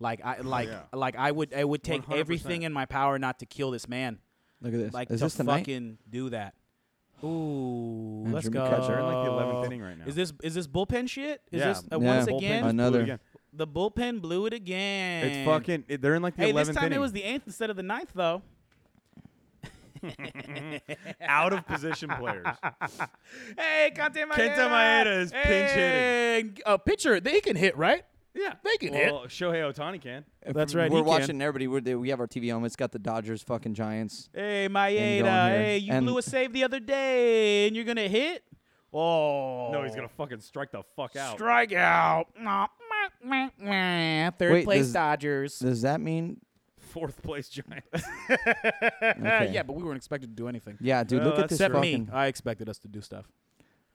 Speaker 3: Like I like
Speaker 2: yeah.
Speaker 3: like I would I would take
Speaker 2: 100%.
Speaker 3: everything in my power not to kill this man.
Speaker 1: Look at this.
Speaker 3: Like
Speaker 1: is
Speaker 3: to
Speaker 1: this tonight?
Speaker 3: fucking do that. Ooh,
Speaker 1: Man,
Speaker 3: let's
Speaker 1: Jimmy
Speaker 3: go.
Speaker 1: Cutler.
Speaker 2: They're in, like, the 11th inning right now.
Speaker 3: Is this is this bullpen shit? Is
Speaker 2: Yeah.
Speaker 3: this uh,
Speaker 1: Yeah.
Speaker 3: once
Speaker 1: Bullpen.
Speaker 3: again
Speaker 1: I know. Another.
Speaker 2: Blew it again.
Speaker 3: the bullpen blew it again?
Speaker 2: It's fucking. It, they're in like the
Speaker 3: Hey,
Speaker 2: 11th
Speaker 3: this time
Speaker 2: inning.
Speaker 3: it was the eighth instead of the ninth though.
Speaker 2: out of position players.
Speaker 3: Hey, Kante Maeda.
Speaker 2: Kenta Maeda is pinch hitting.
Speaker 3: A pitcher, they can hit, right?
Speaker 2: yeah,
Speaker 3: They can
Speaker 2: well, Shohei Otani can.
Speaker 3: That's right.
Speaker 1: We're watching everybody. We're, there- we have our TV on. It's got the Dodgers, fucking Giants.
Speaker 3: Hey,
Speaker 1: And going
Speaker 3: Maeda.
Speaker 1: here.
Speaker 3: Hey, you
Speaker 1: And-
Speaker 3: blew a save the other day, and you're gonna hit? Oh,
Speaker 2: No, he's gonna fucking strike the fuck out.
Speaker 3: strike out. Nah, meh, meh, meh. Third
Speaker 1: Wait,
Speaker 3: place
Speaker 1: does-
Speaker 3: Dodgers.
Speaker 1: Does that mean?
Speaker 2: Fourth place Giants.
Speaker 3: Uh,
Speaker 1: okay.
Speaker 3: yeah, but we weren't expected to do anything.
Speaker 1: Yeah, dude.
Speaker 2: Well,
Speaker 1: look at this
Speaker 3: Except
Speaker 1: fucking.
Speaker 3: me, I expected us to do stuff.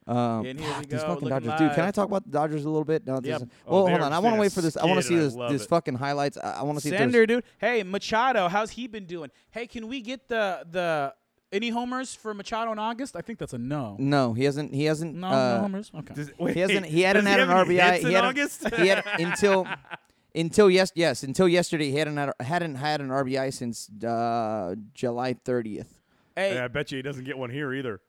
Speaker 1: Um,
Speaker 3: And here we
Speaker 1: these
Speaker 3: go,
Speaker 1: fucking
Speaker 3: looking
Speaker 1: Dodgers, dude. Can I
Speaker 3: live.
Speaker 1: talk about the Dodgers a little bit? No, this
Speaker 3: Yep.
Speaker 1: is-
Speaker 2: Oh,
Speaker 1: well,
Speaker 2: they
Speaker 1: hold
Speaker 2: are
Speaker 1: on. I want to
Speaker 2: staying
Speaker 1: wait for this. I want to see
Speaker 2: skid, I
Speaker 1: this
Speaker 2: love
Speaker 1: this
Speaker 2: it.
Speaker 1: fucking highlights. I, I want to see. if there's-
Speaker 3: Sender, dude. Hey, Machado, how's he been doing? Hey, can we get the the any homers for Machado in August? I think that's a no.
Speaker 1: No, he hasn't. He hasn't.
Speaker 3: No,
Speaker 1: uh,
Speaker 3: no homers.
Speaker 2: [laughs]
Speaker 3: Okay.
Speaker 2: Does- wait, [laughs]
Speaker 1: He hasn't. He hadn't
Speaker 2: does
Speaker 1: had an
Speaker 2: have any
Speaker 1: RBI. [laughs]
Speaker 2: hits [laughs]
Speaker 1: he
Speaker 2: in
Speaker 1: hadn't-
Speaker 2: August.
Speaker 1: he had until Until yes, yes, until yesterday, he hadn't had, hadn't had an RBI since uh, July 30th.
Speaker 3: Hey,
Speaker 2: Yeah, I bet you he doesn't get one here either.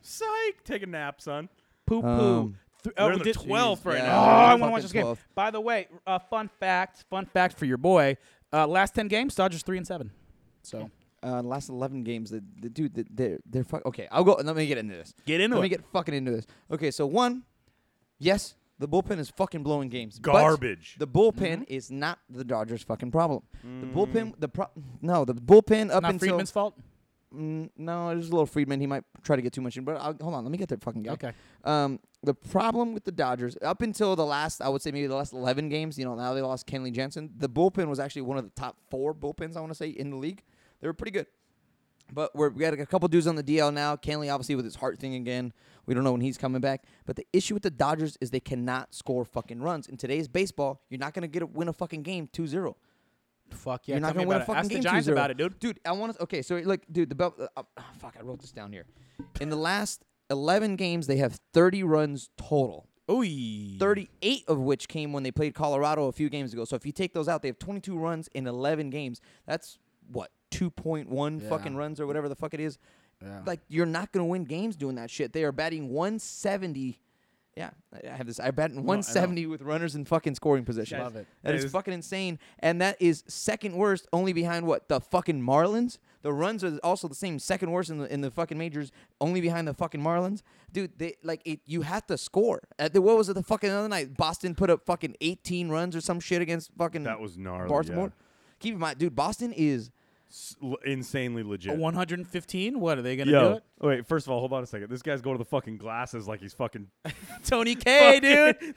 Speaker 2: Psych, take a nap, son.
Speaker 3: poo poo.
Speaker 1: Um,
Speaker 3: Th-
Speaker 2: They're
Speaker 3: oh,
Speaker 2: in the
Speaker 3: did-
Speaker 2: 12th right
Speaker 1: Yeah.
Speaker 3: Oh,
Speaker 2: now.
Speaker 3: I
Speaker 1: Fucking
Speaker 3: want to watch this game.
Speaker 1: 12th.
Speaker 3: By the way, uh, fun fact, fun fact for your boy. Uh, last ten games, Dodgers three and seven. So
Speaker 1: Uh, last 11 games, the, the dude, the, they're they're fuck. Okay, I'll go. Let me get into this.
Speaker 3: get into
Speaker 1: Let me get fucking into this. Okay, so one, yes, the bullpen is fucking blowing games. but
Speaker 2: Garbage.
Speaker 1: The bullpen is not the Dodgers' fucking problem. The bullpen, the pro- no, the bullpen up
Speaker 3: Not
Speaker 1: until
Speaker 3: Friedman's fault.
Speaker 1: Mm, no, there's a little Friedman. He might try to get too much in, but I'll, hold on, let me get that fucking guy.
Speaker 3: Okay.
Speaker 1: Um, the problem with the Dodgers up until the last, I would say maybe the last 11 games, you know, now they lost Kenley Jensen. The bullpen was actually one of the top four bullpens I want to say in the league. They were pretty good. But we're, we got a couple dudes on the DL now. Canley, obviously, with his heart thing again. We don't know when he's coming back. But the issue with the Dodgers is they cannot score fucking runs. In today's baseball, you're not going to get a, win a fucking game 2 0.
Speaker 3: Fuck yeah.
Speaker 1: You're not
Speaker 3: tell me
Speaker 1: gonna win a
Speaker 3: about it.
Speaker 1: fucking
Speaker 3: Ask
Speaker 1: game
Speaker 3: the Giants
Speaker 1: 2-0.
Speaker 3: about it, dude.
Speaker 1: Dude, I want to. Okay, so like, dude, the belt. Uh, uh, fuck, I wrote this down here. In the last eleven games, they have thirty runs total.
Speaker 3: Ooh.
Speaker 1: Thirty-eight of which came when they played Colorado a few games ago. So if you take those out, they have twenty-two runs in eleven games. That's what two point one fucking runs or whatever the fuck it is. Like you're not gonna win games doing that shit. They are batting one seventy. Yeah, I- I have this. I bat 170 with runners in fucking scoring position.
Speaker 2: Love it.
Speaker 1: That
Speaker 2: It
Speaker 1: is
Speaker 2: is-
Speaker 1: fucking insane. And that is second worst, only behind what the fucking Marlins. The runs are also the same, second worst in the in the fucking majors, only behind the fucking Marlins. Dude, they like it. You have to score. At the, what was it the fucking other night? Boston put up fucking 18 runs or some shit against fucking
Speaker 2: That was gnarly,
Speaker 1: Baltimore. Keep in mind, dude, Boston is
Speaker 2: S- l- insanely legit.
Speaker 3: 115. What are they gonna do
Speaker 2: Yo,
Speaker 3: it?
Speaker 2: wait. First of all, hold on a second. This guy's going to the fucking glasses like he's fucking
Speaker 3: [laughs] Tony K, dude.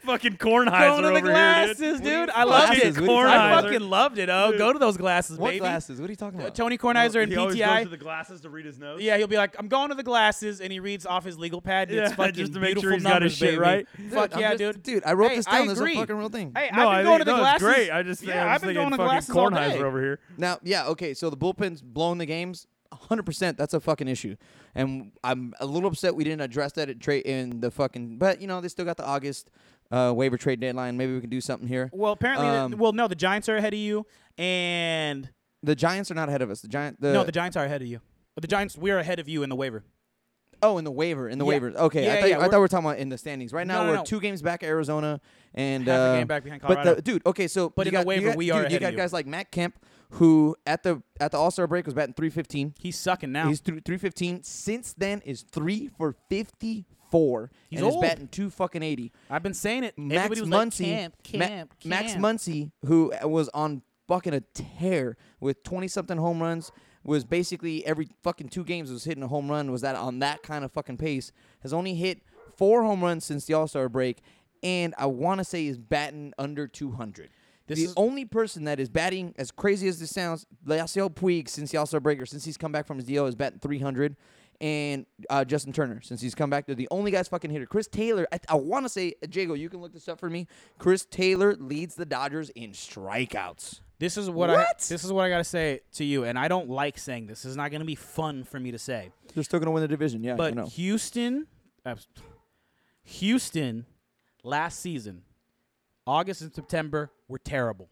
Speaker 2: [laughs] fucking Kornheiser
Speaker 3: Going to the
Speaker 2: over
Speaker 3: glasses,
Speaker 2: here,
Speaker 3: dude.
Speaker 2: dude.
Speaker 3: I loved
Speaker 1: glasses?
Speaker 3: it.
Speaker 1: What are you
Speaker 3: I
Speaker 2: talking about?
Speaker 3: fucking loved it. Oh, go to those glasses,
Speaker 1: what
Speaker 3: baby.
Speaker 1: glasses? What are you talking about?
Speaker 3: Tony Kornheiser and
Speaker 2: he always goes to
Speaker 3: PTI.
Speaker 2: the glasses to read his notes.
Speaker 3: Yeah, he'll be like, "I'm going to the glasses," and he reads off his legal pad. And it's
Speaker 2: Yeah, [laughs]
Speaker 3: fucking
Speaker 2: just to make sure
Speaker 3: beautiful
Speaker 2: he's got his
Speaker 3: numbers,
Speaker 2: shit right.
Speaker 3: baby. Fuck
Speaker 1: I'm
Speaker 3: yeah,
Speaker 1: just-
Speaker 3: dude.
Speaker 1: Dude, I wrote
Speaker 3: Hey,
Speaker 1: this
Speaker 3: I
Speaker 1: down. This is a
Speaker 3: agree.
Speaker 1: fucking real thing.
Speaker 3: Hey,
Speaker 2: No,
Speaker 3: I've
Speaker 2: I
Speaker 3: been going to
Speaker 2: think-
Speaker 3: the
Speaker 2: no, it's
Speaker 3: glasses.
Speaker 2: great. I just,
Speaker 3: yeah,
Speaker 2: I'm
Speaker 3: I've
Speaker 2: just
Speaker 3: been
Speaker 2: thinking
Speaker 3: going to the
Speaker 2: fucking
Speaker 3: glasses all day.
Speaker 2: Kornheiser over here.
Speaker 1: Now, yeah, okay, so the bullpen's blowing the games 100%. That's a fucking issue. And I'm a little upset we didn't address that at trade in the fucking but you know, they still got the August uh, waiver trade deadline. Maybe we can do something here.
Speaker 3: Well, apparently, the-
Speaker 1: Um,
Speaker 3: well, no, the Giants are ahead of you, and
Speaker 1: The Giants are not ahead of us. The Giant the,
Speaker 3: no, the Giants are ahead of you. The Giants, we're ahead of you in the waiver.
Speaker 1: Oh, in the waiver, in the
Speaker 3: Yeah.
Speaker 1: waiver. Okay, I
Speaker 3: Yeah,
Speaker 1: thought
Speaker 3: yeah,
Speaker 1: I
Speaker 3: we're-
Speaker 1: thought we were talking about in the standings. Right now
Speaker 3: No, no,
Speaker 1: we're
Speaker 3: no.
Speaker 1: two games back at Arizona and
Speaker 3: Half
Speaker 1: uh,
Speaker 3: a game back behind
Speaker 1: But
Speaker 3: Colorado.
Speaker 1: the, dude, okay, so
Speaker 3: But
Speaker 1: you
Speaker 3: in the
Speaker 1: got- you
Speaker 3: waiver,
Speaker 1: got-
Speaker 3: we are
Speaker 1: dude, you
Speaker 3: ahead of
Speaker 1: got
Speaker 3: you.
Speaker 1: guys like Matt Kemp who at the at the All Star break was batting three fifteen.
Speaker 3: He's sucking now.
Speaker 1: He's through 315. Since then is 3 for 54.
Speaker 3: He's
Speaker 1: and
Speaker 3: old.
Speaker 1: is batting 2 fucking 80.
Speaker 3: I've been saying it.
Speaker 1: Max
Speaker 3: Everybody was
Speaker 1: Muncy,
Speaker 3: like, camp,
Speaker 1: Ma-
Speaker 3: camp,
Speaker 1: Max
Speaker 3: camp.
Speaker 1: Muncy, who was on fucking a tear with 20 something home runs, was basically every fucking two games was hitting a home run, was that on that kind of fucking pace, has only hit four home runs since the All Star break, and I want to say is batting under 200.
Speaker 3: This
Speaker 1: the
Speaker 3: is-
Speaker 1: only person that is batting, as crazy as this sounds, Yasiel Puig since the All Star break or since he's come back from his deal is batting 300. And uh, Justin Turner, since he's come back, they're the only guys fucking hitter. Chris Taylor, I, I want to say, Jago, you can look this up for me. Chris Taylor leads the Dodgers in strikeouts.
Speaker 3: This is what, I.
Speaker 1: What?
Speaker 3: This is what I gotta say to you, and I don't like saying this. This is not gonna be fun for me to say.
Speaker 1: They're still gonna win the division, yeah.
Speaker 3: But Houston, abs- Houston, last season, August and September were terrible.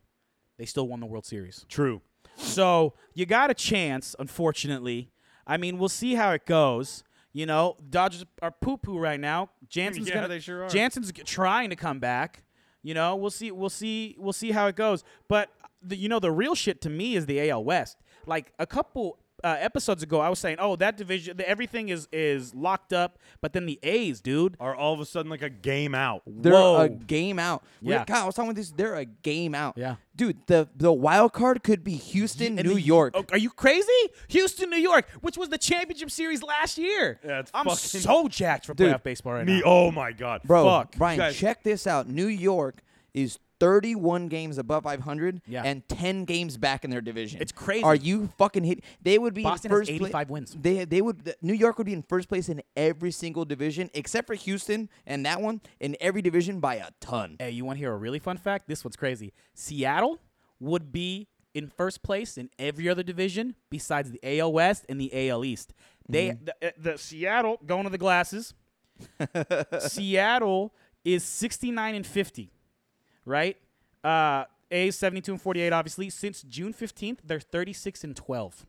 Speaker 3: They still won the World Series.
Speaker 2: True.
Speaker 3: So you got a chance, unfortunately. I mean, we'll see how it goes. You know, Dodgers are poo poo right now. Jansen's
Speaker 2: Yeah,
Speaker 3: gonna,
Speaker 2: they sure are.
Speaker 3: Jansen's g- trying to come back. You know, we'll see. We'll see. We'll see how it goes. But the, you know, the real shit to me is the AL West. Like a couple uh, episodes ago, I was saying, "Oh, that division, the, everything is is locked up." But then the A's, dude.
Speaker 2: Are all of a sudden like a game out.
Speaker 1: They're
Speaker 3: Whoa.
Speaker 1: a game out. We-
Speaker 3: Yeah.
Speaker 1: Kyle, I was talking with this. They're a game out.
Speaker 3: Yeah.
Speaker 1: Dude, the the wild card could be Houston,
Speaker 3: And
Speaker 1: New
Speaker 3: the-
Speaker 1: York.
Speaker 3: Oh, Are you crazy? Houston, New York, which was the championship series last year.
Speaker 2: Yeah, it's
Speaker 3: I'm
Speaker 2: fucking-
Speaker 3: so jacked for
Speaker 1: Dude,
Speaker 3: playoff baseball right
Speaker 2: Me,
Speaker 3: now.
Speaker 2: oh my god,
Speaker 1: Bro,
Speaker 2: Fuck.
Speaker 1: Brian,
Speaker 2: Guys,
Speaker 1: check this out. New York is 31 games above 500
Speaker 3: Yeah.
Speaker 1: and 10 games back in their division.
Speaker 3: It's crazy.
Speaker 1: Are you fucking hit? They would be
Speaker 3: Boston
Speaker 1: in
Speaker 3: has
Speaker 1: first pla-
Speaker 3: 85 wins.
Speaker 1: They they would th- New York would be in first place in every single division except for Houston and that one in every division by a ton.
Speaker 3: Hey, you want to hear a really fun fact? This one's crazy. Seattle would be in first place in every other division besides the AL West and the AL East. They
Speaker 1: Mm-hmm.
Speaker 3: the, uh, the Seattle going to
Speaker 1: [laughs]
Speaker 3: the glasses. Seattle is 69 and 50, right? Uh A's 72 and 48, obviously. Since June 15th, they're 36 and 12.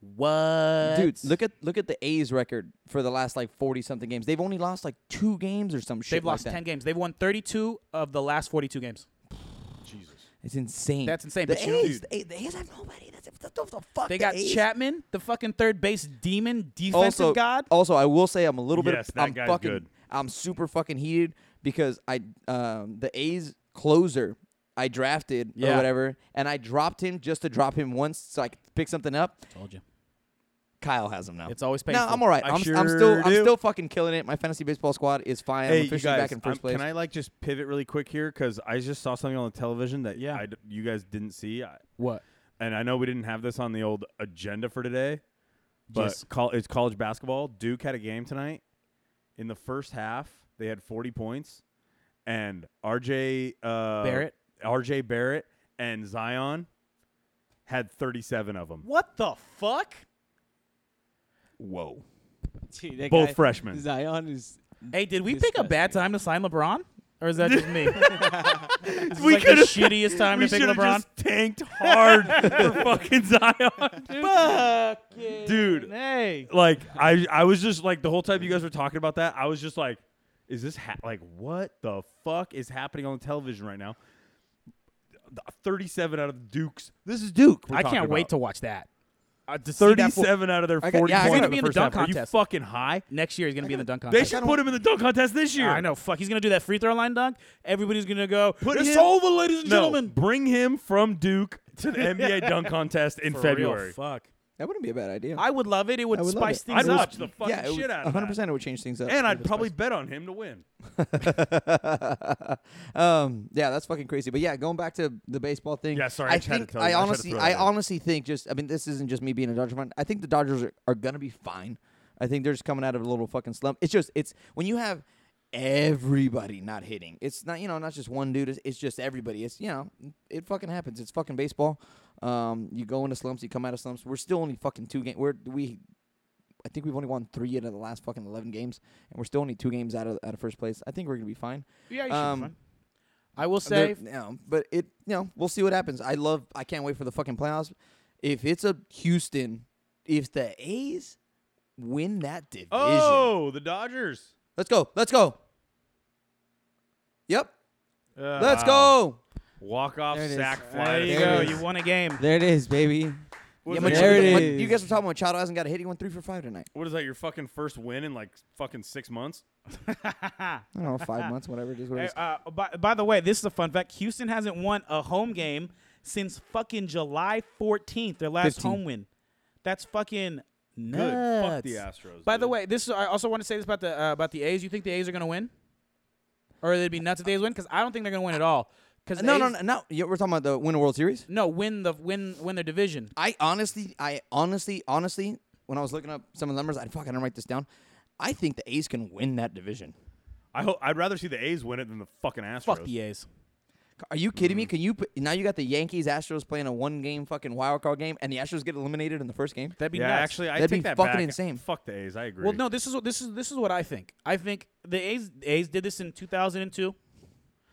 Speaker 3: What?
Speaker 1: Dude, look at look at the A's record for the last like forty something games. They've only lost like two games or some shit.
Speaker 3: They've
Speaker 1: like
Speaker 3: lost
Speaker 1: that.
Speaker 3: 10 games. They've won 32 of the last 42 games.
Speaker 1: It's insane.
Speaker 3: That's insane,
Speaker 1: The
Speaker 3: but you know-
Speaker 1: A's, the, A- the A's have nobody. That's, that's, that's the fuck.
Speaker 3: They
Speaker 1: [laughs] the
Speaker 3: got
Speaker 1: A's.
Speaker 3: Chapman, the fucking third base demon, defensive
Speaker 1: Also, oh,
Speaker 3: god.
Speaker 1: also, I will say I'm a little
Speaker 2: Yes,
Speaker 1: bit.
Speaker 2: that
Speaker 1: I'm
Speaker 2: guy's
Speaker 1: fucking.
Speaker 2: good.
Speaker 1: I'm super fucking heated because I um the A's closer I drafted
Speaker 3: Yeah.
Speaker 1: or whatever, and I dropped him just to drop him once so I could pick something up.
Speaker 3: Told you.
Speaker 1: Kyle has him now.
Speaker 3: It's always
Speaker 1: No,
Speaker 3: painful.
Speaker 1: I'm all right.
Speaker 2: I
Speaker 1: I'm,
Speaker 2: sure
Speaker 1: I'm still I'm
Speaker 2: do.
Speaker 1: still fucking killing it. My fantasy baseball squad is fine.
Speaker 2: Hey,
Speaker 1: I'm
Speaker 2: you guys,
Speaker 1: officially back in 1st
Speaker 2: I'm-
Speaker 1: place.
Speaker 2: can I like just pivot really quick here because I just saw something on the television that
Speaker 3: Yeah.
Speaker 2: I d- you guys didn't see, I,
Speaker 3: What?
Speaker 2: and I know we didn't have this on the old agenda for today, but
Speaker 3: Yes.
Speaker 2: col- it's college basketball. Duke had a game tonight. In the first half, they had 40 points, and RJ uh,
Speaker 3: Barrett?
Speaker 2: RJ Barrett, and Zion had 37 of them.
Speaker 3: What the fuck?
Speaker 2: Whoa!
Speaker 4: [laughs] Dude, that
Speaker 2: Both
Speaker 4: guy-
Speaker 2: freshmen.
Speaker 4: Zion is.
Speaker 3: Hey, did we pick a bad
Speaker 4: Disgusting.
Speaker 3: time to sign LeBron? Or is that just me? [laughs] Is
Speaker 2: We
Speaker 3: we like the
Speaker 2: could've-
Speaker 3: shittiest time
Speaker 2: we
Speaker 3: to pick
Speaker 2: should've
Speaker 3: LeBron.
Speaker 2: just tanked hard [laughs] for fucking Zion, [laughs]
Speaker 3: Fucking
Speaker 2: dude.
Speaker 3: Hey.
Speaker 2: like I I was just like the whole time you guys were talking about that, I was just like, is this ha- like what the fuck is happening on television right now? Thirty-seven out of Duke's. This is Duke. we're
Speaker 3: I
Speaker 2: talking
Speaker 3: can't wait
Speaker 2: about.
Speaker 3: to watch that. Uh, to see that fool-
Speaker 2: Thirty-seven out of their
Speaker 1: I got-
Speaker 2: forty.
Speaker 1: yeah, I
Speaker 2: points
Speaker 1: gotta
Speaker 2: in
Speaker 3: be in the
Speaker 2: first
Speaker 3: dunk
Speaker 2: half.
Speaker 3: contest.
Speaker 2: Are you fucking high?
Speaker 3: Next year he's gonna be in the dunk
Speaker 2: They
Speaker 3: contest.
Speaker 2: should put him in the dunk contest this year.
Speaker 3: I know. Fuck. He's gonna do that free throw line dunk. Everybody's gonna go.
Speaker 2: Put
Speaker 3: it's
Speaker 2: him-
Speaker 3: over, ladies and
Speaker 2: No,
Speaker 3: gentlemen.
Speaker 2: bring him from Duke to [laughs] the NBA dunk contest in
Speaker 3: For real,
Speaker 2: February.
Speaker 3: fuck.
Speaker 1: that wouldn't be a bad idea.
Speaker 3: I would love it. It would
Speaker 1: I would love
Speaker 3: spice
Speaker 1: it.
Speaker 3: things
Speaker 2: I'd
Speaker 3: up.
Speaker 2: watch the fucking
Speaker 1: yeah, it
Speaker 2: shit
Speaker 1: would,
Speaker 2: out of
Speaker 1: 100%
Speaker 2: that.
Speaker 1: it would change things up.
Speaker 2: And
Speaker 1: It
Speaker 2: I'd
Speaker 1: would
Speaker 2: probably
Speaker 1: spice-
Speaker 2: bet on him to win.
Speaker 1: [laughs] um, yeah, that's fucking crazy. But yeah, going back to the baseball thing.
Speaker 2: Yeah, sorry, I
Speaker 1: I
Speaker 2: just had to
Speaker 1: think
Speaker 2: tell you. I
Speaker 1: I
Speaker 2: just had to
Speaker 1: honestly,
Speaker 2: throw
Speaker 1: I
Speaker 2: that in.
Speaker 1: honestly think just, I mean, this isn't just me being a Dodger fan. I think the Dodgers are, are gonna be fine. I think they're just coming out of a little fucking slump. It's just, it's when you have everybody not hitting. It's not, you know, not just one dude. It's, it's just everybody. It's you know, it fucking happens. It's fucking baseball. Um, you go into slumps, you come out of slumps. We're still only fucking two games. We're we I think we've only won three out of the last fucking eleven games, and we're still only two games out of out of first place. I think we're gonna be fine.
Speaker 3: Yeah, you should be
Speaker 1: Um,
Speaker 3: fine. I will
Speaker 1: They're-
Speaker 3: say.
Speaker 1: You know, but it, you know, we'll see what happens. I love. I can't wait for the fucking playoffs. If it's a Houston, if the A's win that division,
Speaker 2: Oh, the Dodgers.
Speaker 1: let's go, let's go. Yep, let's
Speaker 2: Ah.
Speaker 1: go.
Speaker 2: Walk off
Speaker 4: There it is.
Speaker 2: sack
Speaker 4: There
Speaker 2: fly.
Speaker 3: There you
Speaker 4: it
Speaker 3: go.
Speaker 4: is.
Speaker 3: You won a game.
Speaker 4: There it is, baby.
Speaker 2: What
Speaker 1: Yeah,
Speaker 2: is
Speaker 1: Mach-
Speaker 2: that,
Speaker 4: There
Speaker 2: your-
Speaker 4: it
Speaker 1: Mach-
Speaker 4: is.
Speaker 1: You guys were talking about Machado hasn't got a hit. He went three for five tonight.
Speaker 2: What is that? Your fucking first win in like fucking six months?
Speaker 1: I don't know, five months, whatever it is. What it
Speaker 3: Hey,
Speaker 1: is.
Speaker 3: uh, by, by the way, this is a fun fact. Houston hasn't won a home game since fucking July 14th, their last
Speaker 1: 15.
Speaker 3: home win. That's fucking nuts.
Speaker 2: Good. Fuck the Astros.
Speaker 3: By the
Speaker 2: dude.
Speaker 3: way, this is, I also want to say this about the uh, about the A's. You think the A's are going to win? Or they'd be nuts if the A's win cuz I don't think they're going to win at all.
Speaker 4: uh,
Speaker 3: Cuz
Speaker 1: no, no, no, no. Yeah, We're talking about the win a World Series.
Speaker 3: No, win the win win their division.
Speaker 1: I honestly, I honestly, honestly, when I was looking up some of the numbers, I fucking didn't write this down. I think the A's can win that division.
Speaker 2: I hope I'd rather see the A's win it than the fucking Astros.
Speaker 3: Fuck the A's.
Speaker 1: Are you kidding me? Can you put, now you got the Yankees Astros playing a one game fucking wild card game, and the Astros get eliminated in the first game?
Speaker 3: That'd be
Speaker 2: Yeah,
Speaker 3: nuts.
Speaker 2: actually, I
Speaker 1: That'd
Speaker 2: take
Speaker 1: be
Speaker 2: that
Speaker 1: fucking
Speaker 2: back.
Speaker 1: insane.
Speaker 2: Fuck the A's. I agree.
Speaker 3: Well, no, this is what this is this is what I think. I think the A's A's did this in 2002.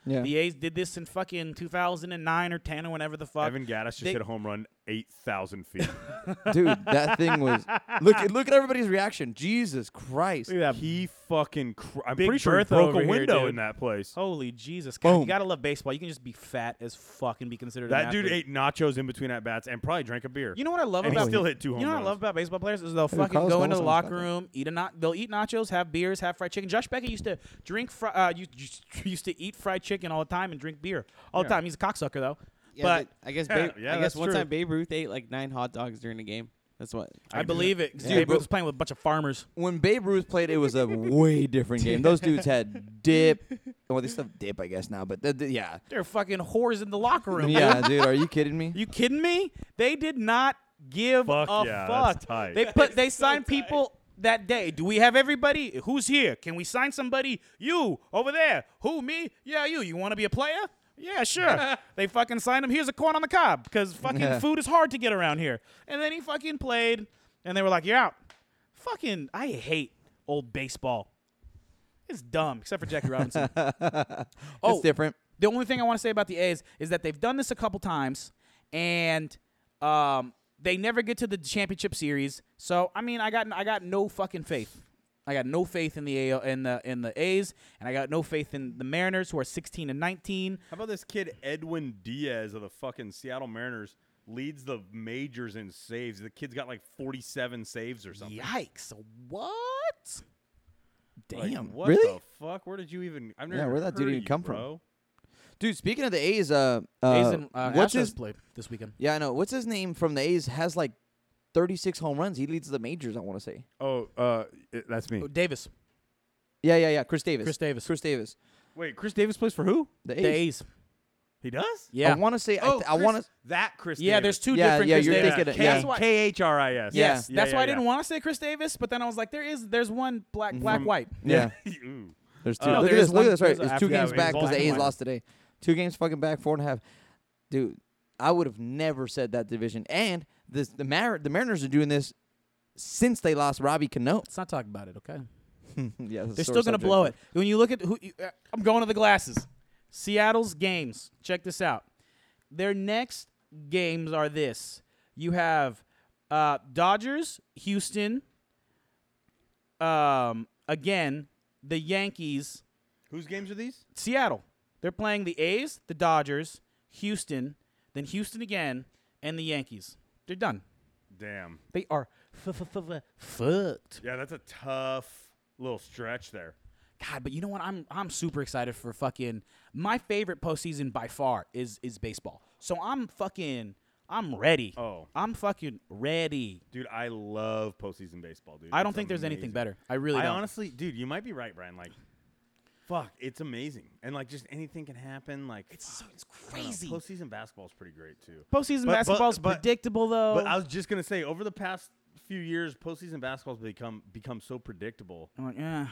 Speaker 1: Yeah.
Speaker 3: The A's did this in fucking 2009 or 10 or whenever the fuck.
Speaker 2: Evan Gaddis just
Speaker 3: They-
Speaker 2: hit a home run eight thousand feet.
Speaker 1: [laughs] Dude, that thing [laughs] was look at- look at everybody's reaction. Jesus Christ.
Speaker 3: Look at that.
Speaker 2: he fucking. Cr- I'm
Speaker 3: Big
Speaker 2: pretty sure he
Speaker 3: Bertha
Speaker 2: broke
Speaker 3: over
Speaker 2: a
Speaker 3: here,
Speaker 2: window
Speaker 3: dude.
Speaker 2: in that place.
Speaker 3: Holy Jesus! God,
Speaker 1: Boom.
Speaker 3: you gotta love baseball. You can just be fat as fuck and be considered. an
Speaker 2: that dude
Speaker 3: athlete.
Speaker 2: ate nachos in between at bats and probably drank a beer.
Speaker 3: You know what I love
Speaker 2: and
Speaker 3: about
Speaker 2: he still hit two home
Speaker 3: You know what I
Speaker 2: runs.
Speaker 3: love about baseball players is they'll
Speaker 1: Dude,
Speaker 3: fucking
Speaker 1: Carlos
Speaker 3: go into
Speaker 1: Gomez
Speaker 3: the
Speaker 1: almost
Speaker 3: locker
Speaker 1: got that.
Speaker 3: room, eat a not, they'll eat nachos, have beers, have fried chicken. Josh Beckett used to drink, fri- uh, used, used to [laughs] eat fried chicken all the time and drink beer all the
Speaker 2: Yeah.
Speaker 3: time. He's a cocksucker though,
Speaker 4: Yeah,
Speaker 3: but
Speaker 4: I guess
Speaker 2: Yeah,
Speaker 4: Babe,
Speaker 2: yeah,
Speaker 4: I
Speaker 2: that's
Speaker 4: guess one
Speaker 2: true.
Speaker 4: time Babe Ruth ate like nine hot dogs during the game. That's what.
Speaker 3: I, believe it. 'cause
Speaker 1: Dude,
Speaker 3: Babe
Speaker 1: but-
Speaker 3: Ruth was playing with a bunch of farmers.
Speaker 1: When Babe Ruth played, it was a way different game. Those dudes had dip. Well, they still have dip, I guess now, but th- th- yeah,
Speaker 3: They're fucking whores in the locker room.
Speaker 1: yeah, dude. Are you kidding me?
Speaker 3: You kidding me? They did not give
Speaker 2: Fuck
Speaker 3: a
Speaker 2: yeah,
Speaker 3: fuck.
Speaker 2: that's tight.
Speaker 3: They put they signed people that day. Do we have everybody? Who's here? Can we sign somebody? You over there. Who me? Yeah, you. You want to be a player? Yeah, sure. they fucking signed him. Here's a corn on the cob because fucking
Speaker 1: Yeah.
Speaker 3: food is hard to get around here. And then he fucking played, and they were like, "You're out." Fucking, I hate old baseball. It's dumb, except for Jackie Robinson. Oh.
Speaker 1: it's different.
Speaker 3: the only thing I want to say about the A's is that they've done this a couple times, and um, they never get to the championship series. So I mean, I got I got no fucking faith. I got no faith in the A in the in the A's, and I got no faith in the Mariners, who are 16 and 19.
Speaker 2: How about this kid Edwin Diaz of the fucking Seattle Mariners leads the majors in saves. The kid's got like 47 saves or something.
Speaker 3: Yikes! What?
Speaker 2: Like,
Speaker 1: Damn.
Speaker 2: what
Speaker 1: really?
Speaker 2: the fuck? Where did you even? I've never
Speaker 1: Yeah,
Speaker 2: even
Speaker 1: where'd that dude
Speaker 2: heard of
Speaker 1: even
Speaker 2: you,
Speaker 1: come from?
Speaker 2: bro.
Speaker 1: Dude, speaking of the A's, uh, uh
Speaker 3: A's and uh,
Speaker 1: what's
Speaker 3: Astros
Speaker 1: his?
Speaker 3: play this weekend.
Speaker 1: Yeah, I know. What's his name from the A's has like 36 home runs. He leads the majors. I want to say.
Speaker 2: Oh, uh, i- that's me.
Speaker 3: Oh, Davis,
Speaker 1: Yeah, yeah, yeah. Chris Davis.
Speaker 3: Chris Davis,
Speaker 1: Chris Davis.
Speaker 2: Wait, Chris Davis plays for who?
Speaker 1: The A's.
Speaker 3: the A's.
Speaker 2: He does.
Speaker 3: Yeah,
Speaker 1: I want to say. I,
Speaker 2: Oh,
Speaker 1: th- I want to.
Speaker 2: Chris- that Chris.
Speaker 3: yeah. There's
Speaker 2: Davis.
Speaker 3: two
Speaker 1: Yeah,
Speaker 3: different.
Speaker 1: yeah,
Speaker 3: Chris
Speaker 1: you're
Speaker 3: Davis.
Speaker 1: thinking it-
Speaker 3: That's
Speaker 1: yeah.
Speaker 3: why-
Speaker 2: K H R I S.
Speaker 1: Yeah.
Speaker 3: Yes, that's why I didn't want to say Chris Davis, but then I was like, there is, there's one
Speaker 2: Mm-hmm.
Speaker 3: black, black, white.
Speaker 1: [laughs] Yeah.
Speaker 2: [laughs] Ooh.
Speaker 1: There's two.
Speaker 2: Uh,
Speaker 1: look
Speaker 3: there
Speaker 1: at
Speaker 3: is
Speaker 1: this. Look
Speaker 3: one-
Speaker 1: at this. Right.
Speaker 3: there's a-
Speaker 1: It's two
Speaker 2: yeah,
Speaker 1: games
Speaker 2: it's
Speaker 1: back because
Speaker 2: black
Speaker 1: the
Speaker 2: and
Speaker 1: A's
Speaker 2: white.
Speaker 1: lost today. Two games fucking back, four and a half. Dude, I would have never said that division. And this the Mar- the Mariners are doing this since they lost Robbie Cano.
Speaker 3: Let's not talk about it, okay?
Speaker 1: [laughs] yeah,
Speaker 3: They're still gonna blow it. When you look at who, you, uh, I'm going to the glasses. Seattle's games. Check this out. Their next games are this. You have uh, Dodgers, Houston. Um, again, the Yankees,
Speaker 2: Whose games are these?
Speaker 3: Seattle. They're playing the A's, the Dodgers, Houston, then Houston again, and the Yankees. They're done.
Speaker 2: Damn.
Speaker 3: They are f- f- f- f- fucked.
Speaker 2: Yeah, that's a tough little stretch there.
Speaker 3: God, but you know what? I'm I'm super excited for fucking my favorite postseason by far is is baseball. So I'm fucking I'm ready.
Speaker 2: Oh.
Speaker 3: I'm fucking ready.
Speaker 2: Dude, I love postseason baseball, dude.
Speaker 3: I don't
Speaker 2: It's
Speaker 3: think there's anything
Speaker 2: amazing.
Speaker 3: better. I really
Speaker 2: I
Speaker 3: don't.
Speaker 2: honestly, dude, you might be right, Brian. Like, fuck, it's amazing, and like just anything can happen. Like,
Speaker 3: it's
Speaker 2: fuck,
Speaker 3: so it's
Speaker 2: I don't know.
Speaker 3: crazy.
Speaker 2: Postseason basketball is pretty great too. But-
Speaker 3: Postseason
Speaker 2: but-
Speaker 3: basketball's
Speaker 2: but-
Speaker 3: predictable though.
Speaker 2: But I was just gonna say, over the past few years, postseason basketball's become become so predictable,
Speaker 3: I'm like, yeah.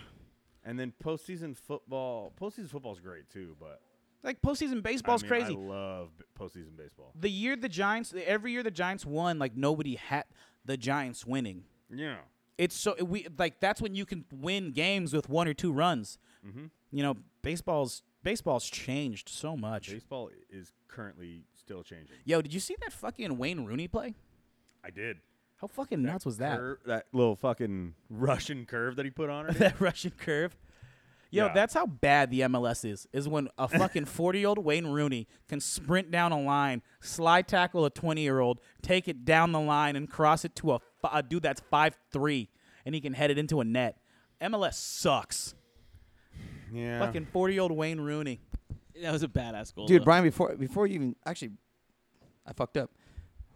Speaker 2: and then postseason football, postseason football's great too. But
Speaker 3: Like postseason baseball's
Speaker 2: I mean,
Speaker 3: crazy.
Speaker 2: I love b- postseason baseball.
Speaker 3: the year the Giants, every year the Giants won, like nobody had the Giants winning.
Speaker 2: Yeah,
Speaker 3: It's so we like that's when you can win games with one or two runs.
Speaker 2: Mm-hmm.
Speaker 3: You know, baseball's baseball's changed so much.
Speaker 2: baseball i- is currently still changing.
Speaker 3: Yo, did you see that fucking Wayne Rooney play?
Speaker 2: I did.
Speaker 3: How fucking nuts was that?
Speaker 2: Cur- that little fucking Russian curve that he put on her. dude.
Speaker 3: [laughs] that Russian curve. Yo,
Speaker 2: Yeah.
Speaker 3: that's how bad the MLS is. Is when
Speaker 2: [laughs]
Speaker 3: a fucking forty-year-old Wayne Rooney can sprint down a line, slide tackle a twenty-year-old, take it down the line, and cross it to a, fi- a dude that's five-three, and he can head it into a net. MLS sucks.
Speaker 2: yeah.
Speaker 3: Fucking forty-year-old Wayne Rooney.
Speaker 4: That was a badass goal,
Speaker 1: Dude,
Speaker 4: though.
Speaker 1: Brian, before before you even actually I fucked up.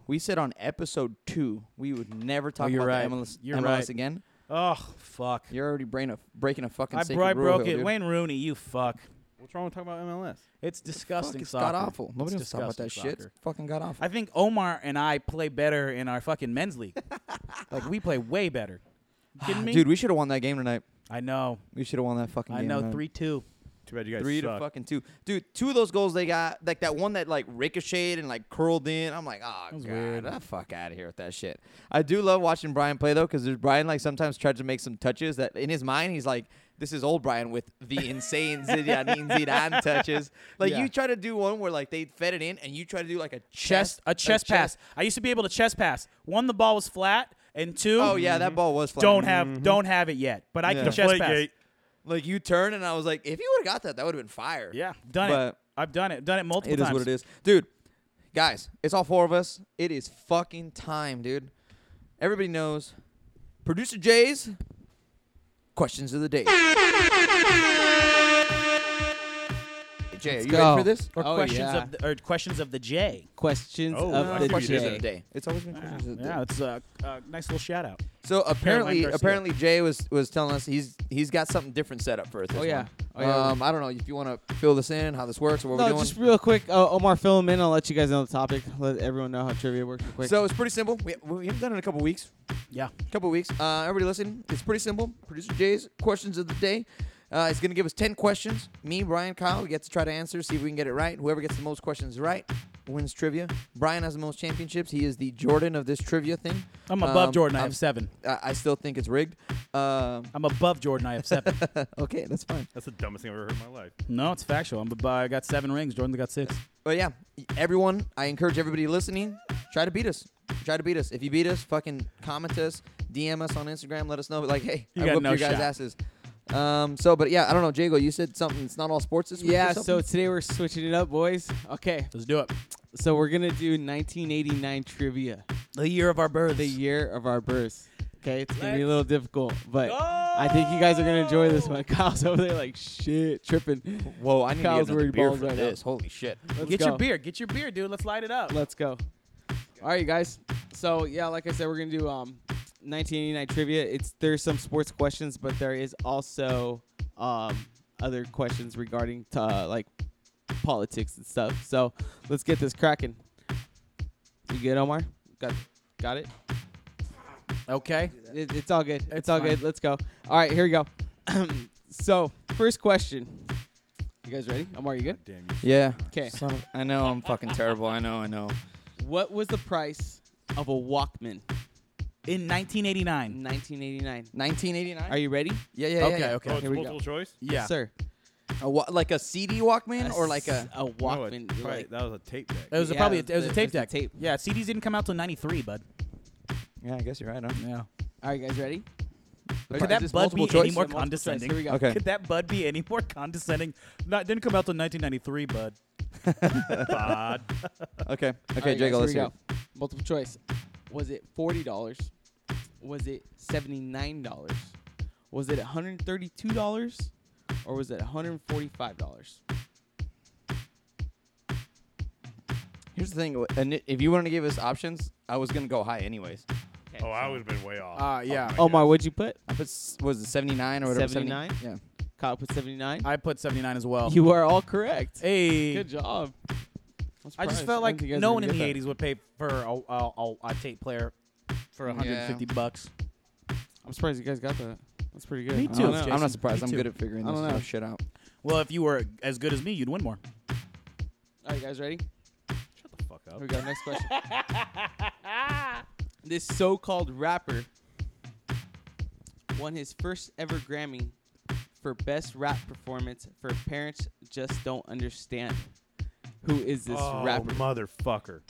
Speaker 1: We said on episode two we would never talk
Speaker 3: you're
Speaker 1: about
Speaker 3: right.
Speaker 1: the MLS,
Speaker 3: You're
Speaker 1: MLS
Speaker 3: right.
Speaker 1: again.
Speaker 3: Oh fuck!
Speaker 1: You're already brain a, breaking a fucking
Speaker 3: I,
Speaker 1: sacred
Speaker 3: bro- I
Speaker 1: rule
Speaker 3: broke
Speaker 1: here,
Speaker 3: it.
Speaker 1: dude.
Speaker 3: Wayne Rooney, you fuck.
Speaker 2: What's wrong with talking about MLS?
Speaker 3: It's disgusting.
Speaker 1: Fuck, it's
Speaker 3: soccer.
Speaker 1: god awful.
Speaker 3: It's
Speaker 1: Nobody wants to talk about that
Speaker 3: disgusting
Speaker 1: shit.
Speaker 3: soccer.
Speaker 1: It's fucking god awful.
Speaker 3: I think Omar and I play better in our fucking
Speaker 1: [laughs]
Speaker 3: men's league. like we play
Speaker 1: [sighs]
Speaker 3: way better. You kidding me?
Speaker 1: Dude, we should have won that game tonight.
Speaker 3: I know.
Speaker 1: We should have won that fucking
Speaker 3: I
Speaker 1: game.
Speaker 3: know.
Speaker 1: tonight.
Speaker 3: Three two.
Speaker 2: Too bad you guys
Speaker 1: three to
Speaker 2: suck.
Speaker 1: fucking two, dude. Two of those goals they got, like that one that like ricocheted and like curled in. I'm like, oh god,
Speaker 3: weird.
Speaker 1: ah, fuck out of here with that shit. I do love watching Brian play though, because Brian like sometimes tries to make some touches that in his mind he's like, this is old Brian with the insane [laughs] Zidane Zidane touches. Like
Speaker 3: Yeah.
Speaker 1: you try to do one where like they fed it in, and you try to do like a
Speaker 3: Chest
Speaker 1: chest
Speaker 3: a chest pass. I used to be able to chest pass. One, the ball was flat, and two,
Speaker 1: Oh yeah,
Speaker 3: Mm-hmm.
Speaker 1: that ball was flat.
Speaker 3: don't have don't have it yet. But I
Speaker 1: Yeah.
Speaker 3: can chest pass.
Speaker 2: Deflategate.
Speaker 1: like you turn, and I was like, if you would have got that, that would have been fire.
Speaker 3: Yeah, done it.
Speaker 1: But-
Speaker 3: I've done it. Done it multiple
Speaker 1: It is
Speaker 3: times.
Speaker 1: what it is. Dude, guys, it's all four of us. It is fucking time, dude. Everybody knows. Producer Jay's questions of the day. Jay, are you
Speaker 4: go.
Speaker 1: ready for this?
Speaker 3: Or
Speaker 4: Oh,
Speaker 3: questions
Speaker 4: yeah.
Speaker 3: of the, or questions of the J.
Speaker 4: questions
Speaker 2: Oh, I
Speaker 4: of
Speaker 2: see
Speaker 4: the
Speaker 2: what you
Speaker 1: questions
Speaker 2: did
Speaker 1: of
Speaker 4: day.
Speaker 1: the day. It's always been questions of the
Speaker 3: Yeah,
Speaker 1: day.
Speaker 3: it's a, a nice little shout out.
Speaker 1: So apparently,
Speaker 3: Garcia.
Speaker 1: apparently Jay was was telling us he's he's got something different set up for us. this
Speaker 4: Oh, yeah.
Speaker 1: one.
Speaker 4: Oh, yeah.
Speaker 1: Um, I don't know if you want to fill this in, how this works, or what we're
Speaker 4: No,
Speaker 1: doing.
Speaker 4: just real quick, uh, Omar, fill 'em in. I'll let you guys know the topic. Let everyone know how trivia works. real Quick.
Speaker 1: so it's pretty simple. We, we haven't done it in a couple weeks.
Speaker 3: Yeah.
Speaker 1: couple weeks. Uh, everybody listen. It's pretty simple. Producer Jay's questions of the day. Uh, he's going to give us 10 questions. Me, Brian, Kyle, we get to try to answer, see if we can get it right. Whoever gets the most questions right wins trivia. Brian has the most championships. He is the Jordan of this trivia thing.
Speaker 3: I'm above
Speaker 1: Um,
Speaker 3: Jordan. I
Speaker 1: I'm-
Speaker 3: have seven.
Speaker 1: I, I still think it's rigged. Um,
Speaker 3: I'm above Jordan. I have seven.
Speaker 1: okay, that's fine.
Speaker 2: That's the dumbest thing I've ever heard in my life.
Speaker 3: no, it's factual. I'm above, I got seven rings. Jordan got six.
Speaker 1: But yeah, everyone, I encourage everybody listening, try to beat us. Try to beat us. If you beat us, fucking comment us, DM us on Instagram, let us know. Like, hey,
Speaker 3: You
Speaker 1: I
Speaker 3: got
Speaker 1: whooped
Speaker 3: no
Speaker 1: your guys'
Speaker 3: shot.
Speaker 1: asses. Um, so, but yeah, I don't know, Jago, you said something. It's not all sports this week. or
Speaker 4: Yeah, so
Speaker 1: something?
Speaker 4: today we're switching it up, boys. Okay,
Speaker 3: Let's do it.
Speaker 4: so we're gonna do 1989 trivia,
Speaker 3: The year of our birth.
Speaker 4: the year of our birth. Okay, it's gonna be a
Speaker 3: Let's
Speaker 4: little difficult, but I think you guys are gonna enjoy this one. [laughs] Kyle's over there like shit, tripping.
Speaker 1: whoa, I need
Speaker 4: Kyle's
Speaker 1: to get another
Speaker 4: worried
Speaker 1: beer
Speaker 4: balls
Speaker 1: for
Speaker 4: right now.
Speaker 1: this. Holy shit.
Speaker 4: Let's
Speaker 3: Get
Speaker 4: go.
Speaker 3: your beer. Get your beer, dude. Let's light it up.
Speaker 4: Let's go. All right, you guys. So yeah, like I said, we're gonna do um 1989 trivia. It's there's some sports questions, but there is also um other questions regarding to, uh, like politics and stuff. So let's get this cracking. You good, Omar? Got got it?
Speaker 3: Okay.
Speaker 4: it it's all good. It's,
Speaker 3: It's
Speaker 4: all
Speaker 3: fine.
Speaker 4: good. Let's go. All right, here we go. [clears throat] so first question. You guys ready? Omar, you good?
Speaker 2: Damn you.
Speaker 1: Yeah.
Speaker 4: Okay.
Speaker 1: Son of- I know I'm fucking terrible. I know, I know.
Speaker 4: What was the price of a Walkman
Speaker 3: In
Speaker 4: in
Speaker 3: 1989.
Speaker 4: 1989?
Speaker 1: 1989?
Speaker 4: Are you ready?
Speaker 1: yeah, yeah, yeah.
Speaker 3: okay,
Speaker 1: yeah.
Speaker 3: okay.
Speaker 2: Oh, it's
Speaker 4: Here we go.
Speaker 2: multiple choice.
Speaker 3: yeah.
Speaker 4: sir.
Speaker 1: A wa- like a CD Walkman or like
Speaker 4: s-
Speaker 1: a.
Speaker 4: a
Speaker 2: No,
Speaker 4: Walkman.
Speaker 2: it's probably-
Speaker 4: like-
Speaker 2: that was a tape deck.
Speaker 3: [laughs] It was a-
Speaker 4: Yeah,
Speaker 3: probably a,
Speaker 4: it
Speaker 3: it
Speaker 4: was
Speaker 3: was
Speaker 4: the-
Speaker 3: a
Speaker 4: it was
Speaker 3: tape
Speaker 4: the tape.
Speaker 3: deck. Yeah, CDs didn't come out till '93, bud.
Speaker 1: Yeah, I guess you're right. Huh?
Speaker 3: Yeah.
Speaker 4: All right, guys, ready?
Speaker 3: Could that
Speaker 1: Is this
Speaker 3: bud
Speaker 1: multiple
Speaker 3: be
Speaker 1: choice?
Speaker 3: any more
Speaker 4: Yeah, multiple choice.
Speaker 3: condescending?
Speaker 4: Here we go.
Speaker 1: Okay.
Speaker 3: Could that bud be any more condescending? Not didn't come out till 1993, bud.
Speaker 2: Bod.
Speaker 1: Okay.
Speaker 4: All
Speaker 1: Okay,
Speaker 4: right,
Speaker 1: Jago,
Speaker 4: guys, here
Speaker 1: let's
Speaker 4: we
Speaker 1: hear
Speaker 4: go. Multiple choice. Was it forty dollars? Was it seventy-nine dollars? Was it one hundred thirty-two dollars? Or was it one hundred forty-five dollars?
Speaker 1: Here's the thing, and i- if you wanted to give us options, I was gonna go high anyways.
Speaker 2: Oh, I would have been way off.
Speaker 3: Uh, yeah.
Speaker 2: my
Speaker 4: Oh my!
Speaker 2: God.
Speaker 4: What'd you put?
Speaker 1: I put s- was it 79 or whatever. 70
Speaker 4: 79?
Speaker 1: Yeah.
Speaker 4: Kyle put seventy-nine.
Speaker 3: I put 79 as well.
Speaker 4: You are all correct.
Speaker 3: hey.
Speaker 4: Good job. I'm
Speaker 3: I just
Speaker 4: surprised.
Speaker 3: felt
Speaker 4: I didn't
Speaker 3: like
Speaker 4: think you guys
Speaker 3: no
Speaker 4: were
Speaker 3: one in
Speaker 4: gonna
Speaker 3: the
Speaker 4: get that.
Speaker 3: '80s would pay for a, a, a, a tape player for 150 bucks.
Speaker 4: I'm surprised you guys got that. That's pretty good.
Speaker 3: Me
Speaker 4: I don't
Speaker 3: too.
Speaker 1: I'm
Speaker 4: know.
Speaker 1: not- I'm
Speaker 3: Jason.
Speaker 1: not surprised.
Speaker 3: Me
Speaker 1: I'm
Speaker 3: too.
Speaker 1: good at figuring
Speaker 4: I
Speaker 1: this
Speaker 4: don't know.
Speaker 1: stuff shit out.
Speaker 3: Well, if you were as good as me, you'd win more.
Speaker 4: All right, guys, ready?
Speaker 2: Shut the fuck up.
Speaker 4: Here we go. Next [laughs] question. this so-called rapper won his first ever Grammy for best rap performance for "Parents Just Don't Understand." Who is this
Speaker 2: oh,
Speaker 4: rapper?
Speaker 2: motherfucker.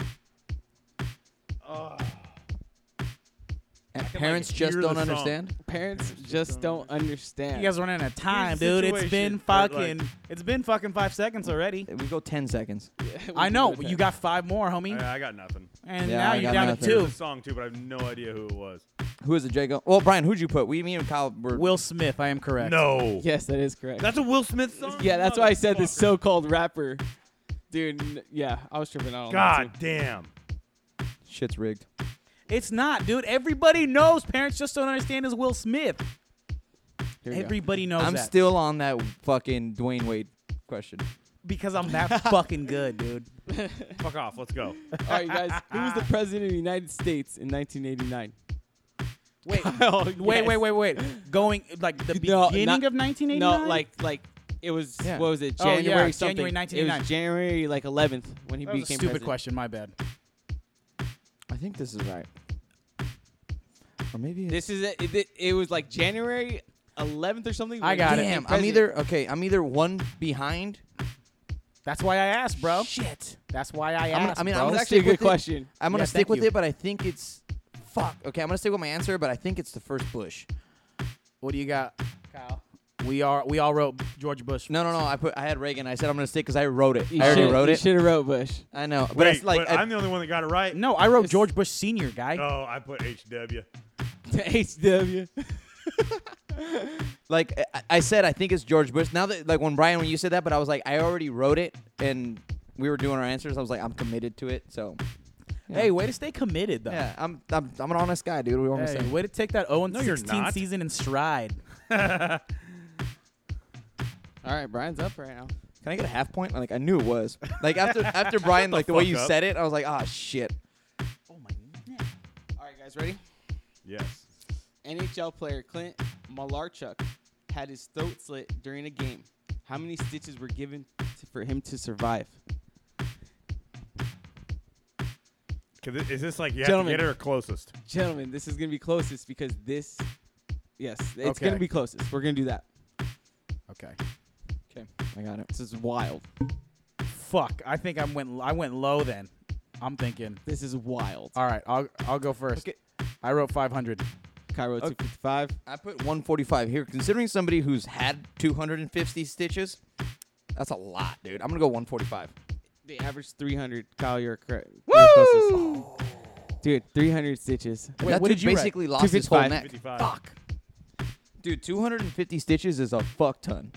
Speaker 1: And
Speaker 2: can, like,
Speaker 1: parents just
Speaker 2: hear
Speaker 1: don't
Speaker 2: the song.
Speaker 1: understand.
Speaker 4: Parents just don't understand.
Speaker 3: You guys running out of time,
Speaker 2: the
Speaker 3: dude. It's been
Speaker 2: situation, but,
Speaker 3: fucking.
Speaker 2: like-
Speaker 3: it's been fucking five seconds already.
Speaker 1: We go 10 seconds.
Speaker 4: Yeah, we
Speaker 3: I
Speaker 4: do
Speaker 3: know.
Speaker 4: with
Speaker 3: You
Speaker 4: that.
Speaker 3: got five more, homie,
Speaker 2: I, I got nothing.
Speaker 3: and
Speaker 1: Yeah,
Speaker 3: now
Speaker 1: I
Speaker 3: you're
Speaker 1: got
Speaker 3: down
Speaker 1: nothing.
Speaker 3: to
Speaker 2: The
Speaker 3: two.
Speaker 2: song too, but I have no idea who it was.
Speaker 1: Who is it, Jago? Well, Brian, who'd you put? We, me, and Kyle were.
Speaker 3: Will Smith. I am correct.
Speaker 2: No.
Speaker 4: Yes, that is correct.
Speaker 2: That's a Will Smith song.
Speaker 4: yeah, that's why I said this
Speaker 2: Motherfucker.
Speaker 4: so-called rapper. Dude, n- yeah, I was tripping out. on that,
Speaker 2: God damn.
Speaker 1: Shit's rigged.
Speaker 3: It's not, dude. Everybody knows. Parents just don't understand. Is Will Smith?
Speaker 4: too. Here we go.
Speaker 3: Everybody knows
Speaker 1: I'm
Speaker 3: that
Speaker 1: still on that fucking Dwayne Wade question.
Speaker 3: because I'm that fucking good, dude.
Speaker 2: Fuck off. Let's go.
Speaker 4: All right, you guys. Who was the president of the United States in [laughs] 1989?
Speaker 3: Wait,
Speaker 4: Kyle,
Speaker 3: wait,
Speaker 4: Oh, yes.
Speaker 3: wait, wait, wait. Going like the
Speaker 4: No,
Speaker 3: beginning
Speaker 4: not-
Speaker 3: of 1989.
Speaker 4: No, like like it was
Speaker 1: Yeah.
Speaker 4: what was it?
Speaker 3: Oh, yeah,
Speaker 4: January something.
Speaker 3: January
Speaker 4: It
Speaker 3: 1989.
Speaker 4: was January like 11th when he
Speaker 3: that was a
Speaker 4: became
Speaker 3: stupid
Speaker 4: president.
Speaker 3: question. My bad.
Speaker 1: I think this is right. Or maybe
Speaker 4: This is it. It, it was like January 11th or something.
Speaker 3: I
Speaker 4: when he
Speaker 3: got it.
Speaker 4: became
Speaker 1: Damn, I'm
Speaker 4: president.
Speaker 1: either okay. I'm either one behind.
Speaker 3: That's why I asked, bro.
Speaker 1: Shit.
Speaker 3: That's why I
Speaker 1: I'm gonna-
Speaker 3: asked.
Speaker 1: I mean,
Speaker 3: bro.
Speaker 1: I'm
Speaker 4: That's
Speaker 1: gonna
Speaker 4: actually a
Speaker 1: stick with
Speaker 4: good
Speaker 1: it.
Speaker 4: question.
Speaker 1: I'm gonna
Speaker 3: Yeah,
Speaker 1: stick
Speaker 3: thank
Speaker 1: with
Speaker 3: you.
Speaker 1: it, but I think it's fuck. Okay, I'm gonna stick with my answer, but I think it's the first Bush.
Speaker 3: What do you got, Kyle? We are. We all wrote George Bush.
Speaker 1: No, no, no. I put I had Reagan. I said I'm gonna stick because I wrote it.
Speaker 4: You
Speaker 1: I already
Speaker 4: should,
Speaker 1: wrote
Speaker 4: you
Speaker 1: it.
Speaker 4: Should have wrote Bush.
Speaker 1: I know, but
Speaker 2: Wait,
Speaker 1: it's like
Speaker 2: but
Speaker 1: I-
Speaker 2: I'm the only one that got it right.
Speaker 3: No, I wrote
Speaker 4: It's-
Speaker 3: George Bush Senior, guy.
Speaker 2: Oh, I put [laughs] HW.
Speaker 4: [laughs] To HW.
Speaker 1: like I- I said, I think it's George Bush. Now that like when Brian when you said that, but I was like I already wrote it and we were doing our answers. I was like I'm committed to it. So
Speaker 3: Hey, way to stay committed, though.
Speaker 1: yeah, I'm I'm, I'm an honest guy, dude. We want
Speaker 3: Hey,
Speaker 1: to say.
Speaker 3: way to take that 0
Speaker 2: No, you're
Speaker 3: 16
Speaker 2: not.
Speaker 3: season in stride.
Speaker 4: All right, Brian's up right now.
Speaker 1: Can I get a half point? Like I knew it was. Like after after Brian, like the way
Speaker 2: fuck
Speaker 1: you
Speaker 2: up.
Speaker 1: said it, I was like ah shit.
Speaker 3: Oh my.
Speaker 4: All right, guys, ready?
Speaker 2: Yes.
Speaker 4: NHL player Clint Malarchuk had his throat slit during a game. How many stitches were given to, for him to survive?
Speaker 2: Can thi- Is this like you have
Speaker 4: Gentlemen.
Speaker 2: to get her closest?
Speaker 4: Gentlemen, this is gonna be closest because this. Yes, it's
Speaker 2: Okay.
Speaker 4: gonna be closest. We're gonna do that.
Speaker 3: Okay.
Speaker 4: Okay, I got it. This is wild.
Speaker 3: Fuck. I think I went. I went low then. I'm thinking.
Speaker 4: This is wild.
Speaker 3: All right. I'll I'll go first. I wrote 500.
Speaker 4: Cairo 255.
Speaker 1: I put 145 here. Considering somebody who's had 250 stitches, that's a lot, dude. I'm gonna go 145.
Speaker 4: The average 300. Kyle, you're correct. You're closest. Dude, 300 stitches.
Speaker 1: Wait, that
Speaker 3: what
Speaker 1: dude
Speaker 3: did you write?
Speaker 1: basically lost his whole
Speaker 4: 255.
Speaker 1: neck.
Speaker 2: 55.
Speaker 1: Fuck. Dude, 250 stitches is a fuck ton.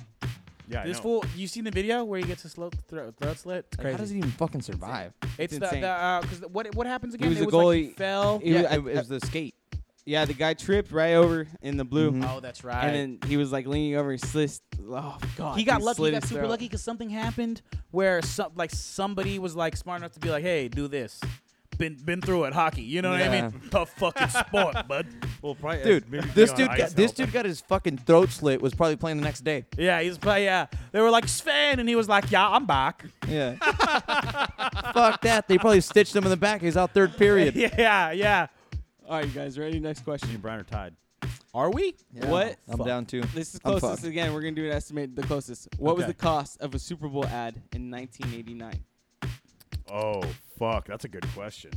Speaker 2: Yeah, I
Speaker 3: This
Speaker 2: know.
Speaker 3: fool. You seen the video where he gets his throat throat, throat slit? It's
Speaker 1: Like, how does
Speaker 3: crazy.
Speaker 1: it even fucking survive?
Speaker 3: It's, the,
Speaker 4: insane.
Speaker 3: the uh, cause what what happens again?
Speaker 4: was
Speaker 3: it
Speaker 4: a
Speaker 3: was like he
Speaker 4: goalie.
Speaker 3: fell.
Speaker 4: He was-
Speaker 1: yeah,
Speaker 4: I-
Speaker 1: it, it was the skate.
Speaker 4: Yeah, the guy tripped right over in the blue.
Speaker 1: Mhm.
Speaker 3: Oh, that's right.
Speaker 4: And then he was like leaning over his slist. Oh, God.
Speaker 3: he got lucky. He
Speaker 4: slit
Speaker 3: got
Speaker 4: his
Speaker 3: super
Speaker 4: throat.
Speaker 3: lucky because something happened where some like somebody was like smart enough to be like, "Hey, do this." Been been through it, hockey. You know what
Speaker 1: Yeah.
Speaker 3: I mean? Tough fucking sport, [laughs] bud.
Speaker 2: Well, probably, uh,
Speaker 1: Dude,
Speaker 2: maybe
Speaker 1: this
Speaker 2: Leon
Speaker 1: dude,
Speaker 2: Ice
Speaker 1: got, this
Speaker 2: helped.
Speaker 1: dude got his fucking throat slit. Was probably playing the next [laughs] day.
Speaker 3: Yeah, he's probably yeah. They were like Sven, and he was like, "Yeah, I'm back."
Speaker 1: Yeah. Fuck that. They probably stitched him in the back. He's out third [laughs] period.
Speaker 2: [laughs]
Speaker 3: yeah, yeah.
Speaker 4: All right, you guys, ready? Next
Speaker 2: Me
Speaker 4: question.
Speaker 2: and Brian are tied.
Speaker 3: Are we?
Speaker 1: Yeah,
Speaker 4: What?
Speaker 1: I'm
Speaker 3: Fuck.
Speaker 1: down too.
Speaker 4: This is
Speaker 1: I'm
Speaker 4: closest
Speaker 1: fucked.
Speaker 4: again. We're going to do an estimate. The closest. What was
Speaker 2: Okay.
Speaker 4: the cost of a Super Bowl ad in 1989?
Speaker 2: Oh fuck, that's a good question.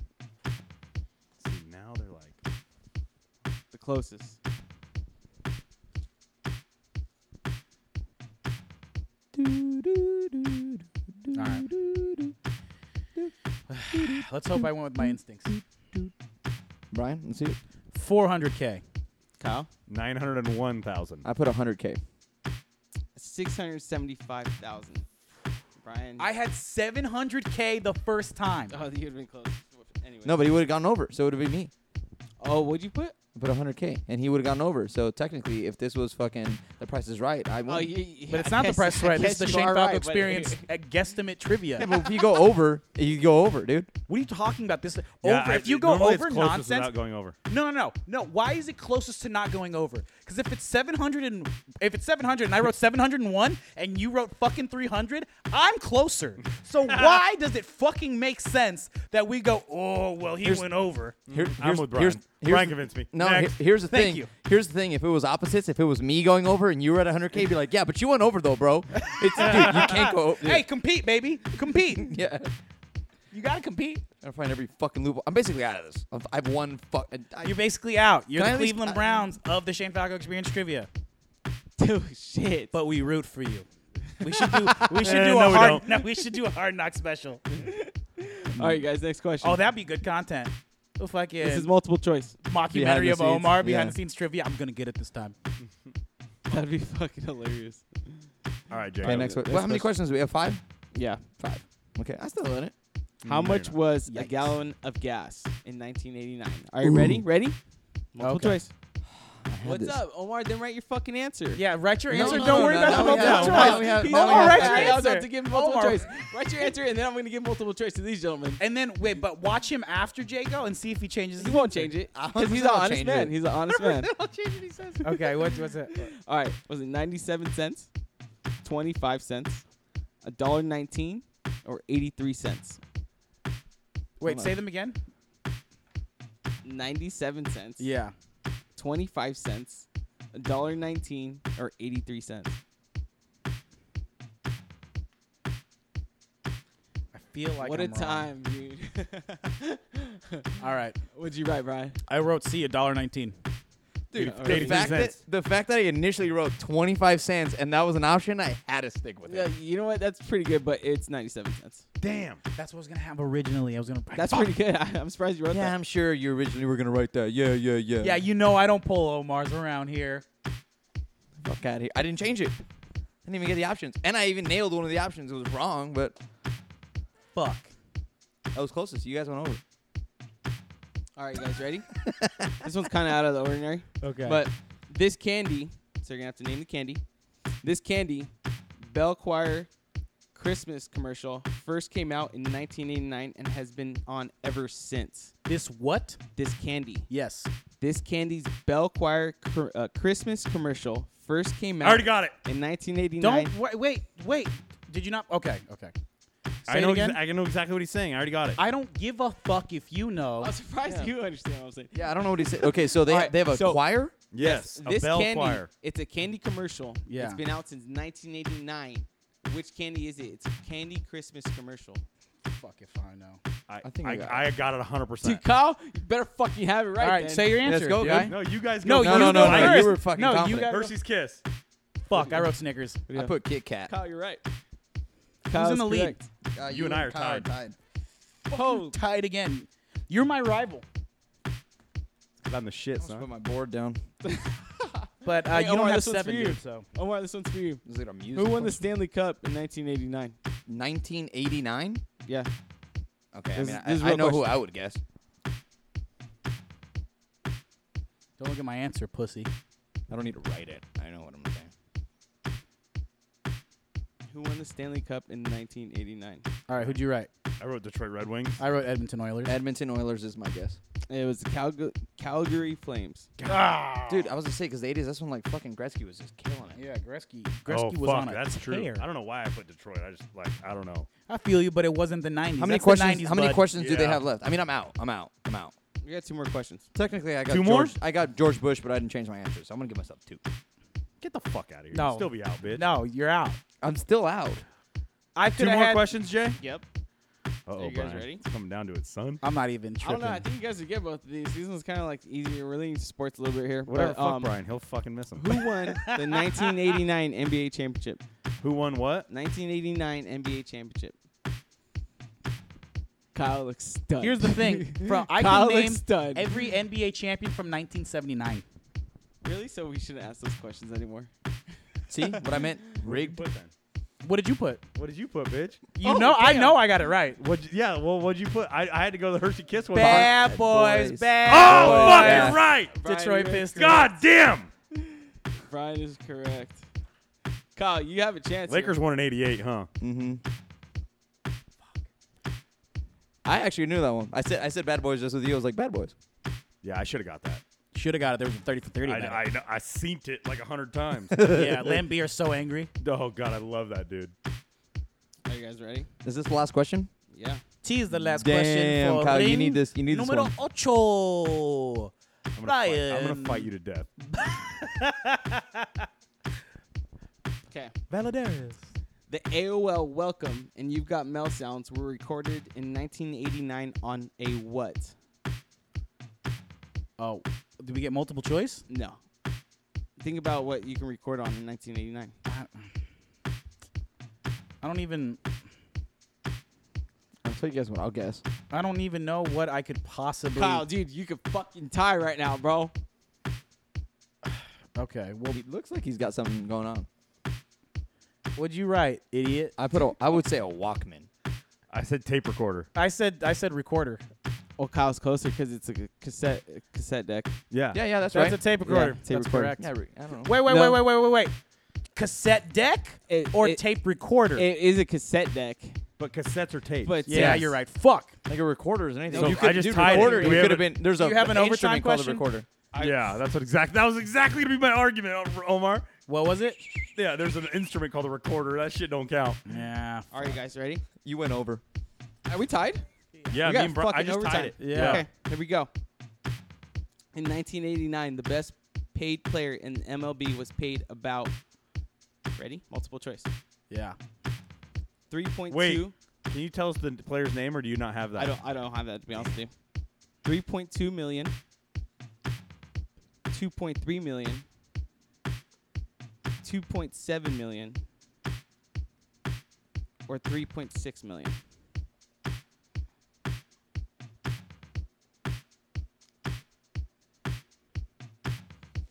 Speaker 2: See, now they're like,
Speaker 4: The closest.
Speaker 3: All right. [sighs] Let's hope I went with my instincts.
Speaker 1: Brian, let's see.
Speaker 3: 400k.
Speaker 4: Kyle?
Speaker 2: Nine hundred and one thousand.
Speaker 1: I put 100k.
Speaker 4: 675,000. Brian.
Speaker 3: I had 700k the first time.
Speaker 4: [laughs] Oh, you would have been close. Anyway.
Speaker 1: No, but he would have gone over, so it would have been me.
Speaker 4: Oh, what'd you put?
Speaker 1: I put 100k, and he would have gone over. So technically, if this was fucking The Price is Right, I win.
Speaker 4: Oh, you, you-
Speaker 3: But it's
Speaker 4: I
Speaker 3: not the
Speaker 4: guess-
Speaker 3: price
Speaker 4: I
Speaker 3: right. This
Speaker 4: guess
Speaker 3: is the
Speaker 4: you
Speaker 3: Shane
Speaker 4: are
Speaker 3: Falco
Speaker 4: right, but-
Speaker 3: experience at guesstimate trivia.
Speaker 1: Yeah, but if you go over, you go over, dude.
Speaker 3: What are you talking about? This
Speaker 2: Yeah,
Speaker 3: over?
Speaker 2: I-
Speaker 3: if you go
Speaker 2: normally it's
Speaker 3: over
Speaker 2: closest
Speaker 3: nonsense,
Speaker 2: without going over.
Speaker 3: no, no, no, no. Why is it closest to not going over? Because if it's seven hundred and if it's seven hundred and I wrote seven hundred and one and you wrote fucking three hundred, I'm closer. [laughs] So why does it fucking make sense that we go? Oh well, he went over.
Speaker 1: Here-
Speaker 2: I'm
Speaker 1: here's-
Speaker 2: with Brian.
Speaker 1: here's- here's-
Speaker 2: Brian convinced me.
Speaker 1: No,
Speaker 2: Next.
Speaker 1: he- here's the
Speaker 3: Thank
Speaker 1: thing.
Speaker 3: you.
Speaker 1: Here's the thing. If it was opposites, if it was me going over and you were at 100k, be like, yeah, but you went over though, bro. It's dude, you can't go. Over.
Speaker 3: Hey, compete, baby, compete.
Speaker 1: yeah.
Speaker 3: you gotta compete.
Speaker 1: I'm find every fucking loophole. I'm basically out of this. I've, I've won. Fuck. I-
Speaker 3: You're basically out. You're
Speaker 1: Can I
Speaker 3: the
Speaker 1: at least-
Speaker 3: Cleveland
Speaker 1: I-
Speaker 3: Browns of the Shane Falco Experience trivia.
Speaker 4: [laughs] Dude, shit.
Speaker 3: But we root for you. We should do. [laughs] We should
Speaker 2: Eh,
Speaker 3: do a
Speaker 2: no, we
Speaker 3: hard.
Speaker 2: don't.
Speaker 3: No, we should do a hard knock special.
Speaker 4: All right, guys, next question.
Speaker 3: Oh, that'd be good content. Oh, fuck yeah.
Speaker 4: this is multiple choice.
Speaker 1: Behind the
Speaker 3: mockumentary of
Speaker 1: scenes,
Speaker 3: Omar,
Speaker 1: yeah.
Speaker 3: behind the scenes trivia. I'm gonna get it this time.
Speaker 4: That'd be fucking hilarious.
Speaker 2: All right,
Speaker 1: okay,
Speaker 2: Jacob.
Speaker 1: next one.
Speaker 4: Next
Speaker 1: Well, how many
Speaker 4: question.
Speaker 1: questions do we have? Five.
Speaker 4: Yeah.
Speaker 1: Five. Okay, I still in it.
Speaker 4: How
Speaker 2: no,
Speaker 4: much
Speaker 2: you're not.
Speaker 4: was a
Speaker 3: Yikes.
Speaker 4: gallon of gas in 1989? All right, ready? Ready? Multiple
Speaker 3: Okay.
Speaker 4: choice.
Speaker 1: had
Speaker 4: What's
Speaker 1: this.
Speaker 4: up, Omar? Then write your fucking answer.
Speaker 3: Yeah, write your
Speaker 1: No,
Speaker 3: answer.
Speaker 1: no,
Speaker 3: Don't
Speaker 1: no,
Speaker 3: worry
Speaker 1: no,
Speaker 3: about
Speaker 1: no,
Speaker 3: the
Speaker 1: we
Speaker 3: multiple
Speaker 1: have-
Speaker 3: choice.
Speaker 1: no, we have- no, we
Speaker 3: Omar,
Speaker 1: have-
Speaker 3: write
Speaker 1: no,
Speaker 3: your
Speaker 1: we
Speaker 4: I was
Speaker 3: answer.
Speaker 4: about to give multiple
Speaker 3: Omar.
Speaker 4: choice. Write your answer, and then I'm going to give multiple choice to these gentlemen.
Speaker 3: And then wait, but watch him after Jago and see if he
Speaker 4: [laughs]
Speaker 3: changes.
Speaker 4: He
Speaker 3: his
Speaker 4: won't
Speaker 3: answer.
Speaker 4: change it.
Speaker 1: 100%
Speaker 4: Because he's an
Speaker 1: I'll
Speaker 4: honest
Speaker 1: change
Speaker 4: man.
Speaker 1: it.
Speaker 4: He's an honest man. [laughs]
Speaker 3: I'll change what [laughs] he says. Okay, what, what's it?
Speaker 4: All right. Was it 97 cents, 25 cents, a dollar nineteen, or 83 cents?
Speaker 3: Wait,
Speaker 4: on.
Speaker 3: say them again.
Speaker 4: 97 cents,
Speaker 3: Yeah.
Speaker 4: 25 cents, a dollar nineteen, or 83 cents?
Speaker 3: I feel like
Speaker 4: what
Speaker 3: I'm
Speaker 4: a
Speaker 3: wrong.
Speaker 4: time, dude.
Speaker 3: All right,
Speaker 4: [laughs] What'd you write, Brian?
Speaker 3: I wrote C a dollar nineteen.
Speaker 1: Dude,
Speaker 4: Yeah,
Speaker 1: the
Speaker 4: alright.
Speaker 1: fact,
Speaker 2: 82
Speaker 1: that,
Speaker 2: cents.
Speaker 1: the fact that I initially wrote 25 cents and that was an option, I had to stick with
Speaker 4: Yeah,
Speaker 1: it.
Speaker 4: you know what? That's pretty good, but it's 97 cents.
Speaker 2: Damn.
Speaker 3: That's what I was gonna have originally. I was gonna.
Speaker 4: That's pretty good. [laughs] I, am surprised you wrote
Speaker 1: Yeah,
Speaker 4: that.
Speaker 1: I'm sure you originally were going to write that. Yeah, yeah, yeah.
Speaker 3: Yeah, you know I don't pull Omar's around here.
Speaker 1: Fuck out of here. I didn't change it. I didn't even get the options. And I even nailed one of the options. It was wrong, but
Speaker 3: Fuck.
Speaker 1: I was closest. You guys went over.
Speaker 4: All right, guys, ready? [laughs] this one's kind of out of the ordinary.
Speaker 3: Okay.
Speaker 4: But this candy, so you're gonna have to name the candy. This candy, Bell Choir Christmas commercial first came out in 1989 and has been on ever since.
Speaker 3: this what?
Speaker 4: This candy,
Speaker 3: Yes.
Speaker 4: this candy's Bell Choir cr- uh, Christmas commercial first came
Speaker 2: I
Speaker 4: out
Speaker 2: already got it.
Speaker 4: in 1989.
Speaker 3: Don't wait, wait, wait. Did you not? Okay, okay.
Speaker 2: I
Speaker 3: it
Speaker 2: know.
Speaker 3: again?
Speaker 2: exa- I know exactly what he's saying. I already got it.
Speaker 6: I don't give a fuck if you know.
Speaker 4: I'm surprised you understand what I'm saying.
Speaker 1: Yeah, I don't know what he said. Okay, so they
Speaker 4: Alright,
Speaker 1: they have a
Speaker 4: so-
Speaker 1: choir.
Speaker 2: yes, a
Speaker 4: this
Speaker 2: bell
Speaker 4: candy,
Speaker 2: choir.
Speaker 4: it's a candy commercial.
Speaker 6: Yeah.
Speaker 4: It's been out since 1989. Which candy is it? It's a candy Christmas commercial.
Speaker 6: Fuck if I know.
Speaker 2: I,
Speaker 1: I think
Speaker 2: I,
Speaker 1: I got it.
Speaker 2: I got it 100.
Speaker 4: Dude,
Speaker 2: percent
Speaker 4: Kyle, you better fucking have it right.
Speaker 6: All right,
Speaker 4: then.
Speaker 6: say your answer.
Speaker 1: Let's go,
Speaker 6: dude.
Speaker 1: guy.
Speaker 2: No, you guys.
Speaker 3: No,
Speaker 2: go
Speaker 1: No,
Speaker 3: you
Speaker 1: no,
Speaker 2: first.
Speaker 3: go
Speaker 1: no,
Speaker 2: I
Speaker 1: no,
Speaker 3: first.
Speaker 1: You were fucking
Speaker 3: No, you
Speaker 1: confident.
Speaker 3: got-
Speaker 2: Hershey's Kiss.
Speaker 3: Fuck, I wrote Snickers.
Speaker 1: I put Kit Kat.
Speaker 4: Kyle, you're right.
Speaker 6: Who's
Speaker 4: Kyle's
Speaker 6: in the lead?
Speaker 4: correct.
Speaker 1: Uh,
Speaker 2: you and I are
Speaker 1: Kyle
Speaker 2: tied.
Speaker 4: Oh,
Speaker 6: Tied again. You're my rival.
Speaker 2: I'm the shit,
Speaker 1: Let's put
Speaker 2: son.
Speaker 1: my board down.
Speaker 3: But uh,
Speaker 4: Hey,
Speaker 3: you don't
Speaker 4: Omar,
Speaker 3: have
Speaker 4: this one's
Speaker 3: seven,
Speaker 4: for you.
Speaker 3: dude. So
Speaker 4: Omar, this one's for you.
Speaker 1: Is it a music?
Speaker 4: Who won
Speaker 1: function?
Speaker 4: the Stanley Cup in 1989?
Speaker 1: 1989?
Speaker 4: Yeah.
Speaker 1: Okay,
Speaker 4: This-
Speaker 1: I mean,
Speaker 4: this is
Speaker 1: I, I
Speaker 4: real
Speaker 1: know who
Speaker 4: question.
Speaker 1: I would guess.
Speaker 6: Don't look at my answer, pussy.
Speaker 1: I don't need to write it. I know what I'm saying.
Speaker 4: Who won the Stanley Cup in 1989?
Speaker 6: All right, who'd you write?
Speaker 2: I wrote Detroit Red Wings.
Speaker 6: I wrote Edmonton Oilers.
Speaker 1: Edmonton Oilers is my guess.
Speaker 4: It was the Calga- Calgary Flames.
Speaker 1: Dude, I was gonna say because the 80s, that's when like fucking Gretzky was just killing it.
Speaker 6: yeah, Gretzky.
Speaker 2: oh,
Speaker 6: Gretzky was
Speaker 2: fuck,
Speaker 6: on a
Speaker 2: that's true.
Speaker 6: tear.
Speaker 2: I don't know why I put Detroit. I just like I don't know.
Speaker 6: I feel you, but it wasn't the 90s.
Speaker 1: How many
Speaker 6: That's the
Speaker 1: questions?
Speaker 6: 90s,
Speaker 1: how many
Speaker 6: bud.
Speaker 1: questions do they
Speaker 2: Yeah.
Speaker 1: have left? I mean, I'm out. I'm out. I'm out.
Speaker 4: We got two more questions.
Speaker 1: Technically, I got
Speaker 2: Two
Speaker 1: George,
Speaker 2: more?
Speaker 1: I got George Bush, but I didn't change my answer, so I'm gonna give myself two.
Speaker 2: Get the fuck out of here.
Speaker 6: No.
Speaker 2: You'll still be out, bitch.
Speaker 6: No, you're out.
Speaker 1: I'm still out.
Speaker 4: I
Speaker 2: Two
Speaker 4: could
Speaker 2: more
Speaker 4: have had.
Speaker 2: questions, Jay.
Speaker 4: Yep.
Speaker 2: Uh oh,
Speaker 4: you guys
Speaker 2: Brian.
Speaker 4: ready?
Speaker 2: It's coming down to it, son.
Speaker 3: Uh,
Speaker 6: I'm not even
Speaker 4: I don't
Speaker 6: tripping.
Speaker 4: know. I think you guys would get both of these. These one's kind of like easier. We're leaning to sports a little bit here.
Speaker 2: Whatever,
Speaker 4: But,
Speaker 2: fuck
Speaker 4: um,
Speaker 2: Brian. He'll fucking miss him.
Speaker 4: Who
Speaker 6: [laughs]
Speaker 4: won the 1989 NBA championship?
Speaker 2: Who won what?
Speaker 4: 1989 NBA championship. Kyle looks stunned.
Speaker 6: Here's the thing, bro. I
Speaker 4: Kyle
Speaker 6: can
Speaker 4: looks
Speaker 6: name
Speaker 4: stunned.
Speaker 6: every NBA champion from 1979.
Speaker 4: [laughs] really? So we shouldn't ask those questions anymore.
Speaker 1: See what I meant? Rigged.
Speaker 2: What then?
Speaker 6: What did you put?
Speaker 2: What did you put, bitch?
Speaker 6: You
Speaker 3: Oh,
Speaker 6: know, I
Speaker 4: damn.
Speaker 6: know I got it right.
Speaker 2: What? Yeah. Well, what'd you put? I, I had to go to the Hershey Kiss one.
Speaker 6: Bad
Speaker 1: Bad
Speaker 6: boys,
Speaker 1: boys.
Speaker 6: bad
Speaker 2: Oh,
Speaker 1: boy,
Speaker 2: fuck!
Speaker 1: yeah.
Speaker 2: You're right.
Speaker 4: Brian,
Speaker 6: Detroit
Speaker 4: you're
Speaker 6: Pistons.
Speaker 2: God damn.
Speaker 4: correct. Brian is correct. Kyle, you have a chance. here.
Speaker 2: Lakers won in '88, huh?
Speaker 1: Mm-hmm. I actually knew that one. I said I said Bad Boys just with you. I was like Bad Boys.
Speaker 2: Yeah, I should have got that.
Speaker 3: should have got it. There was a thirty for
Speaker 2: I,
Speaker 3: thirty. about
Speaker 2: I, know- I seened it like a hundred
Speaker 4: [laughs]
Speaker 2: times. [laughs]
Speaker 3: it.
Speaker 1: [laughs]
Speaker 3: yeah, Lambie are so angry.
Speaker 2: oh God, I love that dude.
Speaker 4: Are you guys ready?
Speaker 1: Is this the last question?
Speaker 4: Yeah.
Speaker 3: T is the last question
Speaker 1: Damn,
Speaker 3: for
Speaker 1: Kyle, you
Speaker 3: ring
Speaker 1: need this- you need this
Speaker 3: numero
Speaker 1: one.
Speaker 3: ocho.
Speaker 2: I'm gonna, fight, I'm
Speaker 3: Brian.
Speaker 2: gonna fight you to death.
Speaker 4: Okay.
Speaker 3: Valadares.
Speaker 4: The AOL Welcome and You've Got Mail sounds were recorded in 1989 on a what?
Speaker 3: Oh, did we get multiple choice?
Speaker 4: No. Think about what you can record on in 1989.
Speaker 3: I don't even.
Speaker 1: I'll tell you guys what. I'll guess.
Speaker 3: I don't even know what I could possibly.
Speaker 4: Kyle, dude, you could fucking tie right now, bro.
Speaker 3: Okay,
Speaker 1: Oh,
Speaker 3: well,
Speaker 1: He looks like he's got something going on.
Speaker 3: what'd you write, idiot?
Speaker 1: I put a. I would say a Walkman.
Speaker 2: I said tape recorder.
Speaker 3: I said I said recorder.
Speaker 4: Well, Kyle's closer because it's a c- cassette a cassette deck.
Speaker 2: Yeah.
Speaker 1: Yeah, yeah, that's
Speaker 3: That's
Speaker 1: right.
Speaker 3: a tape recorder.
Speaker 4: tape
Speaker 3: That's
Speaker 4: recorder.
Speaker 3: correct.
Speaker 1: yeah, re- I don't know.
Speaker 3: Wait, wait,
Speaker 4: No.
Speaker 3: wait, wait, wait, wait, wait. Cassette deck
Speaker 4: It-
Speaker 3: or
Speaker 4: it-
Speaker 3: tape recorder?
Speaker 4: It is a cassette deck,
Speaker 2: But cassettes are tapes.
Speaker 4: but uh,
Speaker 3: yeah,
Speaker 4: yes.
Speaker 3: you're right. Fuck.
Speaker 1: Like a recorder is anything.
Speaker 2: So
Speaker 1: you
Speaker 2: I
Speaker 1: could
Speaker 2: just
Speaker 1: dude,
Speaker 2: tied it.
Speaker 1: recorder.
Speaker 2: Do
Speaker 1: You
Speaker 2: we have
Speaker 1: could have
Speaker 2: a-
Speaker 1: been. There's a.
Speaker 3: you have an
Speaker 1: an
Speaker 3: overtime
Speaker 1: instrument called a
Speaker 3: question?
Speaker 1: recorder.
Speaker 2: yeah, that's what exactly. That was exactly gonna be my argument, Omar.
Speaker 3: What was it?
Speaker 2: Yeah, there's an instrument called a recorder. That shit don't count.
Speaker 3: Yeah.
Speaker 4: All right, you guys ready?
Speaker 1: You went over.
Speaker 4: Are we tied?
Speaker 2: Yeah,
Speaker 4: we
Speaker 2: me
Speaker 4: got
Speaker 2: and Bri-
Speaker 4: fucking
Speaker 2: I just
Speaker 4: overtime.
Speaker 2: tied it.
Speaker 3: Yeah.
Speaker 4: Okay, here we go. In 1989, the best paid player in MLB was paid about. Ready? Multiple choice.
Speaker 3: Yeah.
Speaker 4: Three point
Speaker 2: Wait.
Speaker 4: two.
Speaker 2: Can you tell us the player's name, or do you not have that?
Speaker 4: I don't. I don't have that to be honest with you. Three point two million. Two point three million. Two point seven million. Or three point six million.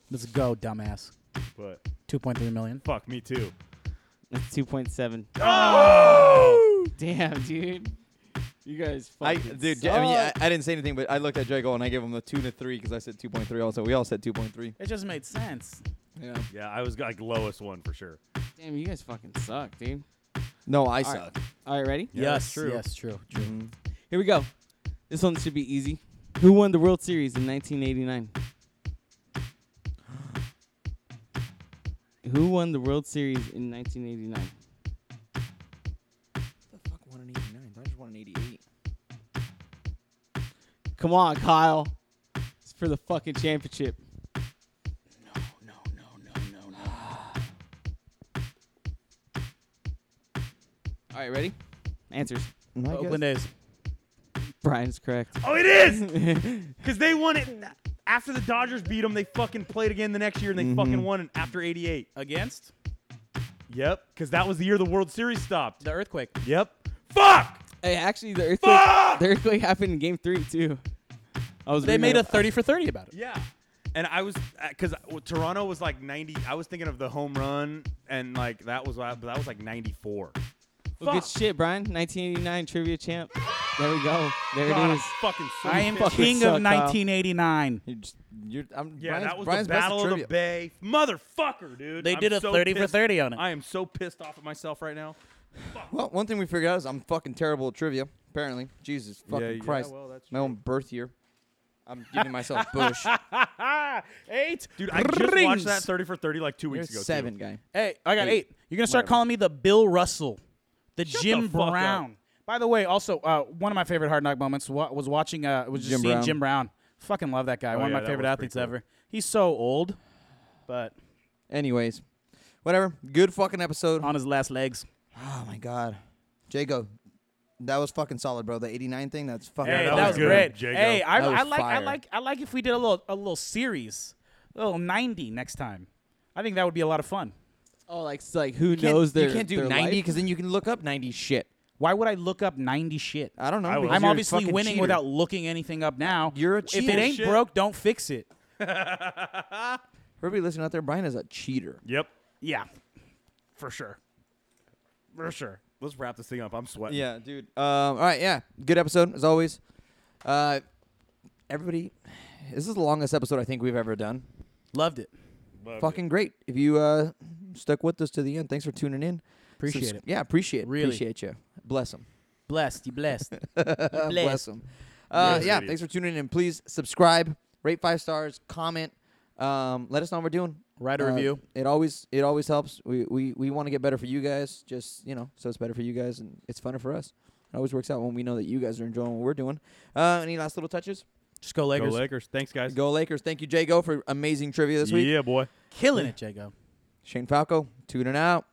Speaker 3: Let's go, dumbass.
Speaker 2: But
Speaker 3: Two point three million.
Speaker 2: fuck me too.
Speaker 4: That's two point seven. [laughs]
Speaker 2: Oh!
Speaker 4: Damn, dude. You guys
Speaker 1: I,
Speaker 4: fucking
Speaker 1: dude, I mean, I,
Speaker 4: suck.
Speaker 1: I didn't say anything, but I looked at Draco and I gave him the two to three because I said two point three. Also, we all said two point three.
Speaker 3: It just made sense.
Speaker 1: Yeah.
Speaker 2: Yeah, I was like lowest one for sure.
Speaker 4: Damn, you guys fucking suck, dude.
Speaker 1: No, I
Speaker 4: All right.
Speaker 1: suck.
Speaker 4: All right, ready?
Speaker 2: Yeah, that's true.
Speaker 3: Yes, true.
Speaker 1: Mhm.
Speaker 4: Here we go. This one should be easy. Who won the World Series in 1989? Who won the World Series in 1989?
Speaker 1: The fuck one and eighty nine. 188.
Speaker 4: Come on, Kyle. It's for the fucking championship.
Speaker 6: No, no, no, no, no.
Speaker 4: All right, ready? Answers.
Speaker 1: My
Speaker 3: Oakland
Speaker 1: guess-
Speaker 3: A's.
Speaker 4: Brian's correct.
Speaker 2: Oh, it is! [laughs] Because they won it. After the Dodgers beat them, they fucking played again the next year and they fucking won it after 88.
Speaker 3: Against
Speaker 2: Yep. Because that was the year the World Series stopped.
Speaker 3: the earthquake.
Speaker 2: Yep. Fuck!
Speaker 4: Hey, actually, the earthquake,
Speaker 2: Fuck!
Speaker 4: [laughs] the earthquake happened in game three, too. I was
Speaker 3: They
Speaker 4: reading
Speaker 3: made a
Speaker 4: that-
Speaker 3: 30 for 30 about it.
Speaker 2: Yeah. And I was because Toronto was like 90. I was thinking of the home run and like that was uh, that was like 94.
Speaker 4: Well, good
Speaker 2: Fuck.
Speaker 4: shit, Brian. 1989 trivia champ. There we go. There
Speaker 2: God, I'm
Speaker 4: it is.
Speaker 2: fucking so
Speaker 3: I am
Speaker 2: pissed.
Speaker 4: fucking
Speaker 3: king
Speaker 4: suck,
Speaker 3: of
Speaker 4: Kyle.
Speaker 3: 1989.
Speaker 1: You're just, you're, I'm,
Speaker 2: Yeah,
Speaker 1: Brian's,
Speaker 2: that was
Speaker 1: Brian's
Speaker 2: the
Speaker 1: best at
Speaker 2: Battle of the
Speaker 1: trivia.
Speaker 2: Bay. Motherfucker, dude.
Speaker 3: They
Speaker 2: I'm
Speaker 3: did a
Speaker 2: so
Speaker 3: 30 for
Speaker 2: pissed.
Speaker 3: 30 on it.
Speaker 2: I am so pissed off at myself right now.
Speaker 1: Well, one thing we figured out is I'm fucking terrible at trivia. Apparently, Jesus fucking Christ,
Speaker 2: well, that's
Speaker 1: my own birth year.
Speaker 2: [laughs]
Speaker 1: I'm giving myself Bush.
Speaker 3: Eight.
Speaker 2: Dude, I just watched that 30 for 30 like two
Speaker 1: You're
Speaker 2: weeks ago. too.
Speaker 1: seven, guy.
Speaker 3: Hey, I got
Speaker 2: Eight.
Speaker 3: eight. You're gonna start calling me the Bill Russell, the Jim
Speaker 2: the fuck up.
Speaker 3: Brown. By the way, also uh, one of my favorite Hard Knock moments wa- was watching. Uh, was just
Speaker 1: Jim
Speaker 3: seeing
Speaker 1: Brown. Oh,
Speaker 3: Jim Brown. Fucking love that guy. One
Speaker 2: yeah,
Speaker 3: of my
Speaker 2: that
Speaker 3: favorite
Speaker 2: was
Speaker 3: athletes
Speaker 2: pretty cool.
Speaker 3: ever. He's so old, but
Speaker 1: Anyways, whatever. Good fucking episode.
Speaker 2: Uh,
Speaker 3: on his last legs.
Speaker 1: Oh my god, Jago, that was fucking solid, bro. The '89 thing, that's fucking.
Speaker 2: that
Speaker 3: Hey, that,
Speaker 1: solid,
Speaker 2: was
Speaker 3: was,
Speaker 2: good,
Speaker 1: bro.
Speaker 3: great.
Speaker 2: Jago.
Speaker 3: Hey, I,
Speaker 1: That was
Speaker 3: I like, I
Speaker 1: fire.
Speaker 3: like, I like if we did a little, a little series, a little 90 next time. I think that would be a lot of fun.
Speaker 4: Oh, like, it's like who
Speaker 1: You can't-
Speaker 4: knows their
Speaker 1: you can't do
Speaker 4: their
Speaker 1: 90
Speaker 4: life?
Speaker 1: because then you can look up 90 shit.
Speaker 3: Why would I look up 90 shit?
Speaker 1: I don't know.
Speaker 2: I would.
Speaker 1: because
Speaker 3: I'm
Speaker 1: you're a
Speaker 3: obviously
Speaker 1: fucking
Speaker 3: winning
Speaker 1: cheater.
Speaker 3: without looking anything up now.
Speaker 1: You're a
Speaker 3: If
Speaker 1: cheater.
Speaker 3: it ain't
Speaker 2: Shit.
Speaker 3: broke, don't fix it.
Speaker 1: For everybody listening out there, Brian is a cheater.
Speaker 2: Yep.
Speaker 3: Yeah, for sure, for sure.
Speaker 2: Let's wrap this thing up. I'm sweating.
Speaker 1: Yeah, dude. Um, all right, yeah. Good episode as always. Uh, everybody, this is the longest episode I think we've ever done.
Speaker 3: Loved it.
Speaker 1: Fucking great. If you uh, stuck with us to the end, thanks for tuning in.
Speaker 3: Appreciate
Speaker 1: Subs-
Speaker 3: it.
Speaker 1: Yeah, appreciate it.
Speaker 3: Really.
Speaker 1: Appreciate you. Bless [laughs] them.
Speaker 3: Blessed, you blessed.
Speaker 1: Bless,
Speaker 3: blessed.
Speaker 1: them. Uh,
Speaker 2: Bless
Speaker 1: yeah,
Speaker 2: you.
Speaker 1: thanks for tuning in. Please subscribe, rate five stars, comment. Um, let us know what we're doing.
Speaker 3: Write a
Speaker 1: Uh,
Speaker 3: review.
Speaker 1: It always it always helps. We we, we want to get better for you guys. Just you know, so it's better for you guys and it's funner for us. It always works out when we know that you guys are enjoying what we're doing. Uh, any last little touches?
Speaker 3: Just go Lakers.
Speaker 2: Go Lakers. Thanks, guys.
Speaker 1: Go Lakers! Thank you, Jago, for amazing trivia this week.
Speaker 2: Yeah, boy.
Speaker 3: Killing it, Jago.
Speaker 1: Shane Falco, tuning out.